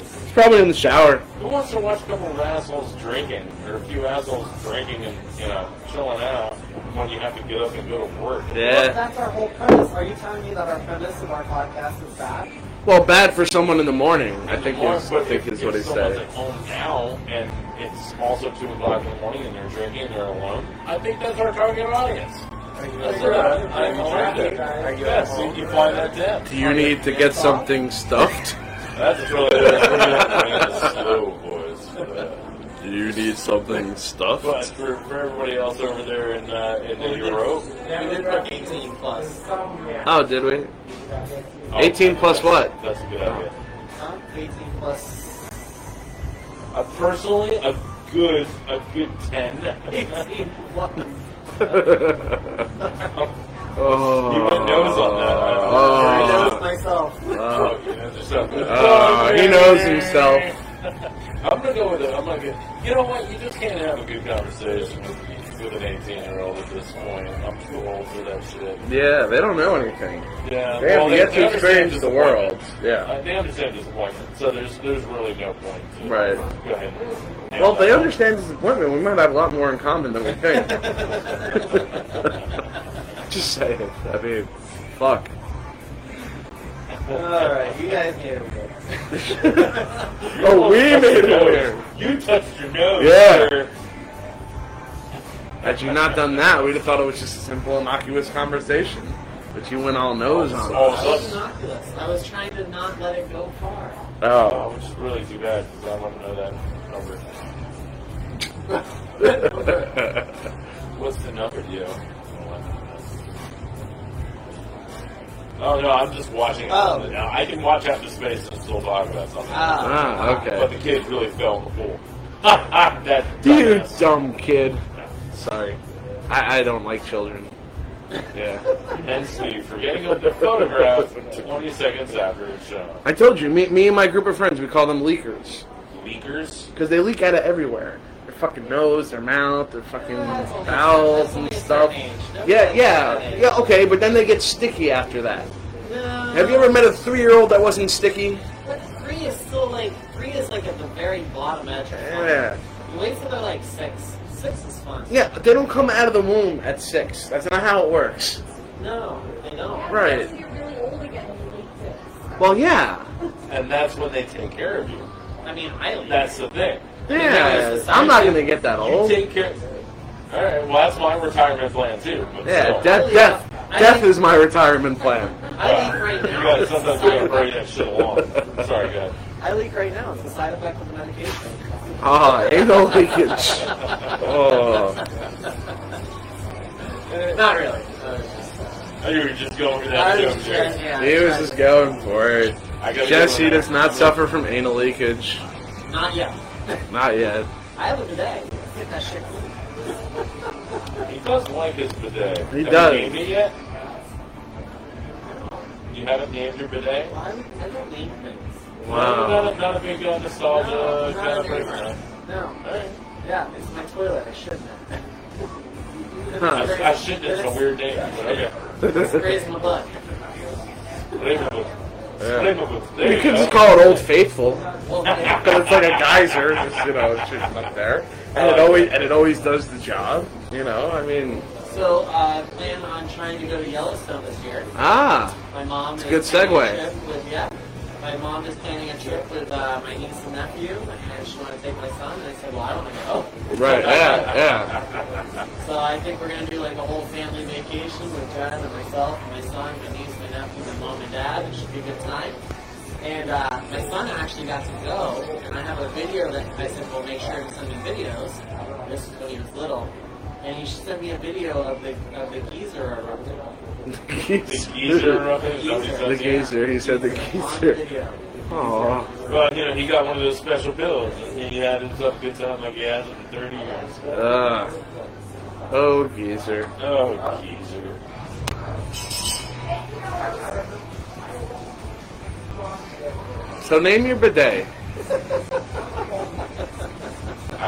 [SPEAKER 7] It's probably in the shower.
[SPEAKER 3] Who wants to watch a couple of assholes drinking or a few assholes drinking and you know chilling out? when you have to get up and go to work.
[SPEAKER 2] Well,
[SPEAKER 7] Yeah.
[SPEAKER 2] that's our whole premise. Are you telling me that our premise of our podcast is bad?
[SPEAKER 7] Well, bad for someone in the morning. I think is, I
[SPEAKER 3] But
[SPEAKER 7] think
[SPEAKER 3] if-
[SPEAKER 7] is what
[SPEAKER 3] if
[SPEAKER 7] he
[SPEAKER 3] someone's
[SPEAKER 7] said.
[SPEAKER 3] at home now, and it's also two o'clock in the morning, and they're drinking, and they're alone. I think that's our target audience. That's what I- I'm attracted. Yes, you can find that down.
[SPEAKER 7] Do you need to get something stuffed?
[SPEAKER 3] That's really that's really that's slow, boys. Uh,
[SPEAKER 7] Do you need something stuffed?
[SPEAKER 3] But for, for everybody else over there in uh, in Europe,
[SPEAKER 2] We did our 18 plus.
[SPEAKER 7] Oh, did we? 18 plus what?
[SPEAKER 3] That's a good idea.
[SPEAKER 2] Huh? 18 plus.
[SPEAKER 3] Uh, personally, a good a good ten. you
[SPEAKER 2] 18 plus.
[SPEAKER 7] Oh.
[SPEAKER 3] went nose on that.
[SPEAKER 2] I
[SPEAKER 7] Oh.
[SPEAKER 2] noticed myself.
[SPEAKER 7] Oh.
[SPEAKER 3] you know, there's something-
[SPEAKER 7] Oh, he knows himself.
[SPEAKER 3] I'm gonna go with it. I'm gonna. Get, you know what? You just can't have a good conversation with, with an 18 year old at this point. I'm too old for that shit.
[SPEAKER 7] Yeah, they don't know anything.
[SPEAKER 3] Yeah.
[SPEAKER 11] They have
[SPEAKER 3] well,
[SPEAKER 11] yet to
[SPEAKER 3] understand
[SPEAKER 11] experience the world.
[SPEAKER 3] disappointment.
[SPEAKER 7] Yeah.
[SPEAKER 3] Uh, they understand disappointment, so there's there's really no point. To
[SPEAKER 7] Right.
[SPEAKER 3] Go ahead.
[SPEAKER 7] Well, if they understand disappointment, we might have a lot more in common than we think. Just saying. I mean, fuck.
[SPEAKER 2] Alright, you guys made it weird.
[SPEAKER 7] Oh, we made it weird.
[SPEAKER 3] You touched your nose.
[SPEAKER 7] Yeah.
[SPEAKER 3] sir.
[SPEAKER 7] Had you not done that, we'd have thought it was just a simple, innocuous conversation. But you went all nose on
[SPEAKER 3] Oh,
[SPEAKER 7] us.
[SPEAKER 2] I was
[SPEAKER 3] that's,
[SPEAKER 2] innocuous. I was trying to not let it go far.
[SPEAKER 3] oh,
[SPEAKER 7] Oh.
[SPEAKER 3] which is really too bad because I want to know that number.
[SPEAKER 7] Oh.
[SPEAKER 3] What's the number, you? Oh no, I'm just watching. it.
[SPEAKER 2] Oh.
[SPEAKER 3] Now, I can watch after space and still talk about something.
[SPEAKER 2] Ah.
[SPEAKER 7] ah,
[SPEAKER 3] But
[SPEAKER 7] okay.
[SPEAKER 3] the kid really fell in the pool. that
[SPEAKER 7] You
[SPEAKER 3] dumbass.
[SPEAKER 7] dumb kid. Sorry. I, I don't like children. Yeah.
[SPEAKER 3] And Steve for getting the photograph 20 seconds after it's shown.
[SPEAKER 7] I told you, me, me and my group of friends, we call them leakers.
[SPEAKER 3] Leakers.
[SPEAKER 7] Because they leak out of everywhere. Their fucking nose, their mouth, their fucking bowels and stuff. Yeah, yeah, yeah, okay, but then they get sticky after that.
[SPEAKER 2] No.
[SPEAKER 7] Have you ever met a three year old that wasn't sticky?
[SPEAKER 2] But three is still like three is like at the very bottom edge. of fun.
[SPEAKER 7] Yeah.
[SPEAKER 2] You wait till they're like six. Six is fun.
[SPEAKER 7] Yeah, but they don't come out of the womb at six. That's not how it works.
[SPEAKER 2] No, they don't.
[SPEAKER 7] Right.
[SPEAKER 5] You're really old again when you leak this.
[SPEAKER 7] Well, yeah.
[SPEAKER 3] And that's when they take care of you.
[SPEAKER 2] I mean, I leave.
[SPEAKER 3] That's the thing.
[SPEAKER 7] Yeah. I'm not going to get that
[SPEAKER 3] You
[SPEAKER 7] old.
[SPEAKER 3] take care. All right. Well, that's my retirement plan too. But
[SPEAKER 7] Yeah,
[SPEAKER 3] still.
[SPEAKER 7] death, death, death is my retirement plan.
[SPEAKER 2] I leak right
[SPEAKER 3] You
[SPEAKER 2] now.
[SPEAKER 3] guys
[SPEAKER 2] It's a
[SPEAKER 3] sometimes
[SPEAKER 2] side
[SPEAKER 3] gotta
[SPEAKER 2] effect-
[SPEAKER 3] bring that shit along. Sorry, guys.
[SPEAKER 2] I leak right now. It's a side effect of the medication.
[SPEAKER 7] Ah, anal leakage. Oh.
[SPEAKER 2] Not really. Uh, just-
[SPEAKER 3] I knew we were just going for
[SPEAKER 2] I
[SPEAKER 3] that
[SPEAKER 2] was
[SPEAKER 3] joke,
[SPEAKER 2] just-
[SPEAKER 3] Jerry.
[SPEAKER 2] yeah,
[SPEAKER 7] He was just going for it.
[SPEAKER 3] I gotta
[SPEAKER 7] Jesse
[SPEAKER 3] go.
[SPEAKER 7] does not suffer from anal leakage.
[SPEAKER 2] Not yet.
[SPEAKER 7] Not yet.
[SPEAKER 2] I have it today. Get that shit. cool.
[SPEAKER 3] He does like his bidet. Have you
[SPEAKER 7] does.
[SPEAKER 3] named it yet? You haven't named your bidet?
[SPEAKER 2] Well, I'm, I don't need things.
[SPEAKER 7] Wow.
[SPEAKER 3] No, Not a, not a big uh, nostalgia
[SPEAKER 2] No,
[SPEAKER 3] kind
[SPEAKER 2] not
[SPEAKER 3] of person.
[SPEAKER 2] anymore.
[SPEAKER 3] huh?
[SPEAKER 2] No.
[SPEAKER 3] All right.
[SPEAKER 2] Yeah, it's my toilet. I shouldn't have.
[SPEAKER 7] Huh.
[SPEAKER 3] I, I shouldn't. It's a weird name. But okay.
[SPEAKER 2] It's raising the butt.
[SPEAKER 3] Flavorful.
[SPEAKER 7] Yeah.
[SPEAKER 3] Flavorful. There
[SPEAKER 7] You
[SPEAKER 3] you
[SPEAKER 7] could
[SPEAKER 3] go.
[SPEAKER 7] just call it Old Faithful.
[SPEAKER 2] Well, yeah.
[SPEAKER 7] Because it's like a geyser, just, you know, it's just up there. And it always and it always does the job. You know, I mean
[SPEAKER 2] So uh, I plan on trying to go to Yellowstone this year.
[SPEAKER 7] Ah.
[SPEAKER 2] My mom.
[SPEAKER 7] It's a
[SPEAKER 2] is planning
[SPEAKER 7] good segue.
[SPEAKER 2] A trip with, yeah, my mom is planning a trip with uh, my niece and nephew, and she wanted to take my son. And I said, well, I want to go.
[SPEAKER 7] Right, yeah, yeah.
[SPEAKER 2] So I think we're gonna do like a whole family vacation with Jen and myself, and my son, my niece, my nephew, my mom and dad. It should be a good time. And uh, my son actually got to go, and I have a video that I said, well, make sure to send me videos. This is when he was little. And he sent me a video of the of the geezer erupting.
[SPEAKER 3] The geezer
[SPEAKER 7] The
[SPEAKER 3] of it. is that what he says?
[SPEAKER 2] The
[SPEAKER 7] geyser, he said the
[SPEAKER 2] On
[SPEAKER 7] geyser.
[SPEAKER 2] video.
[SPEAKER 7] Aw.
[SPEAKER 3] Well, you know, he got one of those special bills, and he had himself a good time like he has in 30 years.
[SPEAKER 7] Ugh. Oh geezer.
[SPEAKER 3] Oh, geezer.
[SPEAKER 7] So name your bidet.
[SPEAKER 3] I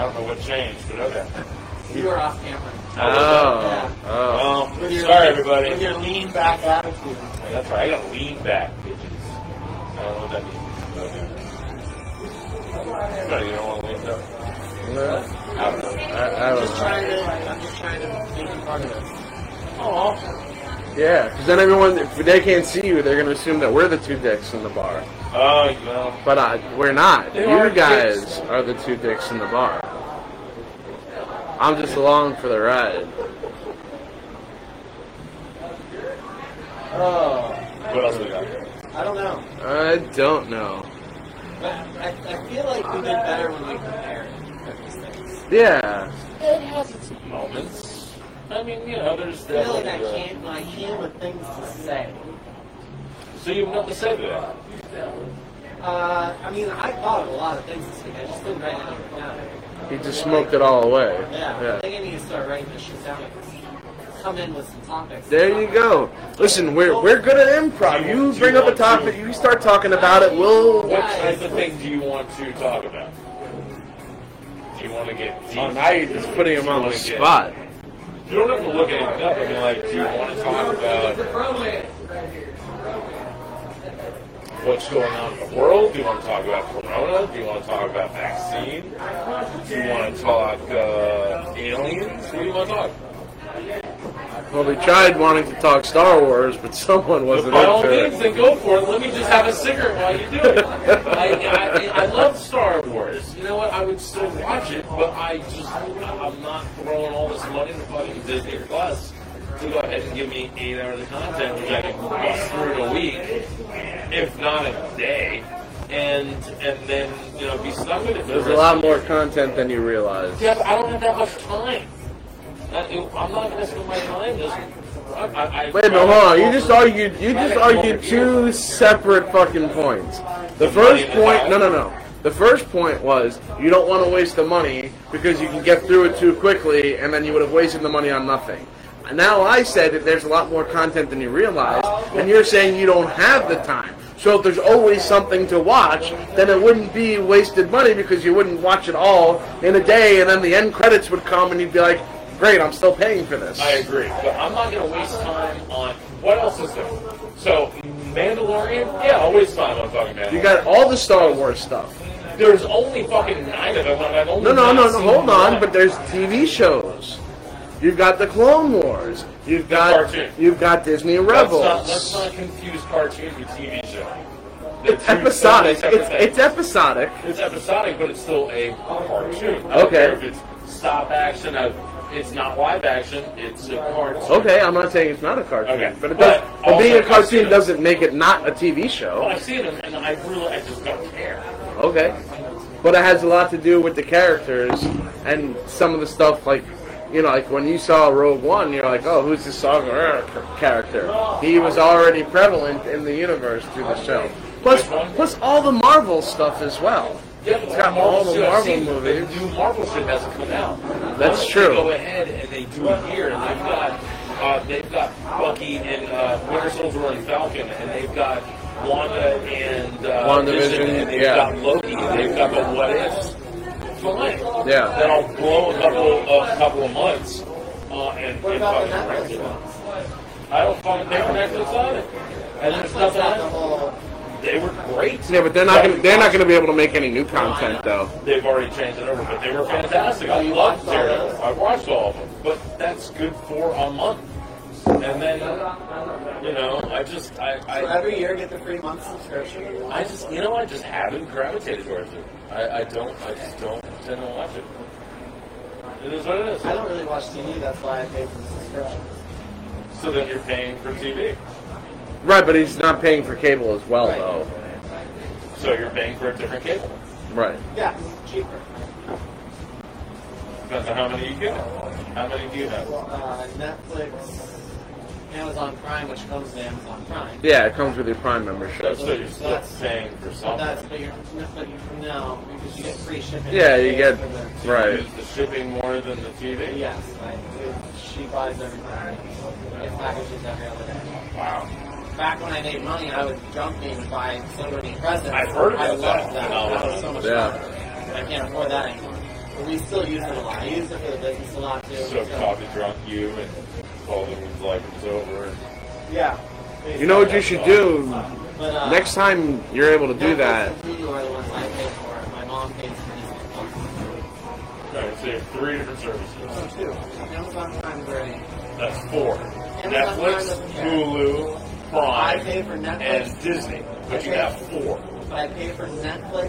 [SPEAKER 3] don't know what changed, but okay.
[SPEAKER 2] You were off camera.
[SPEAKER 7] Oh. Oh.
[SPEAKER 3] Well,
[SPEAKER 2] With your-
[SPEAKER 3] Um, sorry, everybody.
[SPEAKER 2] With your lean back attitude.
[SPEAKER 3] That's right. I got lean back, bitches. I don't know what that means. Okay. Sorry, you don't want to lean back?
[SPEAKER 7] No,
[SPEAKER 3] I don't know.
[SPEAKER 7] I, I
[SPEAKER 2] I'm
[SPEAKER 7] don't
[SPEAKER 2] just
[SPEAKER 7] know.
[SPEAKER 2] trying to, like, I'm just trying to make you part of this.
[SPEAKER 7] Yeah, because then everyone, if they can't see you, they're gonna assume that we're the two dicks in the bar.
[SPEAKER 3] Oh, you know.
[SPEAKER 7] But uh, we're not.
[SPEAKER 3] They
[SPEAKER 7] you
[SPEAKER 3] are
[SPEAKER 7] guys
[SPEAKER 3] dicks.
[SPEAKER 7] are the two dicks in the bar. I'm just along for the ride.
[SPEAKER 2] Oh,
[SPEAKER 3] What else we got here?
[SPEAKER 2] I don't know.
[SPEAKER 7] I don't know.
[SPEAKER 2] But I, I feel like we did better when we compared. these things.
[SPEAKER 7] Yeah.
[SPEAKER 3] It has its moments. I mean, you know, there's
[SPEAKER 2] I feel like I
[SPEAKER 3] definitely, uh,
[SPEAKER 2] came, I came with things to say.
[SPEAKER 3] So you have nothing to say to that?
[SPEAKER 2] Uh, I mean, I thought of a lot of things this week. I just didn't write anything down.
[SPEAKER 7] He just smoked it all away.
[SPEAKER 2] Yeah, I think I need to start writing this shit down. Like, Come in with some topics.
[SPEAKER 7] There you go. Listen, we're we're good at improv. You bring up a topic, you start talking about it. We'll.
[SPEAKER 3] What type of thing do you want to talk about? Do you want to get deep?
[SPEAKER 7] Oh, now you're just putting him on the spot.
[SPEAKER 3] You don't have to look anything up. I mean, like, do you want to talk about what's going on in the world? Do you want to talk about Corona? Do you want to talk about vaccine? Do you want to talk uh, aliens? What do you want to talk?
[SPEAKER 7] Well, we tried wanting to talk Star Wars, but someone
[SPEAKER 3] But
[SPEAKER 7] wasn't
[SPEAKER 3] by all
[SPEAKER 7] up to
[SPEAKER 3] means,
[SPEAKER 7] it.
[SPEAKER 3] then go for it. Let me just have a cigarette while you do it. I, I, I love Star Wars. You know what? I would still watch it, but I just I'm not throwing all this money into fucking Disney Plus to go ahead and give me eight hours of content, which I can bust through in a week, if not a day, and and then you know be stuck with it. for the
[SPEAKER 7] There's a
[SPEAKER 3] rest
[SPEAKER 7] lot
[SPEAKER 3] of
[SPEAKER 7] more content than you realize.
[SPEAKER 3] yeah, but I don't have that much time. That- I'm not gonna spend my time just. I, I, I-
[SPEAKER 7] Wait a minute, hold on. You just argued. You just argued two separate fucking points. The first point, no, no, no. The first point was you don't want to waste the money because you can get through it too quickly, and then you would have wasted the money on nothing. Now I said that there's a lot more content than you realize, and you're saying you don't have the time. So if there's always something to watch, then it wouldn't be wasted money because you wouldn't watch it all in a day, and then the end credits would come, and you'd be like, "Great, I'm still paying for this."
[SPEAKER 3] I agree, but I'm not gonna waste time on what else is there. So Mandalorian, yeah, I'll waste time on fucking Mandalorian.
[SPEAKER 7] You got all the Star Wars stuff.
[SPEAKER 3] There's only fucking nine of them. and I've only
[SPEAKER 7] No, no,
[SPEAKER 3] not
[SPEAKER 7] no, no.
[SPEAKER 3] seen
[SPEAKER 7] Hold on.
[SPEAKER 3] one.
[SPEAKER 7] But there's TV shows. You've got the Clone Wars. You've got
[SPEAKER 3] cartoon.
[SPEAKER 7] you've got Disney
[SPEAKER 3] let's not, let's
[SPEAKER 7] Rebels.
[SPEAKER 3] not confuse cartoons with TV show. They're two
[SPEAKER 7] Episodic.
[SPEAKER 3] totally
[SPEAKER 7] It's
[SPEAKER 3] separate
[SPEAKER 7] it's episodic.
[SPEAKER 3] It's episodic, but it's still a cartoon.
[SPEAKER 7] Okay.
[SPEAKER 3] I don't care if it's stop action, I- it's not live action, it's a cartoon.
[SPEAKER 7] Okay, I'm not saying it's not a cartoon,
[SPEAKER 3] Okay,
[SPEAKER 7] but it
[SPEAKER 3] but
[SPEAKER 7] does. But being a
[SPEAKER 3] also
[SPEAKER 7] cartoon
[SPEAKER 3] consider-
[SPEAKER 7] doesn't make it not a TV
[SPEAKER 3] Well,
[SPEAKER 7] show.
[SPEAKER 3] I've seen them, and I really, I just don't care.
[SPEAKER 7] Okay, but it has a lot to do with the characters and some of the stuff like. You know, like when you saw Rogue One, you're like, "Oh, who's this Saw Gerrera character?" He was already prevalent in the universe through the show. Plus, plus all the Marvel stuff as well.
[SPEAKER 3] Yeah, but
[SPEAKER 7] It's got all the
[SPEAKER 3] shit I've
[SPEAKER 7] Marvel
[SPEAKER 3] seen,
[SPEAKER 7] movies.
[SPEAKER 3] The new Marvel shit hasn't come out.
[SPEAKER 7] That's
[SPEAKER 3] Unless
[SPEAKER 7] true.
[SPEAKER 3] They go ahead and they do it here, and they've got uh, they've got Bucky and uh, Winter Soldier and Falcon, and they've got Wanda and uh,
[SPEAKER 7] WandaVision,
[SPEAKER 3] Vision, and they've
[SPEAKER 7] yeah.
[SPEAKER 3] got Loki, and they've got the What Ifs. Fine.
[SPEAKER 7] Yeah.
[SPEAKER 3] That'll blow a couple a couple of months. Uh, and,
[SPEAKER 2] What
[SPEAKER 3] and
[SPEAKER 2] about the
[SPEAKER 3] fucking
[SPEAKER 2] Netflix
[SPEAKER 3] rank it.
[SPEAKER 2] ones?
[SPEAKER 3] I don't fucking they were Netflix on it. And there's
[SPEAKER 2] That's
[SPEAKER 3] nothing
[SPEAKER 2] not the
[SPEAKER 3] on
[SPEAKER 2] whole.
[SPEAKER 3] it. They were great.
[SPEAKER 7] Yeah, but they're not gonna, they're not going to be able to make any new content though.
[SPEAKER 3] They've already changed it over, but they were fantastic. I loved Daredevil. I watched all of them, but that's good for a month. And then, you know, I just, I,
[SPEAKER 2] So
[SPEAKER 3] I,
[SPEAKER 2] every year, get the free month subscription.
[SPEAKER 3] I just, you know, I just haven't gravitated towards it. I, I don't, I just don't tend to watch it. It is what it is.
[SPEAKER 2] I don't really watch TV. That's why I pay for the subscription.
[SPEAKER 3] So then you're paying for TV.
[SPEAKER 7] Right, but he's not paying for cable as well though.
[SPEAKER 3] So you're paying for a different cable.
[SPEAKER 7] Right.
[SPEAKER 2] Yeah, 'cause it's cheaper.
[SPEAKER 3] Depends on how many you get. How many do you have?
[SPEAKER 2] Uh, Netflix, Amazon Prime, which comes to Amazon Prime.
[SPEAKER 7] Yeah, it comes with your Prime
[SPEAKER 3] So,
[SPEAKER 7] membership.
[SPEAKER 3] so you're still paying for
[SPEAKER 2] But
[SPEAKER 3] something.
[SPEAKER 2] that's but you're but you no because you get free shipping.
[SPEAKER 7] Yeah, you get
[SPEAKER 2] For the-
[SPEAKER 7] right.
[SPEAKER 3] Is the shipping more than the TV?
[SPEAKER 2] Yes, I, she buys everything. Gets packages every other day.
[SPEAKER 3] Wow.
[SPEAKER 2] Back when I made money, I would jump me and buy so many presents.
[SPEAKER 3] I've heard
[SPEAKER 2] I
[SPEAKER 3] about
[SPEAKER 2] loved
[SPEAKER 3] that.
[SPEAKER 2] that.
[SPEAKER 3] No,
[SPEAKER 2] that
[SPEAKER 3] no,
[SPEAKER 2] was so much
[SPEAKER 7] Yeah.
[SPEAKER 2] fun. I can't afford that anymore. But we still use it a lot. I use it for the business a lot too.
[SPEAKER 3] So coffee drunk you and told him his life was over.
[SPEAKER 2] yeah.
[SPEAKER 7] You know what you should do
[SPEAKER 2] But, uh,
[SPEAKER 7] next time you're able to do
[SPEAKER 2] Netflix
[SPEAKER 7] that.
[SPEAKER 2] and Hulu are the ones I pay for. My mom pays for these ones.
[SPEAKER 3] Alright, so you have three different services.
[SPEAKER 2] Amazon Prime's already.
[SPEAKER 3] That's four. Netflix, Hulu,
[SPEAKER 2] I
[SPEAKER 3] Prime,
[SPEAKER 2] pay for Netflix,
[SPEAKER 3] and Disney. But you got four.
[SPEAKER 2] but I pay for Netflix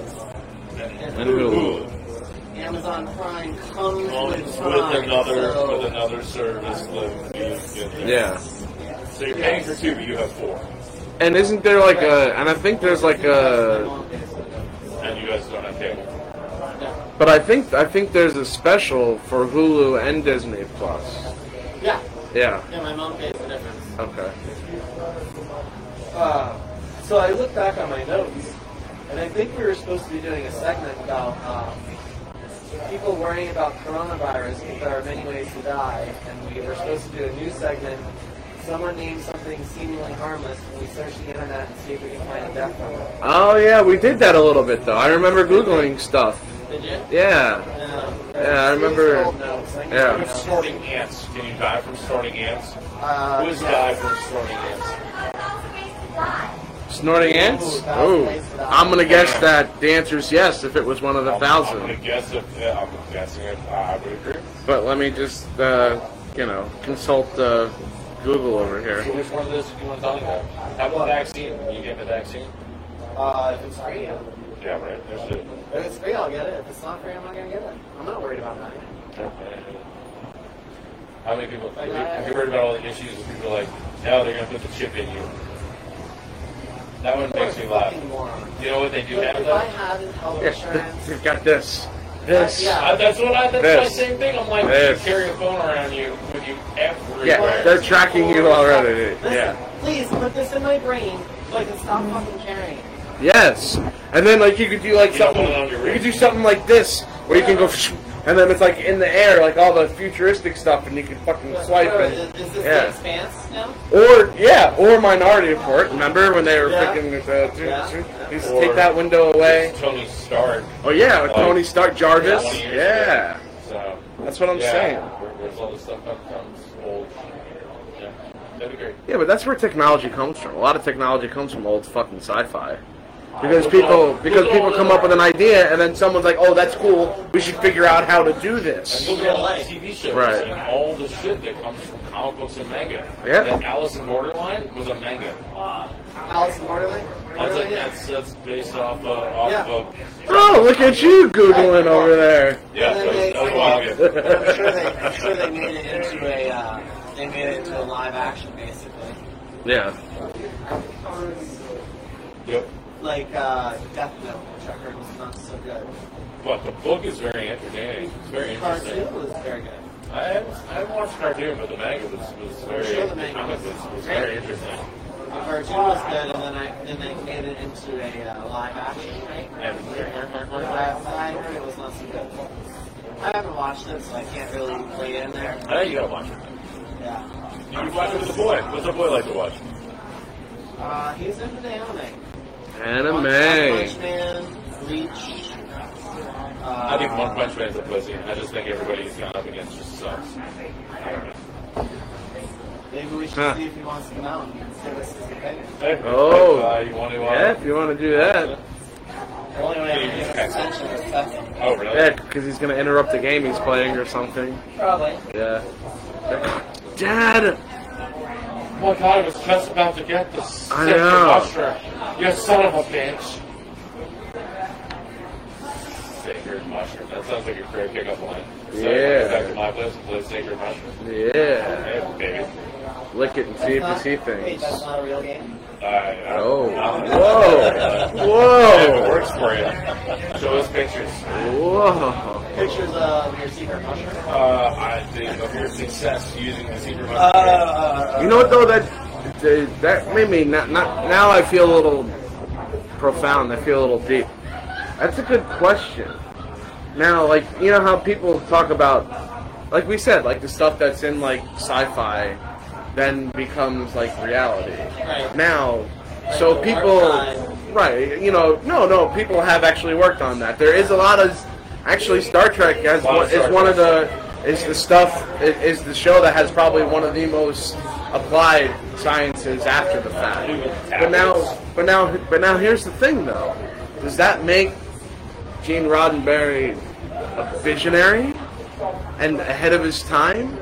[SPEAKER 7] And
[SPEAKER 2] and
[SPEAKER 7] Hulu.
[SPEAKER 3] Hulu.
[SPEAKER 2] Amazon Prime comes
[SPEAKER 3] Comes
[SPEAKER 2] with Prime.
[SPEAKER 3] with another
[SPEAKER 2] so
[SPEAKER 3] with another service that you get there.
[SPEAKER 7] Yeah.
[SPEAKER 3] So you're paying for two, but you have four.
[SPEAKER 7] And isn't there like a? And I think there's like a.
[SPEAKER 3] And you guys don't have cable.
[SPEAKER 7] But I think I think there's a special for Hulu and Disney Plus.
[SPEAKER 2] Yeah,
[SPEAKER 7] Yeah.
[SPEAKER 2] yeah, my mom pays the difference.
[SPEAKER 7] Okay.
[SPEAKER 2] Uh, so I look back on my notes, and I think we were supposed to be doing a segment about um, people worrying about coronavirus, but there are many ways to die, and we were supposed to do a new segment. Someone named something seemingly harmless, and we search the internet and see if we can find a death from it.
[SPEAKER 7] Oh yeah, we did that a little bit though. I remember googling stuff.
[SPEAKER 2] Did you?
[SPEAKER 7] Yeah. Yeah, I remember- yeah.
[SPEAKER 3] Who's snorting ants? Can you die from snorting ants?
[SPEAKER 2] Uh,
[SPEAKER 3] Who's died from snorting ants?
[SPEAKER 7] Snorting ants? Ooh. I'm gonna guess that the answer is yes if it was one of the
[SPEAKER 3] I'm- I'm gonna
[SPEAKER 7] thousand.
[SPEAKER 3] guess if yeah, I'm guessing it. I would agree.
[SPEAKER 7] But let me just uh, you know consult uh, Google over
[SPEAKER 3] So
[SPEAKER 7] here.
[SPEAKER 3] which one of those do you want to talk about? How about vaccine? Can you get the vaccine?
[SPEAKER 2] Uh, if it's free, yeah.
[SPEAKER 3] Yeah, right. There's a
[SPEAKER 2] if it's free, I'll get it. If it's not free, I'm not gonna get it. I'm not worried about money.
[SPEAKER 3] How many people? Have you, have you heard about all the issues? with People like now they're gonna put the chip in you. That one makes me laugh.
[SPEAKER 2] Fucking moron.
[SPEAKER 3] You know what they do now?
[SPEAKER 2] if I
[SPEAKER 3] Though?
[SPEAKER 2] hadn't health
[SPEAKER 7] Yeah,
[SPEAKER 2] insurance,
[SPEAKER 7] you've got this. This.
[SPEAKER 2] Yeah.
[SPEAKER 3] Uh, that's what I. That's my
[SPEAKER 7] This.
[SPEAKER 3] same thing. I'm like,
[SPEAKER 7] This.
[SPEAKER 3] you carry a phone around you with you everywhere.
[SPEAKER 7] Yeah, they're tracking you already.
[SPEAKER 2] Listen,
[SPEAKER 7] Yeah.
[SPEAKER 2] Please put this in my brain so I can stop fucking caring.
[SPEAKER 7] Yes. And then like you could do like
[SPEAKER 3] You don't
[SPEAKER 7] something
[SPEAKER 3] put it on your
[SPEAKER 7] you could do
[SPEAKER 3] wrist.
[SPEAKER 7] something like this where you can go and then it's like in the air like all the futuristic stuff and you can fucking swipe
[SPEAKER 2] Bro,
[SPEAKER 7] it.
[SPEAKER 2] Is, is this
[SPEAKER 7] Yeah.
[SPEAKER 2] the expanse now?
[SPEAKER 7] Or yeah, or Minority Report. Remember when they were
[SPEAKER 2] Yeah.
[SPEAKER 7] picking with the two,
[SPEAKER 2] Yeah.
[SPEAKER 7] They used to
[SPEAKER 3] Or-
[SPEAKER 7] take that window away.
[SPEAKER 3] Tony Stark.
[SPEAKER 7] Oh yeah, with
[SPEAKER 3] Oh.
[SPEAKER 7] Tony Stark, Jarvis.
[SPEAKER 3] 20 years
[SPEAKER 7] Yeah.
[SPEAKER 3] ago. So
[SPEAKER 7] that's what I'm
[SPEAKER 3] yeah,
[SPEAKER 7] saying.
[SPEAKER 3] where- Where's all this stuff that comes old? Yeah, that'd be great.
[SPEAKER 7] Yeah, but that's where technology comes from. A lot of technology comes from old fucking sci-fi. Because people because people come up with an idea and then someone's like, "Oh, that's cool. We should figure out how to do this."
[SPEAKER 3] Look at all the TV shows
[SPEAKER 7] Right.
[SPEAKER 3] and all the shit that comes from comic books and manga.
[SPEAKER 7] Yeah.
[SPEAKER 3] That Alice in Borderline was a manga.
[SPEAKER 2] Oh, Alice in Borderland?
[SPEAKER 3] I was like, that's that's based off of off
[SPEAKER 2] Yeah.
[SPEAKER 3] of
[SPEAKER 7] Oh, look at you googling over there.
[SPEAKER 3] yeah.
[SPEAKER 2] And
[SPEAKER 3] That
[SPEAKER 2] then
[SPEAKER 3] was,
[SPEAKER 2] they-
[SPEAKER 3] that was a while ago.
[SPEAKER 2] I'm sure they, I'm sure they made it into a, uh, they made it into a live action basically.
[SPEAKER 7] Yeah.
[SPEAKER 3] Yep.
[SPEAKER 2] Like, uh, Death Note, which I heard was not so good.
[SPEAKER 3] But the book is very entertaining. It's very
[SPEAKER 2] Cartoon
[SPEAKER 3] interesting.
[SPEAKER 2] was very good.
[SPEAKER 3] I haven't, I haven't watched cartoon, but the manga was, was very
[SPEAKER 2] Sure, the
[SPEAKER 3] the
[SPEAKER 2] manga
[SPEAKER 3] comic
[SPEAKER 2] was-
[SPEAKER 3] was, was very interesting.
[SPEAKER 2] The cartoon was good, and then I, and they made it into a, uh, live action, right?
[SPEAKER 3] And
[SPEAKER 2] I, I heard it was not so good. I haven't watched it, so I can't really play in there.
[SPEAKER 3] I think you gotta watch it.
[SPEAKER 2] Yeah.
[SPEAKER 3] You can watch it with the boy. What's the boy like to watch?
[SPEAKER 2] Uh, he's into the anime. One Punch
[SPEAKER 7] Anime.
[SPEAKER 2] Man, Bleach. Uh,
[SPEAKER 3] I think One Punch Man's a pussy. I just think everybody he's gone up against just sucks.
[SPEAKER 2] Maybe we should
[SPEAKER 7] Huh.
[SPEAKER 2] see if he wants to come out and see what's his opinion.
[SPEAKER 3] Hey,
[SPEAKER 7] Oh.
[SPEAKER 3] uh, you want to? Uh,
[SPEAKER 7] Yeah, if you want to do that.
[SPEAKER 2] The only way I can get his attention is second.
[SPEAKER 3] Oh, really?
[SPEAKER 7] Yeah, because he's gonna interrupt the game he's playing or something.
[SPEAKER 2] Probably.
[SPEAKER 7] Yeah. Dad.
[SPEAKER 3] Oh my god, I was just about to get this.
[SPEAKER 7] I know.
[SPEAKER 3] Mushroom. You son of a bitch. Sacred mushroom. That sounds like a great pickup line. So,
[SPEAKER 7] Yeah.
[SPEAKER 3] Back to my place and play sacred mushroom.
[SPEAKER 7] Yeah.
[SPEAKER 3] Hey, baby.
[SPEAKER 7] Lick it and see if you see
[SPEAKER 2] Wait,
[SPEAKER 7] things.
[SPEAKER 2] that's not a real game?
[SPEAKER 3] I, I,
[SPEAKER 7] Oh.
[SPEAKER 3] I- It
[SPEAKER 7] Whoa.
[SPEAKER 3] works for you. Show us pictures.
[SPEAKER 7] Whoa. Whoa.
[SPEAKER 2] Pictures of your secret mushroom?
[SPEAKER 3] Uh, I think of your success using the secret
[SPEAKER 7] Uh,
[SPEAKER 3] mushroom.
[SPEAKER 7] You know what though? That that made me not, not now. I feel a little profound. I feel a little deep. That's a good question. Now, like you know how people talk about, like we said, like the stuff that's in like sci-fi, then becomes like reality.
[SPEAKER 2] Right.
[SPEAKER 7] Now, so
[SPEAKER 2] the
[SPEAKER 7] people,
[SPEAKER 2] dark side.
[SPEAKER 7] right? You know, no, no. People have actually worked on that. There is a lot of actually Star Trek has
[SPEAKER 3] Lot of
[SPEAKER 7] one, is
[SPEAKER 3] Star
[SPEAKER 7] one
[SPEAKER 3] Trek.
[SPEAKER 7] of the is the stuff i- is the show that has probably one of the most applied sciences after the fact. But now, but now, but now, here's the thing though: does that make Gene Roddenberry a visionary and ahead of his time?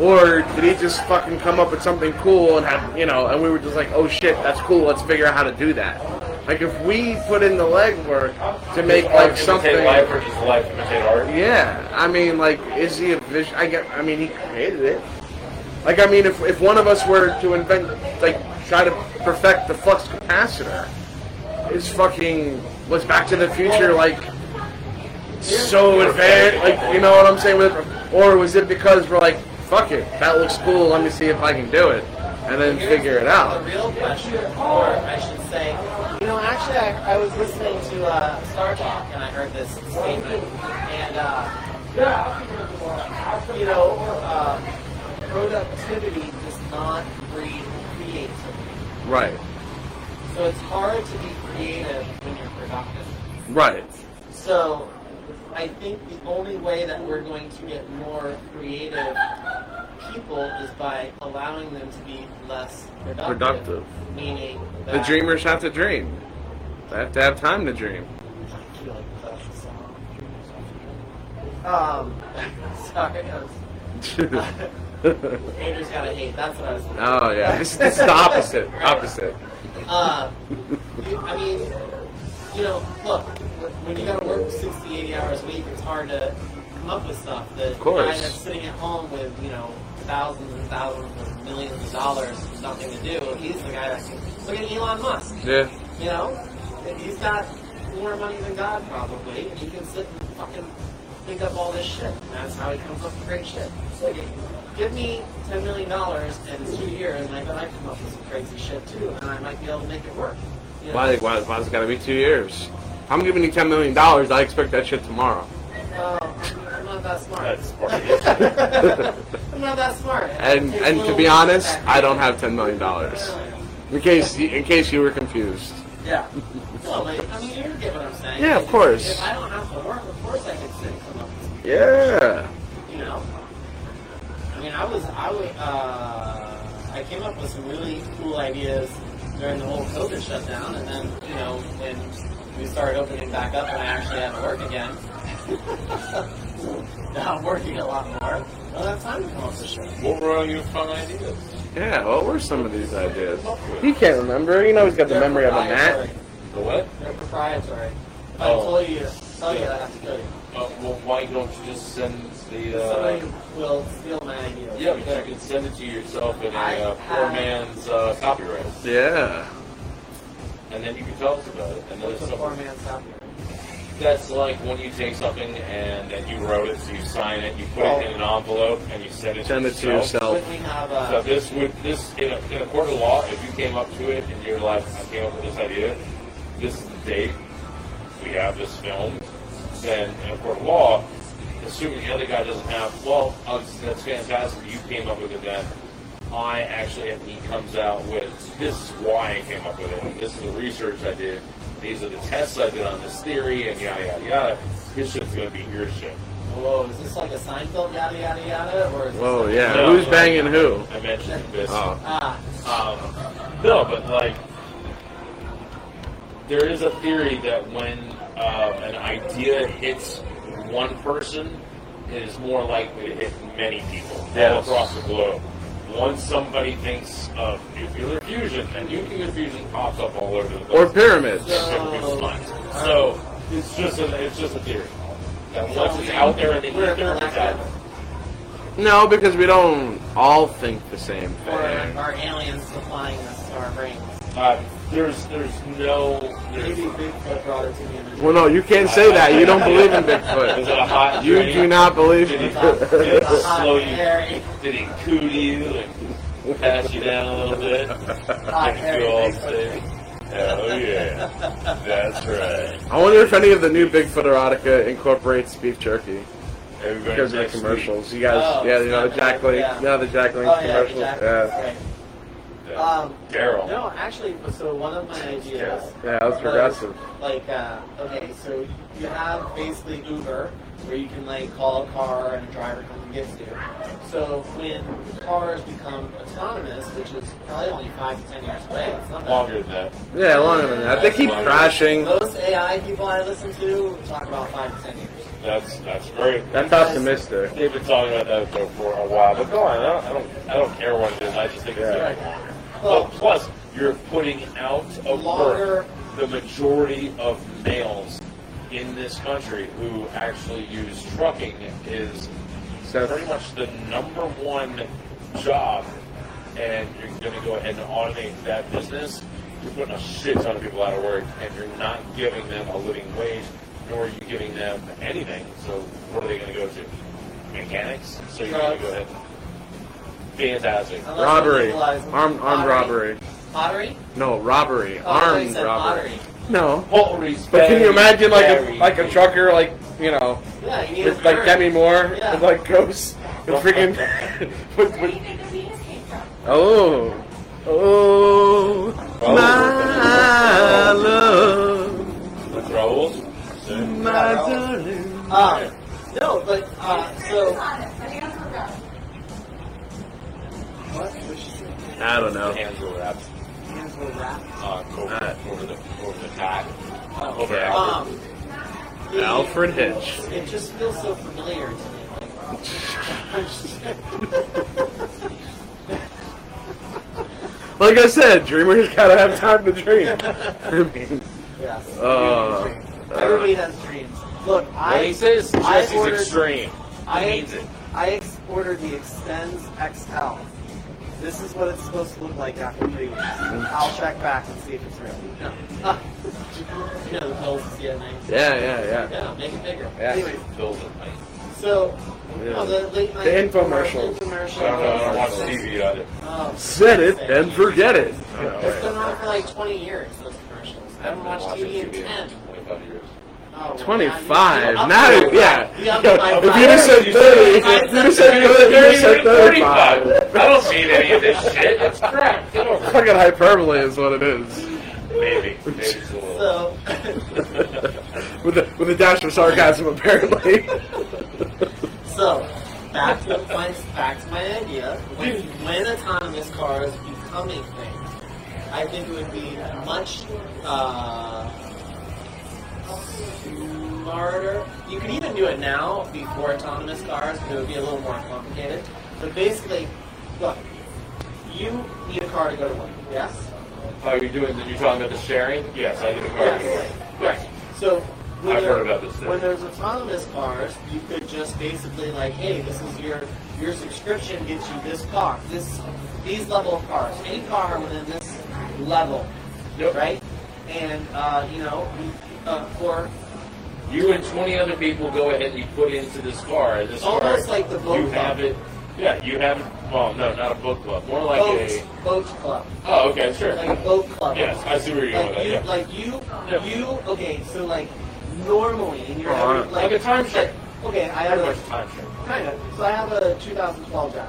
[SPEAKER 7] Or did he just fucking come up with something cool and have, you know, and we were just like, oh shit, that's cool, let's figure out how to do that. Like, if we put in the legwork to make, like, something.
[SPEAKER 3] Imitate life or just life imitate art.
[SPEAKER 7] Yeah, I mean, like, is he a vision? I get. I mean, he created it. Like, I mean, if if one of us were to invent, like, try to perfect the flux capacitor, is fucking was Back to the Future like so advanced? Like, you know what I'm saying? With or was it because we're like, fuck it, that looks cool. Let me see if I can do it, and then figure it
[SPEAKER 2] The
[SPEAKER 7] out.
[SPEAKER 2] real question, or I should say, you know, actually, I, I was listening to uh, Star Talk and I heard this statement, and uh, you know, um, productivity does not breed creativity.
[SPEAKER 7] Right.
[SPEAKER 2] So it's hard to be creative when you're productive.
[SPEAKER 7] Right.
[SPEAKER 2] So I think the only way that we're going to get more creative people is by allowing them to be less productive.
[SPEAKER 7] Productive.
[SPEAKER 2] Meaning
[SPEAKER 7] The
[SPEAKER 2] that-
[SPEAKER 7] dreamers have to dream. They have to have time to dream.
[SPEAKER 2] Um, sorry, I was, Andrew's gotta hate. That's what I was.
[SPEAKER 7] Oh yeah, this, this is the opposite. Opposite.
[SPEAKER 2] Uh, you- I mean, you know, look, when you gotta work 60, 80 hours a week, it's hard to come up with stuff. The
[SPEAKER 7] course.
[SPEAKER 2] guy that's sitting at home with, you know, thousands and thousands and millions of dollars with nothing to do, he's the guy that can. Look at Elon Musk,
[SPEAKER 7] Yeah.
[SPEAKER 2] you know? He's got more money than God, probably, and he can sit and fucking think up all this shit. And that's how he comes up with great shit. It's like, give me $10 million in two years, and I bet I come up with some crazy shit too, and I might be able to make it work. You know?
[SPEAKER 7] Why? Why? Why's it got to be two years? I'm giving you ten million dollars. I expect that shit tomorrow.
[SPEAKER 2] Oh, I'm not that smart.
[SPEAKER 3] That's smart.
[SPEAKER 2] I'm not that smart.
[SPEAKER 7] And
[SPEAKER 2] It takes
[SPEAKER 7] and
[SPEAKER 2] a
[SPEAKER 7] to
[SPEAKER 2] little
[SPEAKER 7] be
[SPEAKER 2] bit of
[SPEAKER 7] honest,
[SPEAKER 2] effort.
[SPEAKER 7] I don't have ten million dollars. In case you- in case you were confused.
[SPEAKER 2] Yeah. Well, like, I mean, you get what I'm saying.
[SPEAKER 7] Yeah, of
[SPEAKER 2] If-
[SPEAKER 7] course.
[SPEAKER 2] If I don't have to work, of course I can sit and come up with
[SPEAKER 7] Yeah.
[SPEAKER 2] you know. I mean, I was, I was, uh, I came up with some really cool ideas during the whole COVID shutdown, and then, you know, when we started opening back up and I actually had to work again, now I'm working a lot more. Well, that's time to come up with shit.
[SPEAKER 3] What were all your fun ideas?
[SPEAKER 7] Yeah. What were some of these ideas? He can't remember. You know he's got the memory of a gnat.
[SPEAKER 3] The what?
[SPEAKER 2] They're proprietary. If
[SPEAKER 3] Oh.
[SPEAKER 2] I told you, tell you, I have to kill you.
[SPEAKER 3] Uh, well, why don't you just send the? Uh,
[SPEAKER 2] Somebody will steal my ideas.
[SPEAKER 3] yeah, but you can send it to yourself in a
[SPEAKER 2] I-
[SPEAKER 3] uh, poor man's uh, copyright,
[SPEAKER 7] Yeah.
[SPEAKER 3] and then you can tell us about it. And then
[SPEAKER 2] It's
[SPEAKER 3] it's
[SPEAKER 2] a poor
[SPEAKER 3] something
[SPEAKER 2] man's copyright.
[SPEAKER 3] that's like when you take something and then you wrote it, so you sign it, you put it in an envelope, and you send it.
[SPEAKER 7] Send
[SPEAKER 3] to
[SPEAKER 7] it to
[SPEAKER 3] yourself.
[SPEAKER 7] yourself.
[SPEAKER 2] But we have,
[SPEAKER 3] So
[SPEAKER 2] uh,
[SPEAKER 3] this would this in a, in a court of law, if you came up to it and you're like, I came up with this idea, this is the date, we have this film, then in a court of law, assuming the other guy doesn't have, well, oh, that's- that's fantastic, you came up with it then. I actually, if he comes out with, this is why I came up with it, this is the research I did, these are the tests I did on this theory, and yada yada yada. His shit's gonna be your shit.
[SPEAKER 2] whoa, is this like a Seinfeld yada yada yada, or is this
[SPEAKER 7] Whoa.
[SPEAKER 2] like-
[SPEAKER 7] Yeah.
[SPEAKER 3] No.
[SPEAKER 7] Who's banging who?
[SPEAKER 3] I mentioned this.
[SPEAKER 7] Oh.
[SPEAKER 2] Ah,
[SPEAKER 3] Um, no, but like, there is a theory that when uh, an idea hits one person, it is more likely to hit many people all
[SPEAKER 7] Yes.
[SPEAKER 3] across the globe. Once somebody thinks of nuclear fusion, and nuclear fusion pops up all over the place.
[SPEAKER 7] Or pyramids.
[SPEAKER 3] So it's just a, it's just a theory. That once it's out there in the ether, it's out there.
[SPEAKER 7] No, because we don't all think the same
[SPEAKER 2] or
[SPEAKER 7] thing.
[SPEAKER 2] are aliens supplying this to our brains?
[SPEAKER 3] Uh, there's there's no there's,
[SPEAKER 2] Maybe Bigfoot brought it to me in a
[SPEAKER 7] Well, no, you can't say that. You don't believe in
[SPEAKER 3] is it a
[SPEAKER 7] Bigfoot.
[SPEAKER 3] hot
[SPEAKER 7] You
[SPEAKER 3] dream?
[SPEAKER 7] do not believe
[SPEAKER 3] Did
[SPEAKER 7] in
[SPEAKER 3] he, did he slow
[SPEAKER 2] Hot,
[SPEAKER 3] you?
[SPEAKER 2] hairy,
[SPEAKER 3] Did he coot you and pat you down a little bit?
[SPEAKER 2] hot,
[SPEAKER 3] Make you
[SPEAKER 2] hairy
[SPEAKER 3] all
[SPEAKER 2] Bigfoot.
[SPEAKER 3] sick? Oh yeah, that's right.
[SPEAKER 7] I wonder if any of the new Bigfoot erotica incorporates beef jerky
[SPEAKER 3] Everybody
[SPEAKER 7] because of the
[SPEAKER 3] next week.
[SPEAKER 7] commercials. You guys,
[SPEAKER 2] Oh,
[SPEAKER 7] yeah, you know
[SPEAKER 2] yeah,
[SPEAKER 7] the Jack Link,
[SPEAKER 2] yeah.
[SPEAKER 7] you know the Jack Link
[SPEAKER 2] Oh yeah,
[SPEAKER 7] commercials.
[SPEAKER 2] exactly.
[SPEAKER 7] Yeah.
[SPEAKER 2] Right.
[SPEAKER 3] Yeah.
[SPEAKER 2] Um,
[SPEAKER 3] Daryl.
[SPEAKER 2] No, actually, so one of my ideas.
[SPEAKER 7] Yeah, that's
[SPEAKER 2] was,
[SPEAKER 7] progressive.
[SPEAKER 2] Like, uh, okay, so you have basically Uber, where you can like call a car and a driver comes and gets you. So when cars become autonomous, which is probably only five to ten years away, it's not that
[SPEAKER 3] Longer than that.
[SPEAKER 7] Yeah, longer than that. They keep crashing.
[SPEAKER 2] Most AI people I listen to talk about five to ten years.
[SPEAKER 3] That's that's great.
[SPEAKER 7] That's optimistic.
[SPEAKER 3] They've been talking about that though for a while, but go on. I don't, I don't, I don't care what it is. I just think it's
[SPEAKER 7] Yeah.
[SPEAKER 3] going longer. Well, plus, you're putting out of
[SPEAKER 2] Longer-
[SPEAKER 3] work the majority of males in this country who actually use trucking is
[SPEAKER 7] So-
[SPEAKER 3] pretty much the number one job, and you're going to go ahead and automate that business. You're putting a shit ton of people out of work, and you're not giving them a living wage, nor are you giving them anything. So what are they going to go to? Mechanics. So you're going to go ahead. and- Fantastic.
[SPEAKER 2] Unless you
[SPEAKER 7] Robbery.
[SPEAKER 2] legalize
[SPEAKER 7] Armed, armed robbery.
[SPEAKER 2] Pottery?
[SPEAKER 7] No, robbery.
[SPEAKER 2] Oh, I thought you
[SPEAKER 7] Armed
[SPEAKER 2] said
[SPEAKER 7] robbery.
[SPEAKER 2] pottery.
[SPEAKER 7] No.
[SPEAKER 3] Pottery's
[SPEAKER 7] But can you
[SPEAKER 3] very,
[SPEAKER 7] imagine like a
[SPEAKER 3] very
[SPEAKER 7] like a trucker like you know
[SPEAKER 2] Yeah, you need
[SPEAKER 7] with,
[SPEAKER 2] a
[SPEAKER 7] like
[SPEAKER 2] bird.
[SPEAKER 7] Demi Moore
[SPEAKER 2] Yeah.
[SPEAKER 7] and like goes and freaking with,
[SPEAKER 5] Where do
[SPEAKER 7] with,
[SPEAKER 5] you think the penis came from?
[SPEAKER 7] oh oh my love
[SPEAKER 3] With Raoul's?
[SPEAKER 7] my darling.
[SPEAKER 2] Uh, no, but uh, so
[SPEAKER 5] I think I'm from Rome.
[SPEAKER 7] I don't know.
[SPEAKER 3] Hands were wrapped.
[SPEAKER 2] hands were wrapped.
[SPEAKER 3] Uh, over, over the over the top. over
[SPEAKER 7] Okay.
[SPEAKER 3] Alfred.
[SPEAKER 2] Um, it-
[SPEAKER 7] Alfred Hitch.
[SPEAKER 2] It just feels so familiar to me.
[SPEAKER 7] Like I said, dreamers gotta have time to dream. I mean,
[SPEAKER 2] Yes.
[SPEAKER 7] Uh,
[SPEAKER 2] Everybody has dreams. Look,
[SPEAKER 3] When he
[SPEAKER 2] I
[SPEAKER 3] says Jesse's
[SPEAKER 2] ordered-
[SPEAKER 3] extreme,
[SPEAKER 2] I
[SPEAKER 3] he means it.
[SPEAKER 2] I ex- ordered the Extends XL. This is what it's supposed to look like after three weeks. I'll check back and see if it's real. No. you know the pills is yeah, nice.
[SPEAKER 7] yeah, yeah, yeah.
[SPEAKER 2] Yeah, make it bigger.
[SPEAKER 7] Yeah.
[SPEAKER 2] Anyway,
[SPEAKER 3] Build it, mate.
[SPEAKER 2] so you know, the late night
[SPEAKER 7] infomercial.
[SPEAKER 2] infomercial.
[SPEAKER 3] I don't know. I don't watch TV either.
[SPEAKER 2] Oh,
[SPEAKER 7] Said it and forget it.
[SPEAKER 2] It's been on for like 20 years, those commercials. I haven't watched
[SPEAKER 3] watching
[SPEAKER 2] TV in
[SPEAKER 3] TV
[SPEAKER 2] 10.
[SPEAKER 3] in 25 years.
[SPEAKER 2] Oh,
[SPEAKER 7] Twenty-five.
[SPEAKER 2] well,
[SPEAKER 7] Now,
[SPEAKER 2] you- you upped
[SPEAKER 7] yeah.
[SPEAKER 2] You upped
[SPEAKER 7] Yo,
[SPEAKER 2] it by
[SPEAKER 7] if
[SPEAKER 2] five.
[SPEAKER 7] you'd have said
[SPEAKER 3] You
[SPEAKER 7] thirty,
[SPEAKER 3] said
[SPEAKER 7] if you'd have said
[SPEAKER 3] You're
[SPEAKER 7] thirty, you'd have said
[SPEAKER 3] 35.
[SPEAKER 7] thirty-five.
[SPEAKER 3] I don't see any of this shit. It's crap. Get over it.
[SPEAKER 7] Fucking hyperbole is what it is,
[SPEAKER 3] Maybe. Maybe it's a little.
[SPEAKER 2] So,
[SPEAKER 7] with a, with a dash of sarcasm, apparently.
[SPEAKER 2] so back to my back to my idea. When, when autonomous cars become a thing, I think it would be much uh, smarter. You could even do it now before autonomous cars, but it would be a little more complicated. But basically, look, you need a car to go to work. Yes.
[SPEAKER 3] Are you doing? You're talking about the sharing? Yes, I did a car.
[SPEAKER 2] Yes. Right. So when
[SPEAKER 3] I've
[SPEAKER 2] there-
[SPEAKER 3] heard about this thing.
[SPEAKER 2] When there's autonomous cars, you could just basically like, hey, this is your your subscription gets you this car, this these level of cars, any car within this level,
[SPEAKER 3] Yep.
[SPEAKER 2] right? And uh, you know, we, uh, for
[SPEAKER 3] You and 20 other people go ahead and you put into this car. and This
[SPEAKER 2] Almost
[SPEAKER 3] car,
[SPEAKER 2] like the boat
[SPEAKER 3] You
[SPEAKER 2] club.
[SPEAKER 3] have it. Yeah, you have it. Well, no, not a book club. More like
[SPEAKER 2] boats,
[SPEAKER 3] a.
[SPEAKER 2] boat club,
[SPEAKER 3] Oh, okay, sure.
[SPEAKER 2] like a boat club.
[SPEAKER 3] Yes, I see where you're going with
[SPEAKER 2] Like
[SPEAKER 3] that.
[SPEAKER 2] you,
[SPEAKER 3] Yeah.
[SPEAKER 2] like you,
[SPEAKER 3] Yeah.
[SPEAKER 2] you. Okay, so like normally in your
[SPEAKER 7] Oh, I-
[SPEAKER 2] every-
[SPEAKER 3] Like a timeshare.
[SPEAKER 2] Okay, I have
[SPEAKER 3] Pretty
[SPEAKER 2] a
[SPEAKER 3] much timeshare.
[SPEAKER 2] kind of. So I have a 2012 job.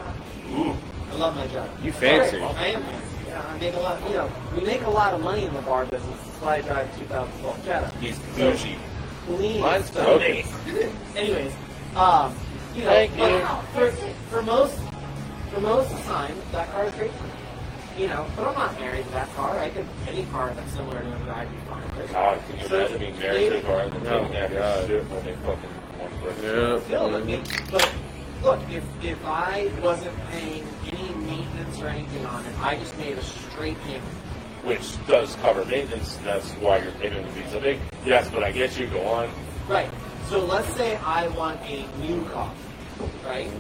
[SPEAKER 3] Ooh.
[SPEAKER 2] I love my job.
[SPEAKER 7] You fancy.
[SPEAKER 2] I am. fancy. Yeah, I make a lot. You know, we make a lot of money in the bar business. That's why I drive 2012 Jetta.
[SPEAKER 3] He's bougie.
[SPEAKER 2] Please.
[SPEAKER 3] Okay.
[SPEAKER 2] Anyways, um, you know,
[SPEAKER 3] Thank
[SPEAKER 2] but
[SPEAKER 3] you.
[SPEAKER 2] For, for most, for most of the time, that car is great. for me. You know, but I'm not married to that car. I could any car that's similar to it, I'd be fine. with.
[SPEAKER 3] God, can you imagine being married to a car and then
[SPEAKER 7] Oh,
[SPEAKER 3] taking that
[SPEAKER 7] God.
[SPEAKER 3] shit when they fucking want to break it?
[SPEAKER 2] No, I
[SPEAKER 7] Yeah.
[SPEAKER 2] mean, but look, if, if I wasn't paying any maintenance or anything on it, I just made a straight payment.
[SPEAKER 3] Which does cover maintenance, and that's why your payment would be so big. Yes, but I get you. Go on.
[SPEAKER 2] Right. So let's say I want a new car, right?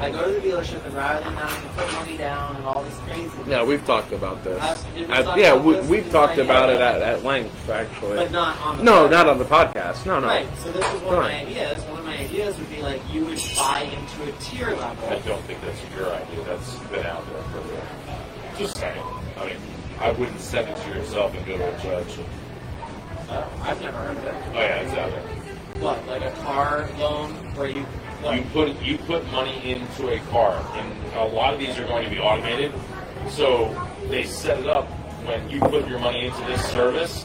[SPEAKER 2] I go to the dealership and rather than having to put money down and all this crazy,
[SPEAKER 7] Yeah, we've talked about this.
[SPEAKER 2] Uh, did we
[SPEAKER 7] Uh,
[SPEAKER 2] talk
[SPEAKER 7] yeah,
[SPEAKER 2] about
[SPEAKER 7] we,
[SPEAKER 2] this?
[SPEAKER 7] we've
[SPEAKER 2] Did
[SPEAKER 7] talked
[SPEAKER 2] I-
[SPEAKER 7] about it at, at length, actually.
[SPEAKER 2] but not on the
[SPEAKER 7] No,
[SPEAKER 2] car.
[SPEAKER 7] not on the podcast. No, no.
[SPEAKER 2] Right. So this is one of my
[SPEAKER 7] Right.
[SPEAKER 2] ideas. One of my ideas would be like you would buy into a tier
[SPEAKER 3] I
[SPEAKER 2] level.
[SPEAKER 3] don't think that's your idea. That's been out there for a while. Just saying. I mean, I wouldn't send it to yourself and go to a judge.
[SPEAKER 2] Uh, I've never heard of it.
[SPEAKER 3] Oh yeah, it's out there.
[SPEAKER 2] What, like a car loan where you what,
[SPEAKER 3] You put you put money into a car, and a lot of these are going to be automated. So they set it up when you put your money into this service.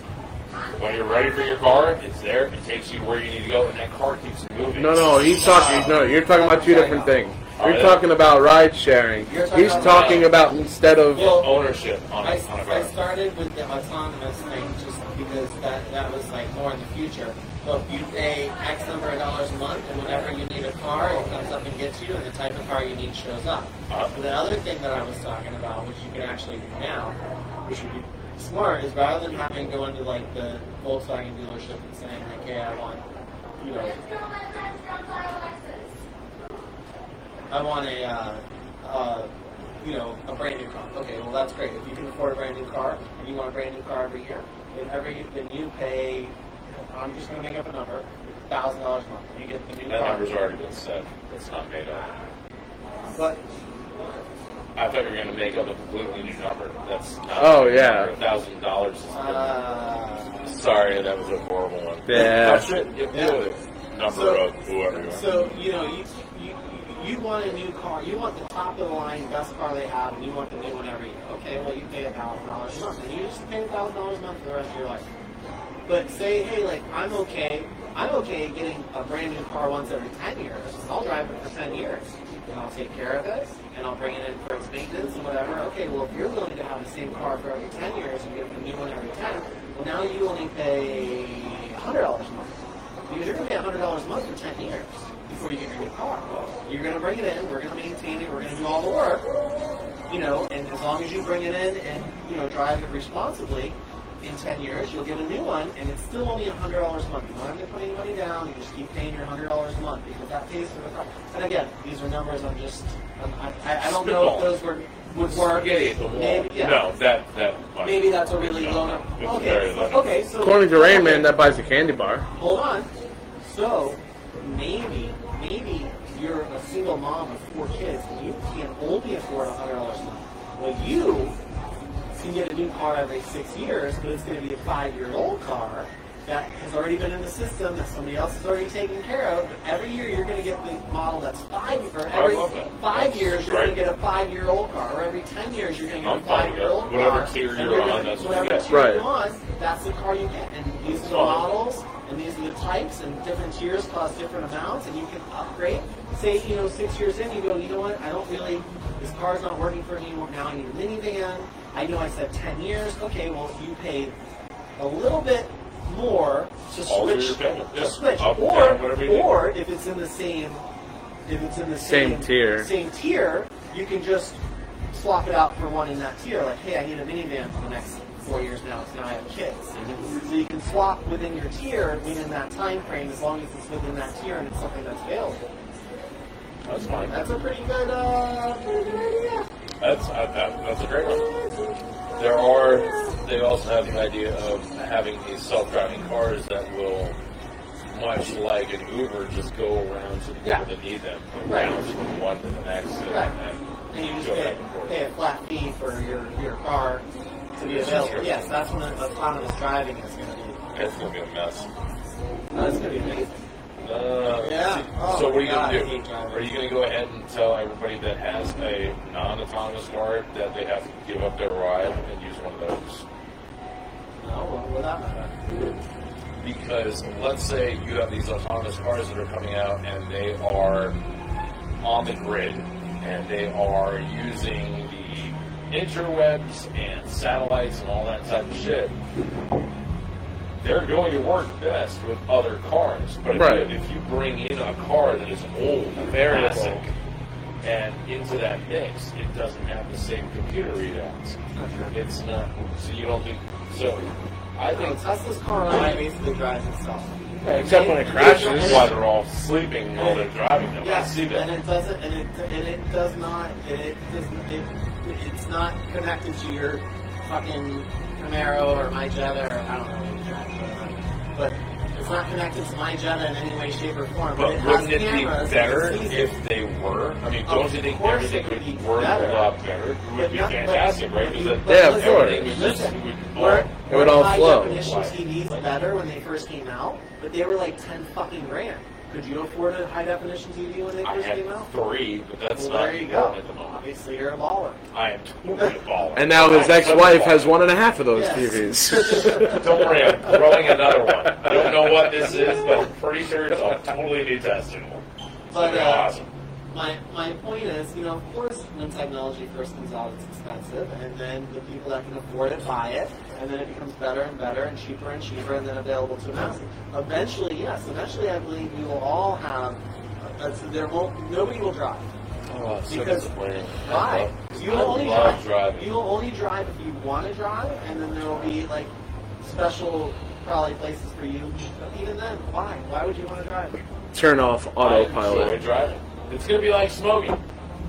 [SPEAKER 3] When you're ready for your card, it's there. It takes you where you need to go, and that card keeps moving.
[SPEAKER 7] No, no, he's talking. No, you're talking about two different things. You're talking about ride sharing.
[SPEAKER 2] You're talking
[SPEAKER 7] He's
[SPEAKER 2] about-
[SPEAKER 7] talking about instead of
[SPEAKER 2] Well,
[SPEAKER 3] ownership on
[SPEAKER 2] I,
[SPEAKER 3] a, on a
[SPEAKER 2] I
[SPEAKER 3] card.
[SPEAKER 2] started with the autonomous thing just because that, that was like more in the future. So if you pay X number of dollars a month and whenever you need a car, it comes up and gets you and the type of car you need shows up. But the other thing that I was talking about, which you can actually do now, which would be smart, is rather than having to go into like the Volkswagen dealership and saying like, hey, I want, you know, I want a, uh, uh, you know, a brand new car. Okay, well that's great. If you can afford a brand new car and you want a brand new car every year, then every then you pay. I'm just gonna make up a number. Thousand dollars a month. You get the new
[SPEAKER 3] That
[SPEAKER 2] car.
[SPEAKER 3] number's already been set. It's not made up.
[SPEAKER 2] But
[SPEAKER 3] I thought you were going to make up a completely new number. That's not
[SPEAKER 7] Oh, yeah.
[SPEAKER 3] thousand dollars. is different.
[SPEAKER 2] uh,
[SPEAKER 3] Sorry, that was a horrible one.
[SPEAKER 7] Yeah.
[SPEAKER 3] That's it. Get rid of it. Number
[SPEAKER 2] So-
[SPEAKER 3] of whoever. You are.
[SPEAKER 2] so you know you, you you want a new car. You want the top of the line best car they have, and you want the new one every year. Okay, well you pay a thousand dollars a month, and you just pay a thousand dollars a month for the rest of your life. But say, hey, like I'm okay. I'm okay getting a brand new car once every ten years. I'll drive it for ten years, and I'll take care of it, and I'll bring it in for its maintenance and whatever. Okay, well if you're willing to have the same car for every ten years and get the new one every ten, well now you only pay hundred dollars a month because you're going to pay hundred dollars a month for ten years before you get your new car. You're going to bring it in. We're going to maintain it. We're going to do all the work. You know, and as long as you bring it in and you know drive it responsibly, in ten years you'll get a new one, and it's still only hundred dollars a month. You don't have to put any money down. You just keep paying your hundred dollars a month because that pays for the car. And again, these are numbers. I'm just. I'm, I, I I don't know if those were would work.
[SPEAKER 3] Spaghetti at the wall.
[SPEAKER 2] Maybe, yeah.
[SPEAKER 3] No, that that. Much.
[SPEAKER 2] Maybe that's a really
[SPEAKER 3] No,
[SPEAKER 2] low
[SPEAKER 3] it's
[SPEAKER 2] number.
[SPEAKER 3] very
[SPEAKER 2] Okay.
[SPEAKER 3] low.
[SPEAKER 2] Okay. So
[SPEAKER 7] according to Rain Man, that buys a candy bar.
[SPEAKER 2] hold on. So maybe, maybe you're a single mom with four kids and you can only afford a hundred dollars a month. Well, you can get a new car every six years, but it's going to be a five-year-old car that has already been in the system that somebody else has already taken care of. But every year you're going to get the model that's five. Or every
[SPEAKER 3] love that.
[SPEAKER 2] five years you're going
[SPEAKER 3] Right.
[SPEAKER 2] to get a five-year-old car, or every ten years you're going to get
[SPEAKER 3] I'm
[SPEAKER 2] a
[SPEAKER 3] fine with that.
[SPEAKER 2] five-year-old
[SPEAKER 3] Whatever
[SPEAKER 2] car.
[SPEAKER 3] tier
[SPEAKER 2] and
[SPEAKER 3] you're
[SPEAKER 2] you're
[SPEAKER 3] on,
[SPEAKER 2] gonna-
[SPEAKER 3] that's what you
[SPEAKER 2] whatever
[SPEAKER 3] get.
[SPEAKER 2] tier
[SPEAKER 7] Right.
[SPEAKER 2] you're on, that's the car you get. And these are the
[SPEAKER 3] Solid.
[SPEAKER 2] models, and these are the types, and different tiers cost different amounts, and you can upgrade. Say, you know, six years in, you go, you know what, I don't really, this car's not working for me anymore, now I need a minivan. I know I said 10 years, okay, well, if you paid a little bit more to
[SPEAKER 3] Alter your
[SPEAKER 2] switch,
[SPEAKER 3] opinion.
[SPEAKER 2] to
[SPEAKER 3] Yeah.
[SPEAKER 2] switch.
[SPEAKER 3] Up,
[SPEAKER 2] or,
[SPEAKER 3] down, whatever you do.
[SPEAKER 2] or if it's in the same, if it's in the
[SPEAKER 7] Same tier.
[SPEAKER 2] same tier, you can just swap it out for one in that tier. Like, hey, I need a minivan for the next four years now because now I have kids. So you can swap within your tier within that time frame as long as it's within that tier and it's something that's available.
[SPEAKER 3] That's fine.
[SPEAKER 2] That's a pretty good, uh, pretty good idea.
[SPEAKER 3] That's I, that, that's a great one. There are. They also have the idea of having these self-driving cars that will, much like an Uber, just go around to the people
[SPEAKER 2] Yeah.
[SPEAKER 3] that need them,
[SPEAKER 2] Right.
[SPEAKER 3] around from one to the next, and,
[SPEAKER 2] Right.
[SPEAKER 3] and
[SPEAKER 2] And you just
[SPEAKER 3] go
[SPEAKER 2] pay,
[SPEAKER 3] back and forth.
[SPEAKER 2] pay a flat fee for your, your car to be available. Yes, that's when autonomous driving is going to be.
[SPEAKER 3] It's gonna be a mess.
[SPEAKER 2] That's going to be amazing.
[SPEAKER 3] Uh,
[SPEAKER 2] Yeah.
[SPEAKER 3] see-
[SPEAKER 2] Oh
[SPEAKER 3] so what are
[SPEAKER 2] my
[SPEAKER 3] you
[SPEAKER 2] God, I
[SPEAKER 3] gonna
[SPEAKER 2] hate
[SPEAKER 3] do?
[SPEAKER 2] drivers.
[SPEAKER 3] Are you gonna go ahead and tell everybody that has a non-autonomous car that they have to give up their ride and use one of those?
[SPEAKER 2] No, well, well, that matter.
[SPEAKER 3] Because let's say you have these autonomous cars that are coming out and they are on the grid and they are using the interwebs and satellites and all that type of shit. They're going to work best with other cars, but if,
[SPEAKER 7] Right.
[SPEAKER 3] you, if you bring in a car that is old, and
[SPEAKER 7] Variable.
[SPEAKER 3] classic, and into that mix, it doesn't have the same computer readouts. It's not, so you don't think. So I
[SPEAKER 2] So
[SPEAKER 3] think
[SPEAKER 2] Tesla's car line basically drives itself.
[SPEAKER 7] Except when it
[SPEAKER 3] That's
[SPEAKER 7] crashes.
[SPEAKER 3] why they're all sleeping while they're driving them. I
[SPEAKER 2] Yes,
[SPEAKER 3] see
[SPEAKER 2] and
[SPEAKER 3] that.
[SPEAKER 2] it doesn't, and it, and it does not, and it does, it, it's not connected to your fucking Camaro or my Jetta or I don't know what you drive, but it's not connected to my Jetta in any way, shape, or form. But, it
[SPEAKER 3] But
[SPEAKER 2] has
[SPEAKER 3] wouldn't it be
[SPEAKER 2] cameras,
[SPEAKER 3] better
[SPEAKER 2] and it sees it.
[SPEAKER 3] if they were? I mean,
[SPEAKER 2] Of
[SPEAKER 3] don't you think
[SPEAKER 2] course
[SPEAKER 3] everything
[SPEAKER 2] it
[SPEAKER 3] would
[SPEAKER 2] would
[SPEAKER 3] be
[SPEAKER 2] be
[SPEAKER 3] worth a
[SPEAKER 2] better.
[SPEAKER 3] lot better? It would
[SPEAKER 2] But
[SPEAKER 3] be
[SPEAKER 2] not- but-
[SPEAKER 3] fantastic, right? Because
[SPEAKER 2] but
[SPEAKER 7] Yeah, of
[SPEAKER 2] listen,
[SPEAKER 7] course.
[SPEAKER 3] everything would just
[SPEAKER 2] Listen,
[SPEAKER 3] it would blow.
[SPEAKER 2] weren't-
[SPEAKER 7] It would all
[SPEAKER 2] weren't
[SPEAKER 7] flow.
[SPEAKER 2] High definition TVs better when they first came out, but they were like ten fucking grand. Could you afford a high definition TV when they
[SPEAKER 3] I
[SPEAKER 2] first
[SPEAKER 3] had
[SPEAKER 2] came out?
[SPEAKER 3] three, but that's
[SPEAKER 2] Well,
[SPEAKER 3] not
[SPEAKER 2] there you go.
[SPEAKER 3] at the moment.
[SPEAKER 2] Obviously, you're a baller.
[SPEAKER 3] I am totally a baller.
[SPEAKER 7] And now his
[SPEAKER 3] I'm
[SPEAKER 7] ex-wife
[SPEAKER 3] such a
[SPEAKER 7] has
[SPEAKER 3] baller.
[SPEAKER 7] one and a half of those
[SPEAKER 2] Yes.
[SPEAKER 7] TVs.
[SPEAKER 3] Don't worry, I'm growing another one. I don't know what this is, but I'm pretty sure it's a totally new testicle.
[SPEAKER 2] But
[SPEAKER 3] They're
[SPEAKER 2] uh,
[SPEAKER 3] awesome.
[SPEAKER 2] my my point is, you know, of course, when technology first comes out, it's expensive, and then the people that can afford it buy it, and then it becomes better and better and cheaper and cheaper, and then available to masses. Eventually, yes, eventually, I believe we will all have. Uh, there won't nobody will drive.
[SPEAKER 11] Oh, it's
[SPEAKER 2] Because-
[SPEAKER 11] disappointing.
[SPEAKER 2] Why? You
[SPEAKER 11] I
[SPEAKER 2] will only
[SPEAKER 11] love
[SPEAKER 2] drive.
[SPEAKER 11] driving.
[SPEAKER 2] You will only drive if you want to drive, and then there will be like special probably places for you. But even then, why? Why would you want to drive?
[SPEAKER 7] Turn off
[SPEAKER 3] I enjoy
[SPEAKER 7] autopilot.
[SPEAKER 3] driving. It's gonna be like smoking.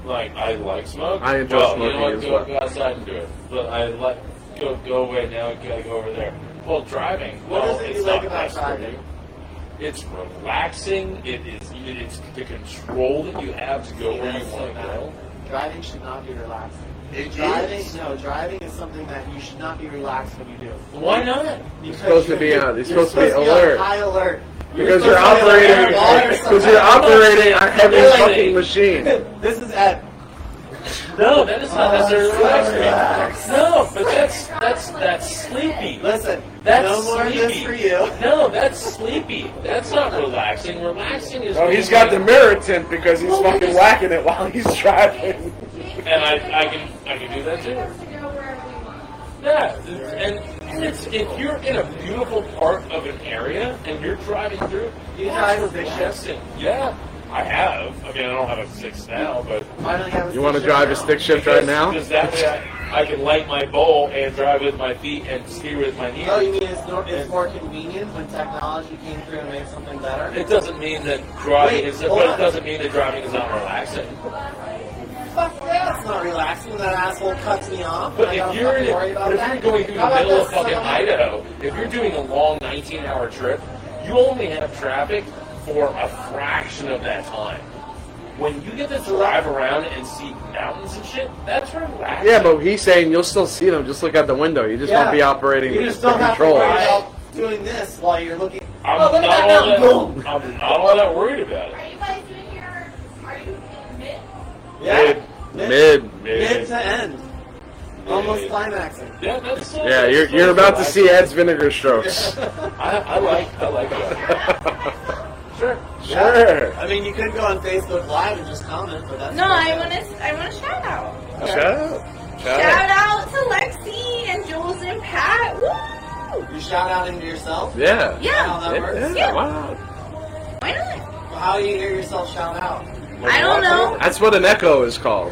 [SPEAKER 3] Like I like smoking.
[SPEAKER 7] I enjoy
[SPEAKER 3] well,
[SPEAKER 7] smoking
[SPEAKER 3] You know what?
[SPEAKER 7] as
[SPEAKER 3] go,
[SPEAKER 7] well.
[SPEAKER 3] go outside and do it. But I like go go away now. Gotta go over there. Well, driving.
[SPEAKER 2] What
[SPEAKER 3] well,
[SPEAKER 2] is it
[SPEAKER 3] it's
[SPEAKER 2] you like
[SPEAKER 3] not
[SPEAKER 2] about
[SPEAKER 3] nice for
[SPEAKER 2] driving?
[SPEAKER 3] you. It's relaxing. It is. It's the control that you have to go where you
[SPEAKER 2] That's so
[SPEAKER 3] want to
[SPEAKER 2] bad.
[SPEAKER 3] go.
[SPEAKER 2] Driving should not be relaxing.
[SPEAKER 3] It
[SPEAKER 2] driving,
[SPEAKER 3] is.
[SPEAKER 2] no, driving is something that you should not be relaxed when you do.
[SPEAKER 3] Why not?
[SPEAKER 2] You're
[SPEAKER 7] supposed to be on- you're supposed to be alert.
[SPEAKER 2] high alert.
[SPEAKER 7] Because
[SPEAKER 2] You're
[SPEAKER 7] you're
[SPEAKER 2] supposed to be like a dog or
[SPEAKER 7] operating, because you're operating a heavy
[SPEAKER 3] Really?
[SPEAKER 7] fucking machine.
[SPEAKER 2] This is at
[SPEAKER 3] No, that is not necessarily
[SPEAKER 2] so relaxed.
[SPEAKER 3] relaxing. No, but that's that's that's sleepy.
[SPEAKER 2] listen.
[SPEAKER 3] That's
[SPEAKER 2] no more of this
[SPEAKER 3] sleepy.
[SPEAKER 2] for you.
[SPEAKER 3] No, that's sleepy. That's not relaxing. Relaxing is.
[SPEAKER 7] Oh, he's got the mirror tint because he's fucking whacking it while he's driving.
[SPEAKER 3] And I, I can, I can do that too.
[SPEAKER 5] To go wherever we want.
[SPEAKER 3] Yeah, and, and it's, if you're in a beautiful part of an area and you're driving through,
[SPEAKER 2] You
[SPEAKER 3] yeah,
[SPEAKER 2] drive a big
[SPEAKER 3] relaxing. Yeah, I have. I mean, I don't have a six now, but
[SPEAKER 2] Finally have a
[SPEAKER 7] You want to
[SPEAKER 2] station
[SPEAKER 7] drive a
[SPEAKER 2] now.
[SPEAKER 7] stick shift right
[SPEAKER 3] because-
[SPEAKER 7] now?
[SPEAKER 3] because that way I, I can light my bowl and drive with my feet and steer with my knees.
[SPEAKER 2] Oh, you mean it's, nor- it's more convenient when technology came through and made something better?
[SPEAKER 3] It doesn't mean that driving
[SPEAKER 2] Wait,
[SPEAKER 3] is,
[SPEAKER 2] hold
[SPEAKER 3] but it
[SPEAKER 2] on.
[SPEAKER 3] doesn't mean that driving is not relaxing.
[SPEAKER 2] Fuck yeah, it's not relaxing when that asshole cuts me off.
[SPEAKER 3] But
[SPEAKER 2] I
[SPEAKER 3] if
[SPEAKER 2] gotta
[SPEAKER 3] you're
[SPEAKER 2] fucking
[SPEAKER 3] in,
[SPEAKER 2] worry about
[SPEAKER 3] but if
[SPEAKER 2] that.
[SPEAKER 3] you're going through
[SPEAKER 2] How
[SPEAKER 3] the
[SPEAKER 2] about
[SPEAKER 3] middle of
[SPEAKER 2] this,
[SPEAKER 3] fucking
[SPEAKER 2] um,
[SPEAKER 3] Idaho, if you're doing a long 19-hour trip, you only have traffic for a fraction of that time. When you get to drive around and see mountains and shit, that's relaxing.
[SPEAKER 7] Yeah, but he's saying you'll still see them. Just look out the window. You just won't be
[SPEAKER 2] Yeah.
[SPEAKER 7] operating
[SPEAKER 2] You
[SPEAKER 7] the
[SPEAKER 2] just don't have to worry
[SPEAKER 7] controls.
[SPEAKER 2] about doing this while you're looking.
[SPEAKER 3] I'm,
[SPEAKER 2] oh, look at
[SPEAKER 3] not
[SPEAKER 2] that
[SPEAKER 3] all
[SPEAKER 2] mountain!
[SPEAKER 3] that, I'm not all that worried about it.
[SPEAKER 5] Are you guys doing your, are you in mid?
[SPEAKER 2] Yeah.
[SPEAKER 7] Mid.
[SPEAKER 2] Mid to end. Almost climaxing.
[SPEAKER 3] Yeah, that's
[SPEAKER 7] Yeah, you're, you're about to see Ed's vinegar strokes.
[SPEAKER 3] I, I like I like that. Sure.
[SPEAKER 7] Sure.
[SPEAKER 2] I mean, you could go on Facebook Live and just comment, but that's
[SPEAKER 13] No, I want to. I want to shout out.
[SPEAKER 7] Shut up.
[SPEAKER 13] Shout out to Lexi and Jules and Pat. Woo!
[SPEAKER 2] You shout out into yourself.
[SPEAKER 7] Yeah.
[SPEAKER 2] How
[SPEAKER 13] Yeah,
[SPEAKER 2] that works.
[SPEAKER 7] Yeah, wow.
[SPEAKER 13] why not?
[SPEAKER 2] How do you hear yourself shout out?
[SPEAKER 13] I don't know.
[SPEAKER 7] That's what an echo is called.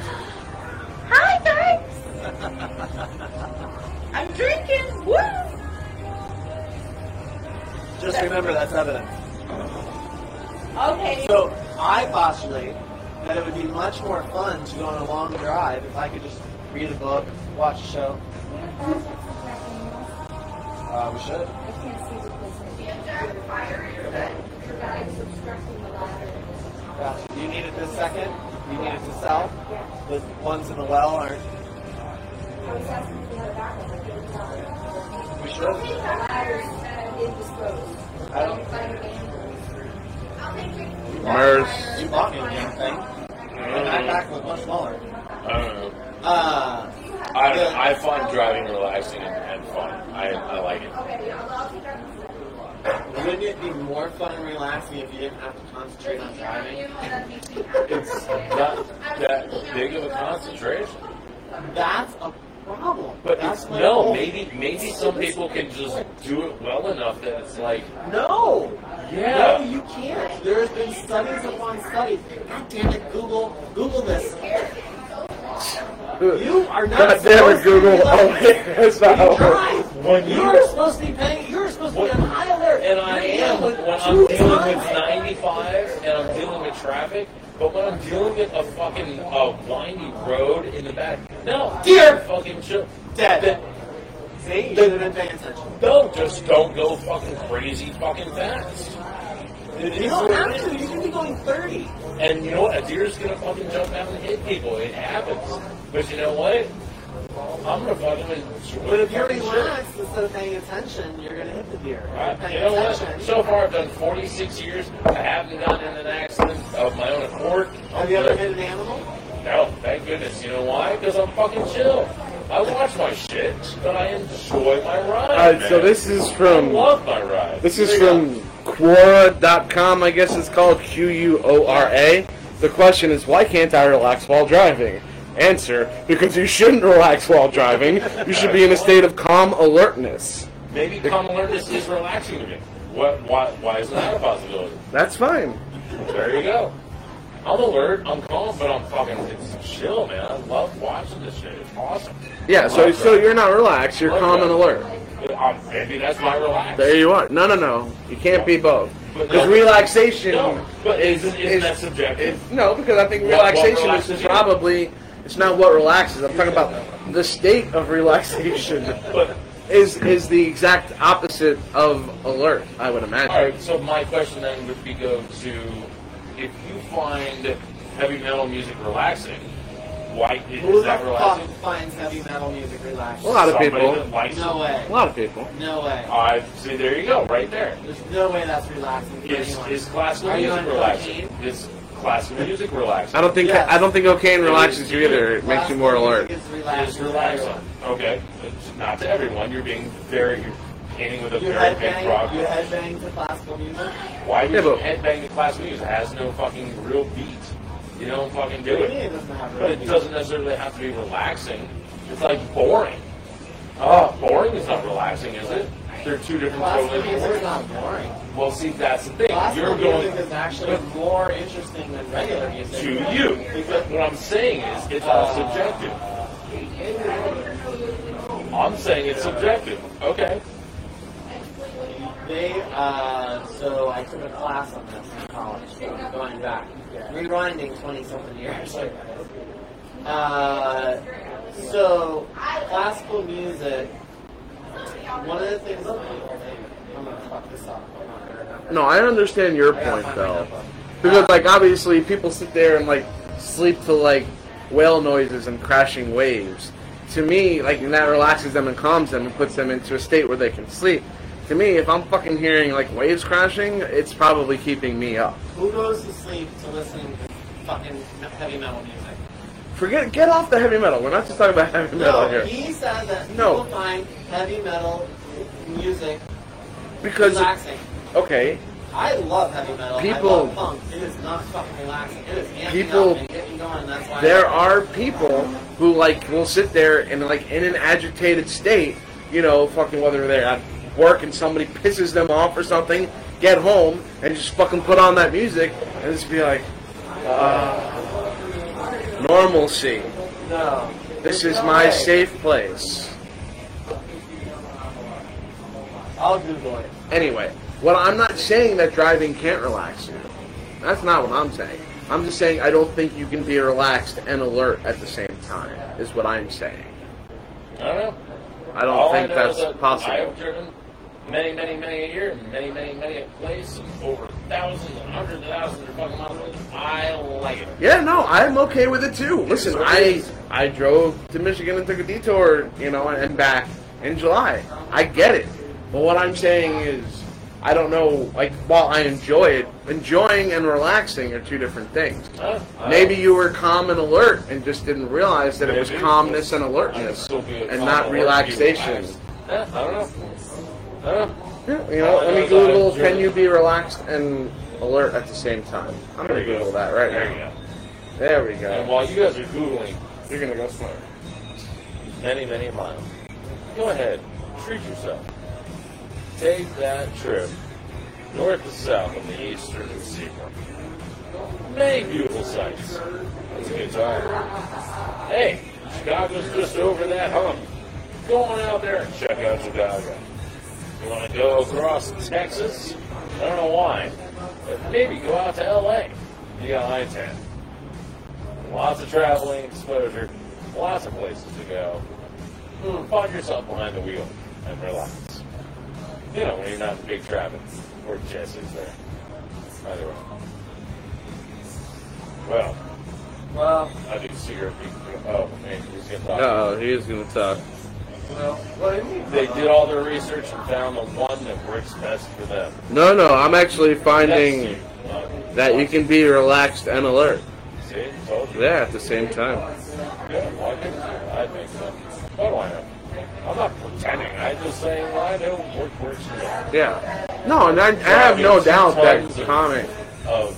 [SPEAKER 13] Hi guys. I'm drinking. Woo!
[SPEAKER 2] Just remember that's evidence.
[SPEAKER 13] Okay.
[SPEAKER 2] So I postulate that it would be much more fun to go on a long drive if I could just read a book, watch a show. Uh, we should. Gotcha. You need it this second. You need it to sell. The ones in the well aren't. We should. I don't.
[SPEAKER 7] MERS.
[SPEAKER 2] You bought me a damn thing. And my back was much smaller.
[SPEAKER 3] I Mm-hmm. don't know.
[SPEAKER 2] Uh,
[SPEAKER 3] I, don't know. I find driving relaxing and, and fun. I, I like it.
[SPEAKER 2] wouldn't it be more fun and relaxing if you didn't have to concentrate on driving?
[SPEAKER 3] It's not that big of a concentration.
[SPEAKER 2] That's a problem.
[SPEAKER 3] But
[SPEAKER 2] That's
[SPEAKER 3] it's,
[SPEAKER 2] my
[SPEAKER 3] no,
[SPEAKER 2] whole-
[SPEAKER 3] maybe maybe some people can just do it well enough that it's like,
[SPEAKER 2] No.
[SPEAKER 3] Yeah.
[SPEAKER 2] No, you can't. There has been studies upon studies. God damn it, Google, Google this. You are not.
[SPEAKER 7] God damn it,
[SPEAKER 2] supposed to be
[SPEAKER 7] Google.
[SPEAKER 2] like-
[SPEAKER 7] Oh, wait, that's not how it works.
[SPEAKER 2] Drive.
[SPEAKER 3] Oh. When you-
[SPEAKER 2] you're supposed to be paying, you're supposed to be on high alert.
[SPEAKER 3] and I
[SPEAKER 2] You're
[SPEAKER 3] am
[SPEAKER 2] dealing with
[SPEAKER 3] when
[SPEAKER 2] two
[SPEAKER 3] I'm dealing with
[SPEAKER 2] times.
[SPEAKER 3] 95 and I'm dealing with traffic, but when I'm dealing with a fucking uh, windy road in the back, no,
[SPEAKER 2] Dear
[SPEAKER 3] fucking chill.
[SPEAKER 2] Dead. See, you should have been paying attention.
[SPEAKER 3] No, just don't go fucking crazy fucking fast. It
[SPEAKER 2] You
[SPEAKER 3] is
[SPEAKER 2] don't
[SPEAKER 3] what it
[SPEAKER 2] have to. You can be going 30.
[SPEAKER 3] And you know what? A deer's gonna fucking jump out and hit people. It happens. But you know what? I'm gonna fuck him and
[SPEAKER 2] But if you're relaxed instead of paying attention, you're gonna hit the deer. If you're
[SPEAKER 3] I-
[SPEAKER 2] paying
[SPEAKER 3] You know what?
[SPEAKER 2] attention-
[SPEAKER 3] So far, I've done 46 years. I haven't gotten in an accident of my own accord.
[SPEAKER 2] Have you ever hit an animal?
[SPEAKER 3] No, thank goodness. You know why? Because I'm fucking chill. I watch my shit, but I enjoy my ride.
[SPEAKER 7] Alright, so
[SPEAKER 3] man.
[SPEAKER 7] this is
[SPEAKER 3] I
[SPEAKER 7] from
[SPEAKER 3] love my ride.
[SPEAKER 7] This is from Quora.com, I guess it's called Q U O R A. The question is why can't I relax while driving? Answer because you shouldn't relax while driving. You should be in a state of calm alertness.
[SPEAKER 3] Maybe common alertness is relaxing to me. What? Why? Why isn't that a possibility?
[SPEAKER 7] That's fine.
[SPEAKER 3] There you go. I'm alert. I'm calm, but I'm fucking it's chill, man. I love watching this shit. It's awesome.
[SPEAKER 7] Yeah, so
[SPEAKER 3] Love
[SPEAKER 7] so
[SPEAKER 3] driving.
[SPEAKER 7] you're not relaxed, you're calm and alert.
[SPEAKER 3] Um, maybe that's my relax.
[SPEAKER 7] There you are. No, no, no. You can't be both.
[SPEAKER 3] But
[SPEAKER 7] Because
[SPEAKER 3] no.
[SPEAKER 7] relaxation
[SPEAKER 3] No, but isn't, isn't
[SPEAKER 7] is-
[SPEAKER 3] that subjective?
[SPEAKER 7] It- no, because I think
[SPEAKER 3] What- what
[SPEAKER 7] relaxation
[SPEAKER 3] relaxes
[SPEAKER 7] is
[SPEAKER 3] you?
[SPEAKER 7] probably it's not what relaxes. I'm talking about the state of relaxation
[SPEAKER 3] But
[SPEAKER 7] is is the exact opposite of alert. I would imagine.
[SPEAKER 3] all right. So my question then would be go to if you find heavy metal music relaxing, why
[SPEAKER 2] Who
[SPEAKER 3] is
[SPEAKER 2] the
[SPEAKER 3] that
[SPEAKER 2] fuck
[SPEAKER 3] relaxing?
[SPEAKER 2] finds heavy metal music relaxing?
[SPEAKER 7] Well, lot of
[SPEAKER 3] Somebody
[SPEAKER 7] people.
[SPEAKER 3] that likes
[SPEAKER 2] No
[SPEAKER 3] it.
[SPEAKER 2] way.
[SPEAKER 7] A lot of people.
[SPEAKER 2] No way.
[SPEAKER 3] I see. There you go. Right there.
[SPEAKER 2] There's no way that's relaxing for
[SPEAKER 3] Is
[SPEAKER 2] anyone.
[SPEAKER 3] is classical
[SPEAKER 2] Are you
[SPEAKER 3] music
[SPEAKER 2] on
[SPEAKER 3] relaxing?
[SPEAKER 2] cocaine?
[SPEAKER 3] Is classical music relaxing?
[SPEAKER 7] I don't think
[SPEAKER 2] Yes.
[SPEAKER 7] I don't think cocaine relaxes you either. It makes
[SPEAKER 2] Classical
[SPEAKER 7] you more
[SPEAKER 2] music
[SPEAKER 7] alert.
[SPEAKER 2] is
[SPEAKER 3] It's
[SPEAKER 2] relaxing.
[SPEAKER 3] relaxing. Okay. It's not to everyone. You're being very, you're painting with a
[SPEAKER 2] You
[SPEAKER 3] very big rock.
[SPEAKER 2] headbang, you headbang to classical music.
[SPEAKER 3] Why would
[SPEAKER 7] Yeah,
[SPEAKER 3] you
[SPEAKER 7] but-
[SPEAKER 3] headbang to classical music? It has no fucking real beat. You don't fucking do
[SPEAKER 2] What do you mean it
[SPEAKER 3] it.
[SPEAKER 2] doesn't have
[SPEAKER 3] But it
[SPEAKER 2] relaxing?
[SPEAKER 3] doesn't necessarily have to be relaxing. It's like boring. Oh, boring is not relaxing, is it? They're two different
[SPEAKER 2] Classical
[SPEAKER 3] totally
[SPEAKER 2] music is
[SPEAKER 3] different.
[SPEAKER 2] not boring.
[SPEAKER 3] Well, see, that's the thing. You're
[SPEAKER 2] Classical
[SPEAKER 3] going
[SPEAKER 2] music is actually more interesting than regular music.
[SPEAKER 3] to you.
[SPEAKER 2] Because
[SPEAKER 3] What I'm saying is, it's
[SPEAKER 7] Uh,
[SPEAKER 3] all subjective. I'm saying it's subjective. Okay.
[SPEAKER 2] they, uh, so I took a class on this in college, going back, rewinding 20 something years. Uh, so, classical music, one of the things that people think, I'm going to fuck this up. I'm not gonna remember.
[SPEAKER 7] No, I understand your
[SPEAKER 2] I gotta
[SPEAKER 7] point
[SPEAKER 2] find my
[SPEAKER 7] though,
[SPEAKER 2] notebook.
[SPEAKER 7] because like obviously people sit there and like sleep to like whale noises and crashing waves. To me, like and that relaxes them and calms them and puts them into a state where they can sleep. To me, if I'm fucking hearing like waves crashing, it's probably keeping me up.
[SPEAKER 2] Who goes to sleep to listening to fucking heavy metal music?
[SPEAKER 7] Forget, get off the heavy metal. We're not just talking about heavy metal
[SPEAKER 2] No,
[SPEAKER 7] here
[SPEAKER 2] he said that
[SPEAKER 7] No.
[SPEAKER 2] people find heavy metal music
[SPEAKER 7] because
[SPEAKER 2] relaxing.
[SPEAKER 7] okay,
[SPEAKER 2] I love heavy metal.
[SPEAKER 7] People-
[SPEAKER 2] I love funk. It is not fucking relaxing. It is amping
[SPEAKER 7] People-
[SPEAKER 2] up and getting going. That's why
[SPEAKER 7] there are people who like will sit there and like in an agitated state, you know, fucking whether they're at work and somebody pisses them off or something, get home and just fucking put on that music and just be like, uh, normalcy.
[SPEAKER 2] no.
[SPEAKER 7] This
[SPEAKER 2] There's
[SPEAKER 7] is
[SPEAKER 2] no
[SPEAKER 7] my
[SPEAKER 2] way.
[SPEAKER 7] safe place.
[SPEAKER 2] I'll Google it.
[SPEAKER 7] Anyway, well, I'm not saying that driving can't relax you. That's not what I'm saying. I'm just saying I don't think you can be relaxed and alert at the same time. Is what I'm saying.
[SPEAKER 3] I don't know.
[SPEAKER 7] I don't
[SPEAKER 3] All
[SPEAKER 7] think
[SPEAKER 3] know
[SPEAKER 7] that's
[SPEAKER 3] is that
[SPEAKER 7] possible.
[SPEAKER 3] I have driven many, many, many a year, many, many, many a place, and over thousands and hundreds of thousands of fucking miles. away. I like it.
[SPEAKER 7] Yeah, no, I'm okay with it too. Listen, I I drove to Michigan and took a detour, you know, and back in July. I get it. But what I'm saying is I don't know like while I enjoy it, enjoying and relaxing are two different things.
[SPEAKER 3] Huh?
[SPEAKER 7] Maybe you were calm and alert and just didn't realize that it was
[SPEAKER 3] Maybe.
[SPEAKER 7] calmness and
[SPEAKER 3] I can
[SPEAKER 7] alertness
[SPEAKER 3] still be a
[SPEAKER 7] and
[SPEAKER 3] calm
[SPEAKER 7] not
[SPEAKER 3] alert,
[SPEAKER 7] relaxation.
[SPEAKER 3] relaxed. Yeah, I don't know. I don't know.
[SPEAKER 7] Yeah, you know, let me Google can you be relaxed and alert at the same time. I'm gonna Google that right
[SPEAKER 3] There you
[SPEAKER 7] now.
[SPEAKER 3] go.
[SPEAKER 7] There we
[SPEAKER 3] And
[SPEAKER 7] go.
[SPEAKER 3] while you guys are googling
[SPEAKER 7] You're gonna go smart.
[SPEAKER 3] many, many miles, go ahead, treat yourself. Take that trip north to south on the eastern seaboard. Many beautiful sights. It's a good time. Hey, Chicago's just over that hump. Go on out there and check out Chicago. You want to go across Texas? I don't know why, but maybe go out to LA. You got I-10. Lots of traveling, exposure, lots of places to go. Hmm, Find yourself behind the wheel and relax. You know, when you're not in big traffic or Jesse's there. Either way. Well,
[SPEAKER 2] Well,
[SPEAKER 3] I do cigarette. Oh, man, he's gonna talk.
[SPEAKER 7] Uh-oh, he is gonna talk.
[SPEAKER 2] well, what do you mean?
[SPEAKER 3] They did all their research and found the one that works best for them.
[SPEAKER 7] No, no, I'm actually
[SPEAKER 3] That's
[SPEAKER 7] finding
[SPEAKER 3] you. Look,
[SPEAKER 7] that you can be relaxed and alert.
[SPEAKER 3] See, told you.
[SPEAKER 7] Yeah, at the same time.
[SPEAKER 3] Yeah, well, I think- I think so. What do I know? I'm not pretending. I just saying well, I know what works for them.
[SPEAKER 7] Yeah. No, and I, I have no doubt that comic.
[SPEAKER 3] of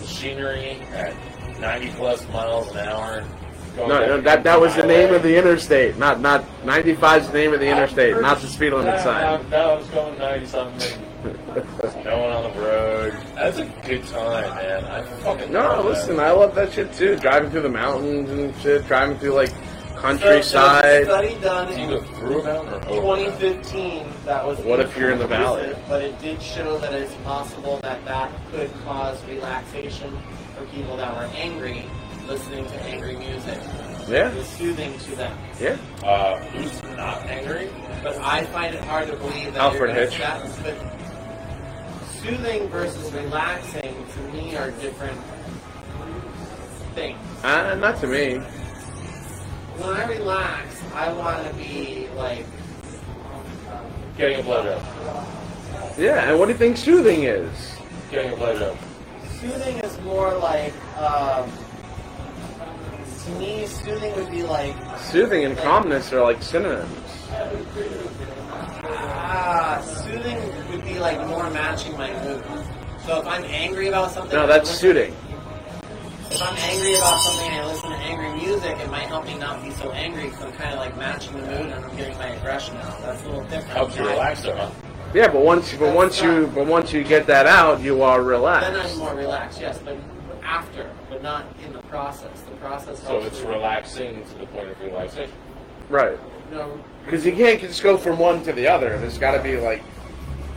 [SPEAKER 3] machinery at 90 plus miles an hour.
[SPEAKER 7] No, no, that that was the name of the interstate. Not not 95's the name of the interstate, not the speed limit sign.
[SPEAKER 3] No, I was going 90 something. no one on the road. That's a good time, man. I fucking
[SPEAKER 7] No,
[SPEAKER 3] love
[SPEAKER 7] listen,
[SPEAKER 3] That.
[SPEAKER 7] I love that shit too. Driving through the mountains and shit, driving through like
[SPEAKER 2] There's a
[SPEAKER 7] countryside.
[SPEAKER 2] study done
[SPEAKER 3] Do
[SPEAKER 2] in
[SPEAKER 3] you go through a mountain or over?
[SPEAKER 2] 2015 that was.
[SPEAKER 7] What if you're in the valley?
[SPEAKER 2] inconclusive, But it did show that it's possible that that could cause relaxation for people that were angry, listening to angry music. It
[SPEAKER 7] Yeah,
[SPEAKER 2] was soothing to them.
[SPEAKER 7] yeah.
[SPEAKER 3] Uh, who's not angry?
[SPEAKER 2] But I find it hard to believe that
[SPEAKER 7] Alfred
[SPEAKER 2] you're gonna
[SPEAKER 7] Hitch.
[SPEAKER 2] That, but soothing versus relaxing to me are different things.
[SPEAKER 7] Uh, not to me.
[SPEAKER 2] When I relax, I want to be like
[SPEAKER 3] Getting a blowjob.
[SPEAKER 7] Yeah, and what do you think soothing is?
[SPEAKER 3] Getting a blowjob.
[SPEAKER 2] Soothing is more like, um, to me, soothing would be like,
[SPEAKER 7] Soothing and calmness are like synonyms.
[SPEAKER 2] ah, soothing would be like more matching my mood. So if I'm angry about something,
[SPEAKER 7] No,
[SPEAKER 2] I
[SPEAKER 7] that's
[SPEAKER 2] listen-
[SPEAKER 7] soothing.
[SPEAKER 2] If I'm angry about something and I listen to angry music, it might help me not be so angry because I'm kind of like matching the mood and I'm getting my aggression out. That's a little different.
[SPEAKER 3] Helps you
[SPEAKER 2] Then I-
[SPEAKER 3] relax, though, huh?
[SPEAKER 7] Yeah, but once but once you but once you get that out, you are
[SPEAKER 2] Then I'm
[SPEAKER 7] relaxed.
[SPEAKER 2] more relaxed, yes, but after, but not in the process. The process
[SPEAKER 3] So
[SPEAKER 2] helps
[SPEAKER 3] it's
[SPEAKER 2] me-
[SPEAKER 3] relaxing to the point of relaxation.
[SPEAKER 7] Right.
[SPEAKER 2] No,
[SPEAKER 7] Because you can't just go from one to the other. There's got to be like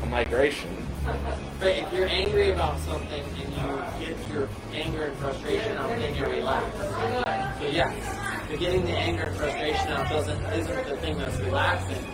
[SPEAKER 7] a migration.
[SPEAKER 2] But if you're angry about something and you get your anger and frustration out, then you relax. So yes, but getting the anger and frustration out doesn't isn't the thing that's relaxing.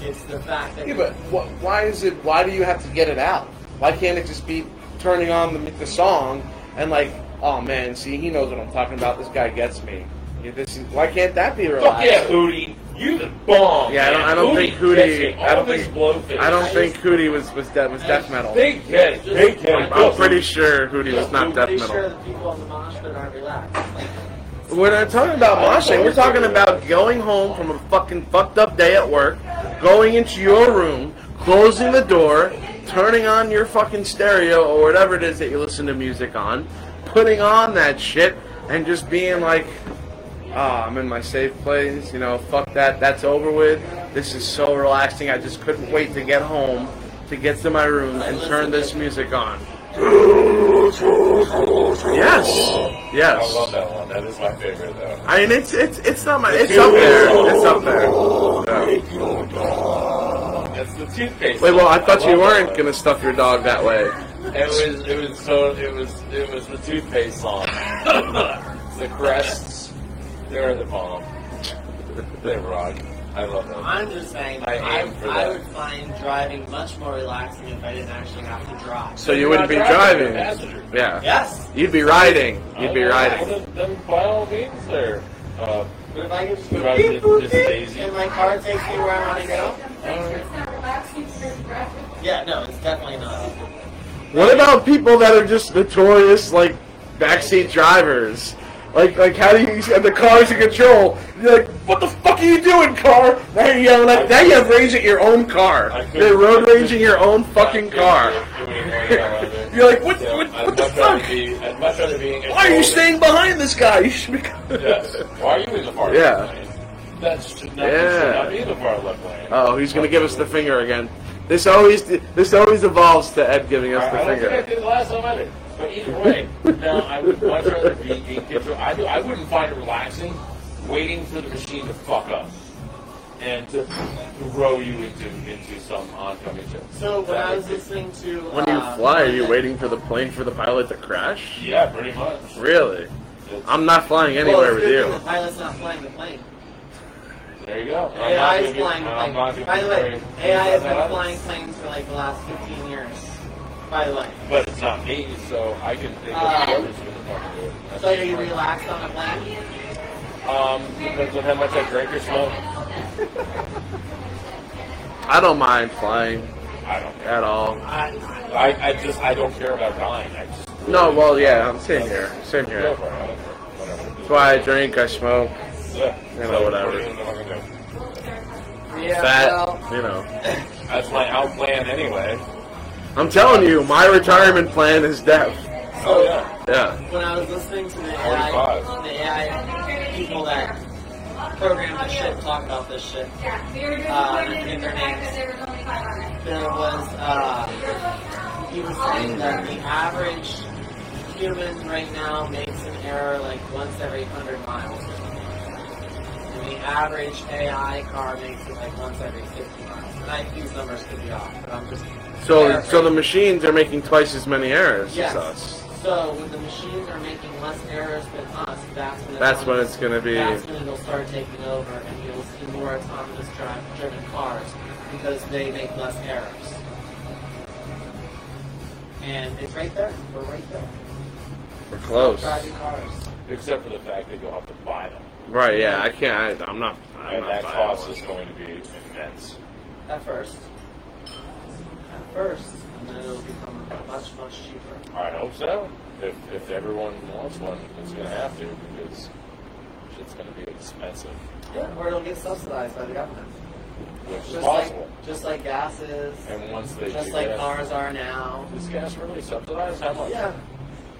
[SPEAKER 2] It's the fact that
[SPEAKER 7] Yeah, but wh- why is it? Why do you have to get it out? Why can't it just be turning on the, the song and like, oh man, see, he knows what I'm talking about. This guy gets me. Yeah, this is, why can't that be
[SPEAKER 3] Fuck
[SPEAKER 7] relaxed?
[SPEAKER 3] yeah, Hootie. You the bomb.
[SPEAKER 7] Yeah, I don't-
[SPEAKER 3] man.
[SPEAKER 7] I don't think Hootie-
[SPEAKER 3] gets it.
[SPEAKER 7] I don't
[SPEAKER 3] All this
[SPEAKER 7] think-
[SPEAKER 3] blowfish.
[SPEAKER 7] I don't think Hootie was was death was death metal.
[SPEAKER 3] They get it. They get it.
[SPEAKER 7] I'm, I'm pretty sure Hootie was not death
[SPEAKER 2] pretty
[SPEAKER 7] metal.
[SPEAKER 2] sure the people on the mosh pit aren't relaxed.
[SPEAKER 7] We're not talking about moshing. We're talking about going home from a fucking fucked up day at work, going into your room, closing the door, turning on your fucking stereo or whatever it is that you listen to music on, putting on that shit, and just being like, ah, I'm in my safe place. You know, fuck that. That's over with. This is so relaxing. I just couldn't wait to get home, to get to my room, and turn this music on. Yes. Yes.
[SPEAKER 3] I love that one. That is my favorite, though.
[SPEAKER 7] I mean, it's it's it's not my. It's up there. It's up there. Yeah.
[SPEAKER 3] That's the toothpaste.
[SPEAKER 7] Wait, well, I thought you
[SPEAKER 3] love
[SPEAKER 7] weren't
[SPEAKER 3] that one.
[SPEAKER 7] gonna stuff your dog that way.
[SPEAKER 3] It was. It was so. It was. It was the toothpaste song. the crests. They're the bomb. They rock. I love them.
[SPEAKER 2] I'm just saying, I,
[SPEAKER 3] I
[SPEAKER 2] I,
[SPEAKER 3] aim for that.
[SPEAKER 2] would find driving much more relaxing if I didn't actually have to drive.
[SPEAKER 7] So you wouldn't be driving. Yeah,
[SPEAKER 2] Yes,
[SPEAKER 7] you'd be riding. You'd be riding.
[SPEAKER 3] Well, then, then by all means, there. Uh,
[SPEAKER 2] but if I could just
[SPEAKER 3] drive this, this daisy.
[SPEAKER 2] and my car takes me where I want to go,
[SPEAKER 5] It's not relaxing, it's just graphic.
[SPEAKER 2] yeah, no, it's definitely not.
[SPEAKER 7] What about people that are just notorious like backseat drivers? Like like how do you the car's in control? You're like, what the fuck are you doing, car? Now you're yelling at now you're raging at your own car. You're road raging your own fucking car. You're like, what what, what the fuck?
[SPEAKER 3] I'd much rather be in
[SPEAKER 7] Why are
[SPEAKER 3] control
[SPEAKER 7] you
[SPEAKER 3] than-
[SPEAKER 7] staying behind this guy? You should be.
[SPEAKER 3] Yes. Why are you in the far
[SPEAKER 7] Yeah.
[SPEAKER 3] left lane? That should not,
[SPEAKER 7] Yeah.
[SPEAKER 3] yeah. should not be in the far left lane.
[SPEAKER 7] Oh, he's gonna give us the finger again. This always this always evolves to Ed giving us
[SPEAKER 3] I,
[SPEAKER 7] the
[SPEAKER 3] I don't think I
[SPEAKER 7] finger.
[SPEAKER 3] did the last time either. But either way, no, I would much rather be in control. I, do, I wouldn't find it relaxing waiting for the machine to fuck up and to throw you into into some oncoming shit.
[SPEAKER 2] So when I
[SPEAKER 3] That
[SPEAKER 2] was
[SPEAKER 3] would be-
[SPEAKER 2] listening to
[SPEAKER 7] When you
[SPEAKER 2] uh,
[SPEAKER 7] fly, are you waiting for the plane for the pilot to crash?
[SPEAKER 3] Yeah, pretty much.
[SPEAKER 7] Really?
[SPEAKER 3] It's-
[SPEAKER 7] I'm not flying
[SPEAKER 2] well,
[SPEAKER 7] anywhere
[SPEAKER 2] it's
[SPEAKER 7] with
[SPEAKER 2] good thing
[SPEAKER 7] you.
[SPEAKER 2] The pilot's not flying the plane.
[SPEAKER 3] There you go. I'm not
[SPEAKER 2] AI is
[SPEAKER 3] gonna be-
[SPEAKER 2] flying the
[SPEAKER 3] I'm not
[SPEAKER 2] plane.
[SPEAKER 3] gonna
[SPEAKER 2] By
[SPEAKER 3] be
[SPEAKER 2] the way,
[SPEAKER 3] afraid.
[SPEAKER 2] AI has
[SPEAKER 3] Doesn't
[SPEAKER 2] been
[SPEAKER 3] matter.
[SPEAKER 2] flying planes for like the last 15 years. By the way.
[SPEAKER 3] But it's not me, so I can think of
[SPEAKER 2] Uh,
[SPEAKER 3] whoever's gonna fucking do it.
[SPEAKER 2] So you relax on a blanket.
[SPEAKER 3] Um, depends on how much I drink or smoke.
[SPEAKER 7] I don't mind flying
[SPEAKER 3] I don't care.
[SPEAKER 7] at all.
[SPEAKER 3] I, I just, I don't care about dying. I just
[SPEAKER 7] No, well, yeah, I'm sitting here. Same
[SPEAKER 3] go
[SPEAKER 7] here.
[SPEAKER 3] for it. I don't care. Whatever.
[SPEAKER 7] That's why I drink, I smoke,
[SPEAKER 3] Yeah.
[SPEAKER 7] You know,
[SPEAKER 3] So,
[SPEAKER 7] whatever.
[SPEAKER 3] what are you gonna fucking do?
[SPEAKER 2] Yeah. well,
[SPEAKER 7] fat, you know.
[SPEAKER 3] That's my out plan anyway.
[SPEAKER 7] I'm telling you, my retirement plan is death.
[SPEAKER 3] Oh, yeah.
[SPEAKER 7] Yeah.
[SPEAKER 2] when I was listening to the AI,
[SPEAKER 3] 45.
[SPEAKER 2] the AI people that program this shit talk about this shit,
[SPEAKER 5] Yeah, we were doing
[SPEAKER 2] Uh,
[SPEAKER 5] one
[SPEAKER 2] I think
[SPEAKER 5] in the
[SPEAKER 2] their
[SPEAKER 5] back,
[SPEAKER 2] names.
[SPEAKER 5] but there was only five on it.
[SPEAKER 2] there was uh, he was saying that the average human right now makes an error like once every hundred miles, and the average AI car makes it like once every fifty miles. And I, these numbers could be off, but I'm just
[SPEAKER 7] So, so the machines are making twice as many errors
[SPEAKER 2] Yes.
[SPEAKER 7] as us.
[SPEAKER 2] So when the machines are making less errors than us, that's when
[SPEAKER 7] That's when it's gonna be-
[SPEAKER 2] That's when it'll start taking over, and you'll see more autonomous drive, driven cars because they make less errors. And it's right there. We're right there.
[SPEAKER 7] We're close.
[SPEAKER 2] Driving cars.
[SPEAKER 3] Except for the fact that you'll have to buy them.
[SPEAKER 7] Right? Yeah. I can't. I, I'm not. I'm
[SPEAKER 3] And
[SPEAKER 7] not
[SPEAKER 3] that
[SPEAKER 7] buying
[SPEAKER 3] cost
[SPEAKER 7] one.
[SPEAKER 3] is going to be immense.
[SPEAKER 2] At first. At first, and then it'll become much much cheaper.
[SPEAKER 3] I hope so. If, if everyone wants one, it's going to have to because it's going to be expensive,
[SPEAKER 2] Yeah, or it'll get subsidized by the government.
[SPEAKER 3] which is
[SPEAKER 2] Just
[SPEAKER 3] possible.
[SPEAKER 2] like just like gases.
[SPEAKER 3] and once they
[SPEAKER 2] Just
[SPEAKER 3] do
[SPEAKER 2] like
[SPEAKER 3] that,
[SPEAKER 2] cars are now.
[SPEAKER 3] Is gas really subsidized? How much?
[SPEAKER 2] Yeah.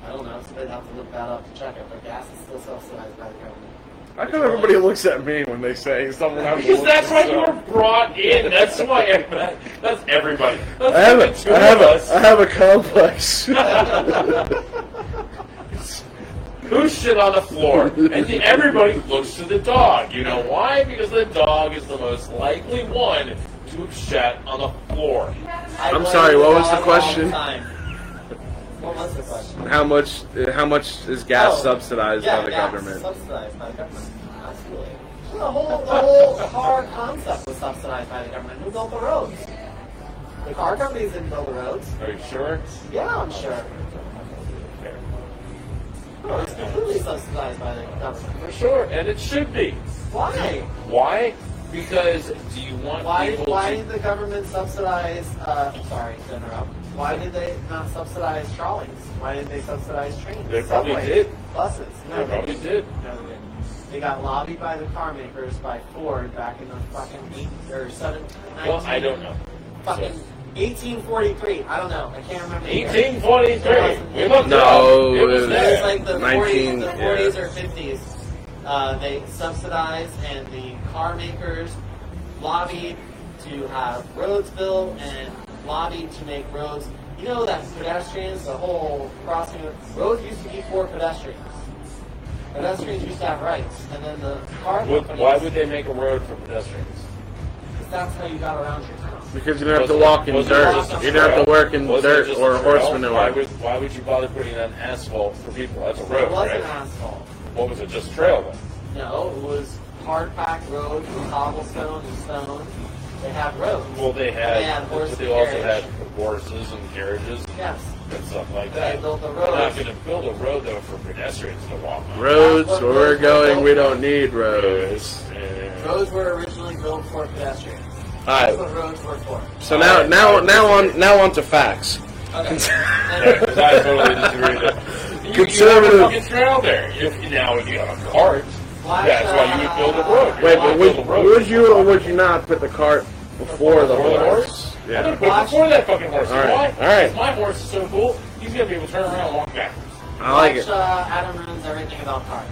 [SPEAKER 2] I don't know, so they'd have to look that up to check it, but gas is still subsidized by the government.
[SPEAKER 7] How come everybody looks at me when they say something? I'm
[SPEAKER 3] Because that's why you were brought in. That's why. That's everybody. That's
[SPEAKER 7] I have
[SPEAKER 3] the two
[SPEAKER 7] a, I have
[SPEAKER 3] of
[SPEAKER 7] a, I have a complex.
[SPEAKER 3] Who shit on the floor? And the, everybody looks to the dog. You know why? Because the dog is the most likely one to have shat on the floor.
[SPEAKER 2] I
[SPEAKER 7] I'm
[SPEAKER 2] blame
[SPEAKER 7] sorry, what was
[SPEAKER 2] dog
[SPEAKER 7] the question?
[SPEAKER 2] all time. What was the question?
[SPEAKER 7] how much? How much is gas
[SPEAKER 2] Oh.
[SPEAKER 7] subsidized
[SPEAKER 2] yeah,
[SPEAKER 7] by the
[SPEAKER 2] gas
[SPEAKER 7] government?
[SPEAKER 2] is subsidized by the government. Absolutely. The whole, the whole car concept was subsidized by the government. Who built the roads? The car companies didn't build the roads.
[SPEAKER 3] Are you sure?
[SPEAKER 2] Yeah, I'm sure. No, it's completely subsidized by the government.
[SPEAKER 3] For sure, and it should be.
[SPEAKER 2] Why?
[SPEAKER 3] Why? Because do you want
[SPEAKER 2] Why,
[SPEAKER 3] people
[SPEAKER 2] why
[SPEAKER 3] to?
[SPEAKER 2] did the government subsidize, uh, sorry to interrupt, why did they not subsidize trolleys? Why did they subsidize trains?
[SPEAKER 3] They probably
[SPEAKER 2] subways,
[SPEAKER 3] did.
[SPEAKER 2] Buses. No,
[SPEAKER 3] They probably did.
[SPEAKER 2] No, they didn't. They got lobbied by the car makers by Ford back in the fucking eight or seven, nineteen.
[SPEAKER 3] Well, I don't know.
[SPEAKER 2] Fucking
[SPEAKER 3] So-
[SPEAKER 2] 1843. I don't know. I can't remember. the year.
[SPEAKER 3] 1843. We looked it
[SPEAKER 7] No,
[SPEAKER 3] up.
[SPEAKER 7] it
[SPEAKER 3] It was
[SPEAKER 2] It was
[SPEAKER 3] there.
[SPEAKER 2] like the
[SPEAKER 7] 19,
[SPEAKER 2] 40s, the 40s or 50s. Uh, they subsidized, and the car makers lobbied to have roads built and lobbied to make roads. You know that pedestrians, the whole crossing of roads used to be for pedestrians. Pedestrians used to have rights, and then the car
[SPEAKER 3] Would-
[SPEAKER 2] companies.
[SPEAKER 3] Why would they make a road for pedestrians?
[SPEAKER 2] That's how you got around your town.
[SPEAKER 7] Because you don't have to
[SPEAKER 3] Wasn't-
[SPEAKER 7] walk in
[SPEAKER 3] wasn't
[SPEAKER 7] dirt.
[SPEAKER 3] it just a
[SPEAKER 7] You don't have to
[SPEAKER 3] trail?
[SPEAKER 7] work in
[SPEAKER 3] Wasn't it
[SPEAKER 7] dirt
[SPEAKER 3] just
[SPEAKER 7] or
[SPEAKER 3] a
[SPEAKER 7] horse
[SPEAKER 3] trail? Why
[SPEAKER 7] manure.
[SPEAKER 3] would, why would you bother putting on asphalt for people? That's a
[SPEAKER 2] It
[SPEAKER 3] road,
[SPEAKER 2] wasn't
[SPEAKER 3] right?
[SPEAKER 2] asphalt.
[SPEAKER 3] What was it? Just trail then?
[SPEAKER 2] No, it was hard packed roads with cobblestone and stone. They had roads.
[SPEAKER 3] Well, they had.
[SPEAKER 2] They had horse
[SPEAKER 3] they
[SPEAKER 2] and
[SPEAKER 3] also had
[SPEAKER 2] carriage.
[SPEAKER 3] horses and carriages
[SPEAKER 2] Yes.
[SPEAKER 3] and stuff like
[SPEAKER 2] They
[SPEAKER 3] that.
[SPEAKER 2] built the
[SPEAKER 3] We're not
[SPEAKER 2] roads.
[SPEAKER 3] going to build a road though for pedestrians to walk on.
[SPEAKER 7] Roads where we're going, we don't need roads.
[SPEAKER 3] And-
[SPEAKER 2] Roads were originally built for pedestrians.
[SPEAKER 7] All
[SPEAKER 2] That's
[SPEAKER 7] right.
[SPEAKER 2] what roads were for.
[SPEAKER 7] So now, now, now on, now on to facts.
[SPEAKER 2] Okay.
[SPEAKER 3] 'Cause I totally disagree. with it. You,
[SPEAKER 7] Conservative-
[SPEAKER 3] You have a fucking trail there. If, now, if you have a cart,
[SPEAKER 2] Why,
[SPEAKER 3] that's why you would build a road. You're
[SPEAKER 7] Wait,
[SPEAKER 3] not
[SPEAKER 7] but
[SPEAKER 3] building
[SPEAKER 7] would,
[SPEAKER 3] a road.
[SPEAKER 7] would you or would you not put the cart before the
[SPEAKER 3] Before the
[SPEAKER 7] horse?
[SPEAKER 3] I'm gonna
[SPEAKER 7] Yeah.
[SPEAKER 3] put it before that fucking horse. You know
[SPEAKER 7] All right,
[SPEAKER 3] why?
[SPEAKER 7] all right.
[SPEAKER 3] Because My horse is so cool. He's gonna be able to turn around and walk backwards.
[SPEAKER 7] I like
[SPEAKER 2] Watch,
[SPEAKER 7] it.
[SPEAKER 2] uh, Adam ruins everything about cars.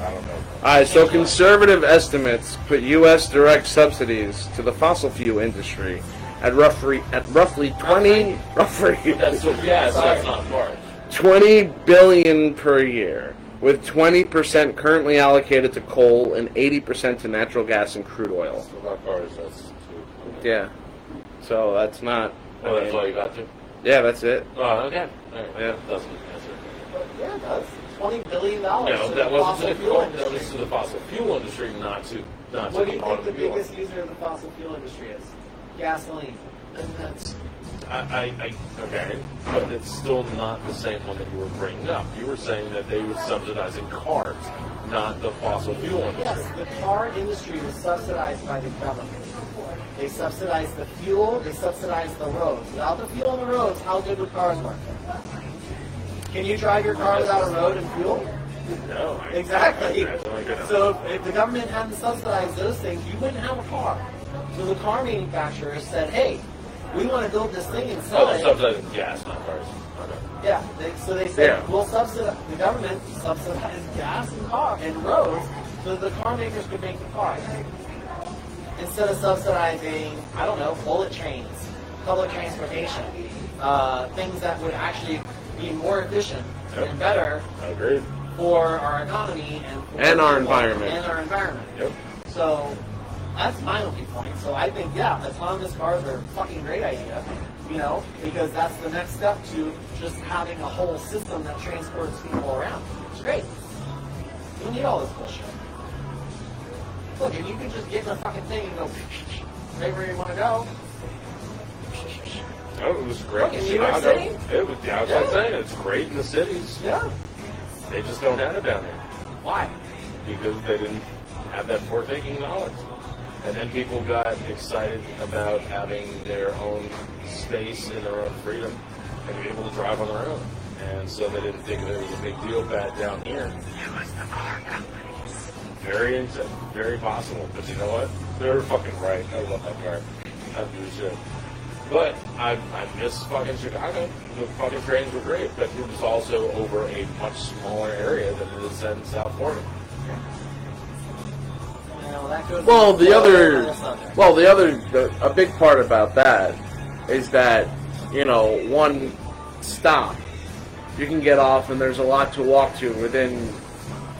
[SPEAKER 3] I don't know.
[SPEAKER 7] Alright, so conservative estimates put U.S. direct subsidies to the fossil fuel industry at roughly at roughly 20 roughly
[SPEAKER 3] That's what, yeah, so that's not far.
[SPEAKER 7] 20 billion per year, with 20% currently allocated to coal and 80% to natural gas and crude oil.
[SPEAKER 3] So not far is that's
[SPEAKER 7] Yeah. So that's not. I
[SPEAKER 3] Oh, that's
[SPEAKER 7] mean-
[SPEAKER 3] all you got to?
[SPEAKER 7] yeah, that's it.
[SPEAKER 3] Oh, okay. All right.
[SPEAKER 7] Uh-huh. Yeah.
[SPEAKER 3] That doesn't answer.
[SPEAKER 2] Yeah, it does. Twenty billion dollars.
[SPEAKER 3] No,
[SPEAKER 2] to
[SPEAKER 3] that
[SPEAKER 2] the
[SPEAKER 3] wasn't
[SPEAKER 2] fossil
[SPEAKER 3] to the
[SPEAKER 2] fuel
[SPEAKER 3] coal. That
[SPEAKER 2] industry.
[SPEAKER 3] was to the fossil fuel industry, not to not to
[SPEAKER 2] What do
[SPEAKER 3] the
[SPEAKER 2] you think the
[SPEAKER 3] automobile.
[SPEAKER 2] biggest user of the fossil fuel industry is? Gasoline.
[SPEAKER 3] I, I, I, okay, but it's still not the same one that you were bringing up. You were saying that they were subsidizing cars, not the fossil fuel industry.
[SPEAKER 2] Yes, the car industry was subsidized by the government. They subsidized the fuel, they subsidized the roads. Without the fuel on the roads, how good would cars work? Can you drive your car without a road and fuel?
[SPEAKER 3] No, I-
[SPEAKER 2] Exactly.
[SPEAKER 3] That's what I got.
[SPEAKER 2] So if the government hadn't subsidized those things, you wouldn't have a car. So the car manufacturers said, hey, we want to build this thing and
[SPEAKER 3] Oh,
[SPEAKER 2] sell
[SPEAKER 3] they're
[SPEAKER 2] it.
[SPEAKER 3] subsidizing gas, not cars. Okay.
[SPEAKER 2] Yeah, they, so they said,
[SPEAKER 7] Yeah.
[SPEAKER 2] we'll subsidize, the government subsidized gas and car and roads so the car makers could make the cars. Instead of subsidizing, I don't know, bullet trains, public transportation, uh, things that would actually be more efficient
[SPEAKER 3] Yep.
[SPEAKER 2] and better
[SPEAKER 3] I agree.
[SPEAKER 2] for our economy and for
[SPEAKER 7] And our
[SPEAKER 2] people
[SPEAKER 7] environment.
[SPEAKER 2] And our environment.
[SPEAKER 3] Yep.
[SPEAKER 2] So that's my only point. So I think yeah, autonomous cars are a fucking great idea. You know, because that's the next step to just having a whole system that transports people around. It's great. You don't need all this bullshit. Look, if you could just get in a fucking thing and go right where you want to go.
[SPEAKER 3] Oh, it was great.
[SPEAKER 2] Fucking
[SPEAKER 3] in
[SPEAKER 2] New York
[SPEAKER 3] Chicago.
[SPEAKER 2] City?
[SPEAKER 3] It was, yeah, I was
[SPEAKER 2] Yeah.
[SPEAKER 3] just saying, it's great in the cities.
[SPEAKER 2] Yeah.
[SPEAKER 3] They just don't have it down there
[SPEAKER 2] Why?
[SPEAKER 3] because they didn't have that foretaking knowledge. And then people got excited about having their own space and their own freedom and being able to drive on their own. And so they didn't think that it was a big deal back down here. Very, into, very possible. But you know what? They're fucking right. I love that car. I do too. But I, I miss fucking Chicago. The fucking trains were great, but it was also over a much smaller area than it is in South Florida.
[SPEAKER 2] You know, that goes
[SPEAKER 7] Well, the other,
[SPEAKER 2] That's not there.
[SPEAKER 7] well, the other, the, a big part about that is that you know one stop, you can get off, and there's a lot to walk to within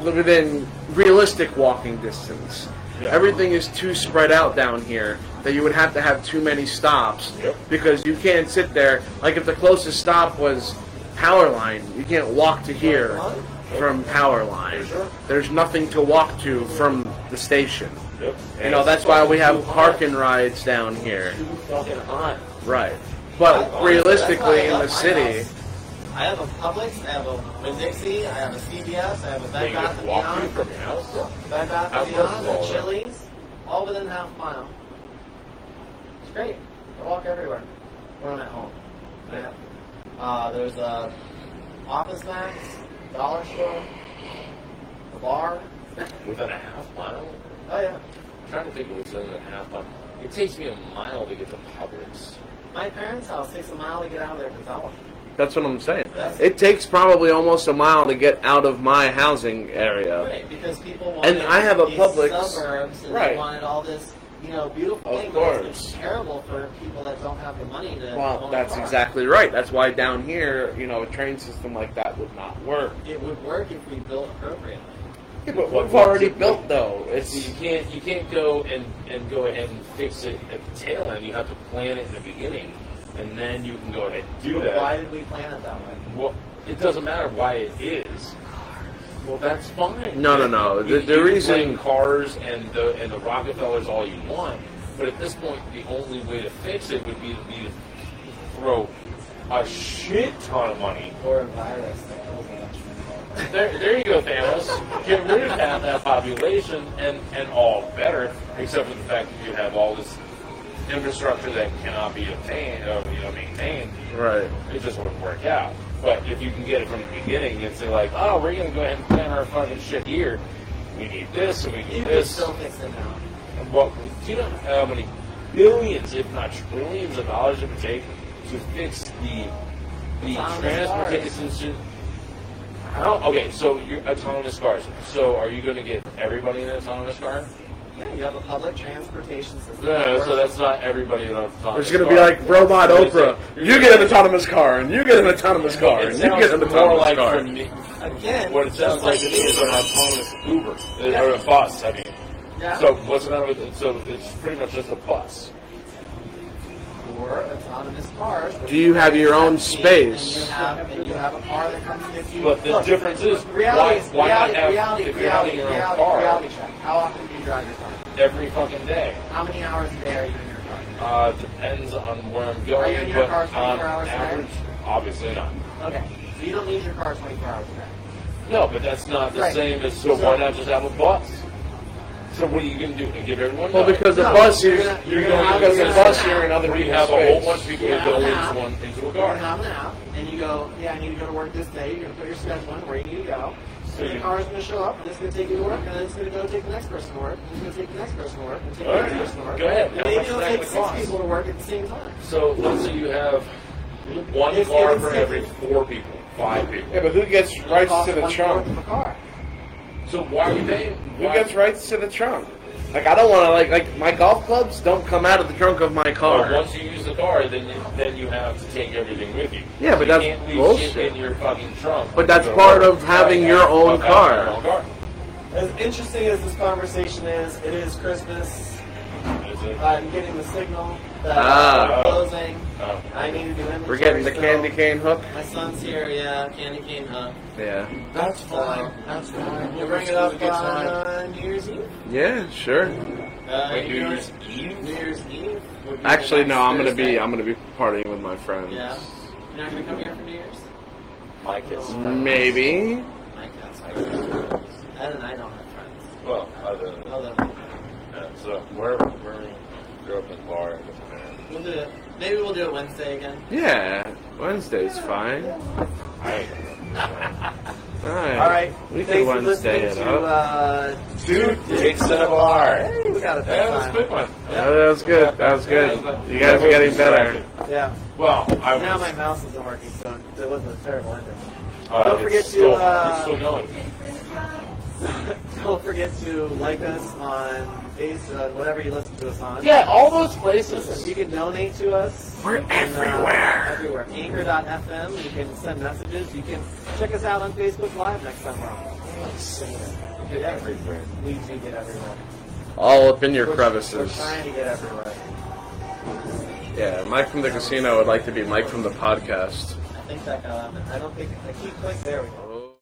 [SPEAKER 7] within realistic walking distance.
[SPEAKER 3] Yeah.
[SPEAKER 7] Everything is too spread out down here that you would have to have too many stops
[SPEAKER 3] Yep.
[SPEAKER 7] because you can't sit there. Like if the closest stop was power line, you can't walk to here
[SPEAKER 2] Power
[SPEAKER 7] from power line.
[SPEAKER 3] Sure.
[SPEAKER 7] There's nothing to walk to from the station.
[SPEAKER 3] Yep.
[SPEAKER 7] You know, that's why we have parking rides down here.
[SPEAKER 2] Fucking hot.
[SPEAKER 7] Right.
[SPEAKER 2] That's
[SPEAKER 7] But
[SPEAKER 2] why I
[SPEAKER 7] realistically, in
[SPEAKER 2] love my
[SPEAKER 7] the city,
[SPEAKER 2] house. I have a Publix, I have a Winn-Dixie, I have a CVS, I have a
[SPEAKER 3] They
[SPEAKER 2] Bed Bath
[SPEAKER 3] can just
[SPEAKER 2] and
[SPEAKER 3] walk you
[SPEAKER 2] Beyond,
[SPEAKER 3] from your house.
[SPEAKER 2] Bed Bath
[SPEAKER 3] I've
[SPEAKER 2] and Beyond,
[SPEAKER 3] worked
[SPEAKER 2] a
[SPEAKER 3] all that.
[SPEAKER 2] Chili's, all within a half mile. It's great. I walk everywhere when I'm at home. Yeah. Uh, there's a Office Max, Dollar Store, the bar.
[SPEAKER 3] Within a half mile?
[SPEAKER 2] Oh yeah.
[SPEAKER 3] I'm trying to think it was within a half mile. It takes me a mile to get to Publix.
[SPEAKER 2] My parents' house takes a mile to get out of their Gonzales.
[SPEAKER 7] that's what I'm saying. It takes probably almost a mile to get out of my housing area.
[SPEAKER 2] Right, because people want
[SPEAKER 7] And I have a
[SPEAKER 2] these
[SPEAKER 7] Publix.
[SPEAKER 2] suburbs and
[SPEAKER 7] Right.
[SPEAKER 2] they wanted all this, you know, beautiful
[SPEAKER 7] Of
[SPEAKER 2] thing, but
[SPEAKER 7] course.
[SPEAKER 2] it's terrible for people that don't have the money to
[SPEAKER 7] Well,
[SPEAKER 2] own
[SPEAKER 7] that's
[SPEAKER 2] a car.
[SPEAKER 7] exactly right. That's why down here, you know, a train system like that would not work.
[SPEAKER 2] it would work if we built appropriately.
[SPEAKER 7] Yeah, but we've already built though.
[SPEAKER 3] So
[SPEAKER 7] It's
[SPEAKER 3] you can't you can't go and, and go ahead and fix it at the tail end. You have to plan it in the beginning, and then you can go ahead and do
[SPEAKER 2] But Why
[SPEAKER 3] that.
[SPEAKER 2] did we plan it that way?
[SPEAKER 3] Well, it doesn't matter why it is. Well, that's fine.
[SPEAKER 7] No, no, no. The-
[SPEAKER 3] You-
[SPEAKER 7] the
[SPEAKER 3] you can
[SPEAKER 7] reason-
[SPEAKER 3] blame cars and the and the Rockefellers all you want, but at this point, the only way to fix it would be to, be to throw a shit ton of money
[SPEAKER 2] Or a virus that kills us.
[SPEAKER 3] There, there you go, Thanos. Get rid of half that population and, and all better, except for the fact that you have all this infrastructure that cannot be obtained, uh, you know, maintained.
[SPEAKER 7] right.
[SPEAKER 3] It just wouldn't work out. But if you can get it from the beginning and say like, oh, we're going to go ahead and plan our fucking shit here. We need this and we
[SPEAKER 2] You
[SPEAKER 3] need
[SPEAKER 2] can
[SPEAKER 3] this.
[SPEAKER 2] still fix it now.
[SPEAKER 3] Well, do you know how many billions, if not trillions, of dollars it would take to fix the the
[SPEAKER 2] Autonomous
[SPEAKER 3] transportation? sy- How? Okay, so your autonomous cars. So are you going to get everybody an autonomous car?
[SPEAKER 2] Yeah, you have a public transportation system. that
[SPEAKER 3] No,
[SPEAKER 2] works.
[SPEAKER 3] so that's not everybody an autonomous.
[SPEAKER 7] It's gonna be
[SPEAKER 3] car.
[SPEAKER 7] like robot
[SPEAKER 3] It's gonna
[SPEAKER 7] Oprah.
[SPEAKER 3] say-
[SPEAKER 7] You get an autonomous car, and you get an autonomous car,
[SPEAKER 3] It
[SPEAKER 7] and you
[SPEAKER 3] sounds
[SPEAKER 7] get an
[SPEAKER 3] more
[SPEAKER 7] autonomous
[SPEAKER 3] like
[SPEAKER 7] car.
[SPEAKER 3] for me,
[SPEAKER 2] Again,
[SPEAKER 3] what it sounds
[SPEAKER 2] just
[SPEAKER 3] like it is an autonomous Uber uh, or a bus. I mean,
[SPEAKER 2] Yeah.
[SPEAKER 3] so what's the matter with it? So it's pretty much just a bus.
[SPEAKER 2] or autonomous cars.
[SPEAKER 7] Do you have your own
[SPEAKER 2] And
[SPEAKER 7] space?
[SPEAKER 2] you have, and you have a car that comes with you.
[SPEAKER 3] But the
[SPEAKER 2] Look,
[SPEAKER 3] difference is,
[SPEAKER 2] reality,
[SPEAKER 3] why, why
[SPEAKER 2] reality,
[SPEAKER 3] not have
[SPEAKER 2] reality,
[SPEAKER 3] if you're
[SPEAKER 2] reality,
[SPEAKER 3] having your own
[SPEAKER 2] reality,
[SPEAKER 3] car
[SPEAKER 2] reality check. How often do you drive your car?
[SPEAKER 3] every fucking day?
[SPEAKER 2] How many hours a day are you in your car?
[SPEAKER 3] Uh, depends on where I'm
[SPEAKER 2] Are you in
[SPEAKER 3] going,
[SPEAKER 2] your
[SPEAKER 3] but
[SPEAKER 2] car
[SPEAKER 3] on
[SPEAKER 2] 24 hours a day?
[SPEAKER 3] average, obviously not.
[SPEAKER 2] Okay. So you don't need your car 24 hours a day.
[SPEAKER 3] No, but that's not the
[SPEAKER 2] Right.
[SPEAKER 3] same as so why not just have a bus? So what are you gonna do? Give everyone?
[SPEAKER 7] Well,
[SPEAKER 3] No.
[SPEAKER 7] because the
[SPEAKER 2] No,
[SPEAKER 7] bus,
[SPEAKER 2] you're
[SPEAKER 7] you're,
[SPEAKER 2] gonna-
[SPEAKER 7] you're
[SPEAKER 2] you're gonna
[SPEAKER 7] going
[SPEAKER 2] have-
[SPEAKER 7] because the
[SPEAKER 2] you're gonna
[SPEAKER 7] bus,
[SPEAKER 2] have-
[SPEAKER 7] you're in other
[SPEAKER 3] We
[SPEAKER 7] people's
[SPEAKER 3] have a whole bunch of
[SPEAKER 7] space.
[SPEAKER 3] people who go into one into a
[SPEAKER 2] You're an
[SPEAKER 3] car.
[SPEAKER 2] hour and a half, and you go, yeah, I need to go to work this day. You're gonna put your schedule in where you need to go. So
[SPEAKER 3] So
[SPEAKER 2] your
[SPEAKER 3] you-
[SPEAKER 2] car is gonna show up, and it's gonna take you to work, and then it's gonna go take the next person to work, and it's gonna take the next person to work, and take the
[SPEAKER 3] All
[SPEAKER 2] next
[SPEAKER 3] right,
[SPEAKER 2] person to work.
[SPEAKER 3] go ahead.
[SPEAKER 2] And maybe it'll
[SPEAKER 3] That's
[SPEAKER 2] take
[SPEAKER 3] the
[SPEAKER 2] six
[SPEAKER 3] cost.
[SPEAKER 2] people to work at the same time.
[SPEAKER 3] So let's say you have one
[SPEAKER 2] It's
[SPEAKER 3] car
[SPEAKER 2] getting
[SPEAKER 3] for
[SPEAKER 2] sick.
[SPEAKER 3] every four people, five people.
[SPEAKER 7] Yeah, but who gets rights
[SPEAKER 2] Cost
[SPEAKER 7] to the
[SPEAKER 2] one
[SPEAKER 7] trunk?
[SPEAKER 2] fourth of a car.
[SPEAKER 3] So why are we paying?
[SPEAKER 7] Who
[SPEAKER 3] why-
[SPEAKER 7] gets rights to the trunk? Like I don't want to like like my golf clubs don't come out of the trunk of my
[SPEAKER 3] Well,
[SPEAKER 7] car.
[SPEAKER 3] once you use the car, then you, then you have to take everything with you.
[SPEAKER 7] Yeah, but
[SPEAKER 3] you
[SPEAKER 7] that's
[SPEAKER 3] can't leave
[SPEAKER 7] bullshit.
[SPEAKER 3] Shit in your fucking trunk.
[SPEAKER 7] But that's part of having your own
[SPEAKER 3] Fuck
[SPEAKER 7] car.
[SPEAKER 3] out your own car.
[SPEAKER 2] As interesting as this conversation is, it is Christmas. Uh,
[SPEAKER 3] Is it?
[SPEAKER 2] I'm getting the signal that
[SPEAKER 7] Ah.
[SPEAKER 2] we're closing.
[SPEAKER 3] Oh.
[SPEAKER 2] I need to do inventory.
[SPEAKER 7] We're getting the
[SPEAKER 2] still.
[SPEAKER 7] candy cane hook.
[SPEAKER 2] My son's here, yeah, candy cane, huh?
[SPEAKER 7] Yeah.
[SPEAKER 10] That's fine. That's fine.
[SPEAKER 2] You bring it up on New Year's Eve?
[SPEAKER 7] Yeah, sure.
[SPEAKER 2] Uh,
[SPEAKER 3] Wait, New
[SPEAKER 2] you know,
[SPEAKER 3] Year's Eve?
[SPEAKER 2] New Year's Eve? would be the
[SPEAKER 7] Actually, no.
[SPEAKER 2] next
[SPEAKER 7] I'm gonna
[SPEAKER 2] Thursday.
[SPEAKER 7] be I'm gonna be partying with my friends.
[SPEAKER 2] Yeah. You're not gonna come here for New Year's?
[SPEAKER 3] My kids.
[SPEAKER 7] Maybe.
[SPEAKER 2] My cat's like Ed and I don't have friends.
[SPEAKER 3] Well, other than
[SPEAKER 2] Other than-
[SPEAKER 3] that, so we're we're grew up in Florida.
[SPEAKER 2] We'll do it. Maybe we'll do it Wednesday again.
[SPEAKER 7] Yeah. Wednesday's fine.
[SPEAKER 3] I
[SPEAKER 7] All right.
[SPEAKER 2] All right.
[SPEAKER 7] We can
[SPEAKER 2] Thanks for
[SPEAKER 7] Wednesday
[SPEAKER 2] listening
[SPEAKER 7] it
[SPEAKER 2] to
[SPEAKER 7] up.
[SPEAKER 2] uh,
[SPEAKER 3] dude dicks in a bar.
[SPEAKER 2] hey, we got a
[SPEAKER 3] That was a
[SPEAKER 2] time.
[SPEAKER 3] good one.
[SPEAKER 7] Yeah, that was good. That was good. You guys are getting better.
[SPEAKER 2] Yeah.
[SPEAKER 3] Well, I
[SPEAKER 2] Now
[SPEAKER 3] was.
[SPEAKER 2] my mouse isn't working, so it wasn't a terrible ending.
[SPEAKER 3] uh,
[SPEAKER 2] Don't
[SPEAKER 3] it's
[SPEAKER 2] forget to,
[SPEAKER 3] still,
[SPEAKER 2] uh,
[SPEAKER 3] it's still going.
[SPEAKER 2] Don't forget to like us on Facebook, whatever you listen to us on.
[SPEAKER 3] Yeah, all those places.
[SPEAKER 2] You can donate to us. We're everywhere. everywhere. Anchor.fm. You can send messages. You can check us out on Facebook Live next time we're on. Get everywhere. We do get everywhere.
[SPEAKER 7] All up in your
[SPEAKER 2] We're- We're
[SPEAKER 7] crevices.
[SPEAKER 2] trying to get everywhere.
[SPEAKER 7] Yeah, Mike from the casino would like to be Mike from the podcast.
[SPEAKER 2] uh, I think that got on there. I don't think. I keep clicking. There we go.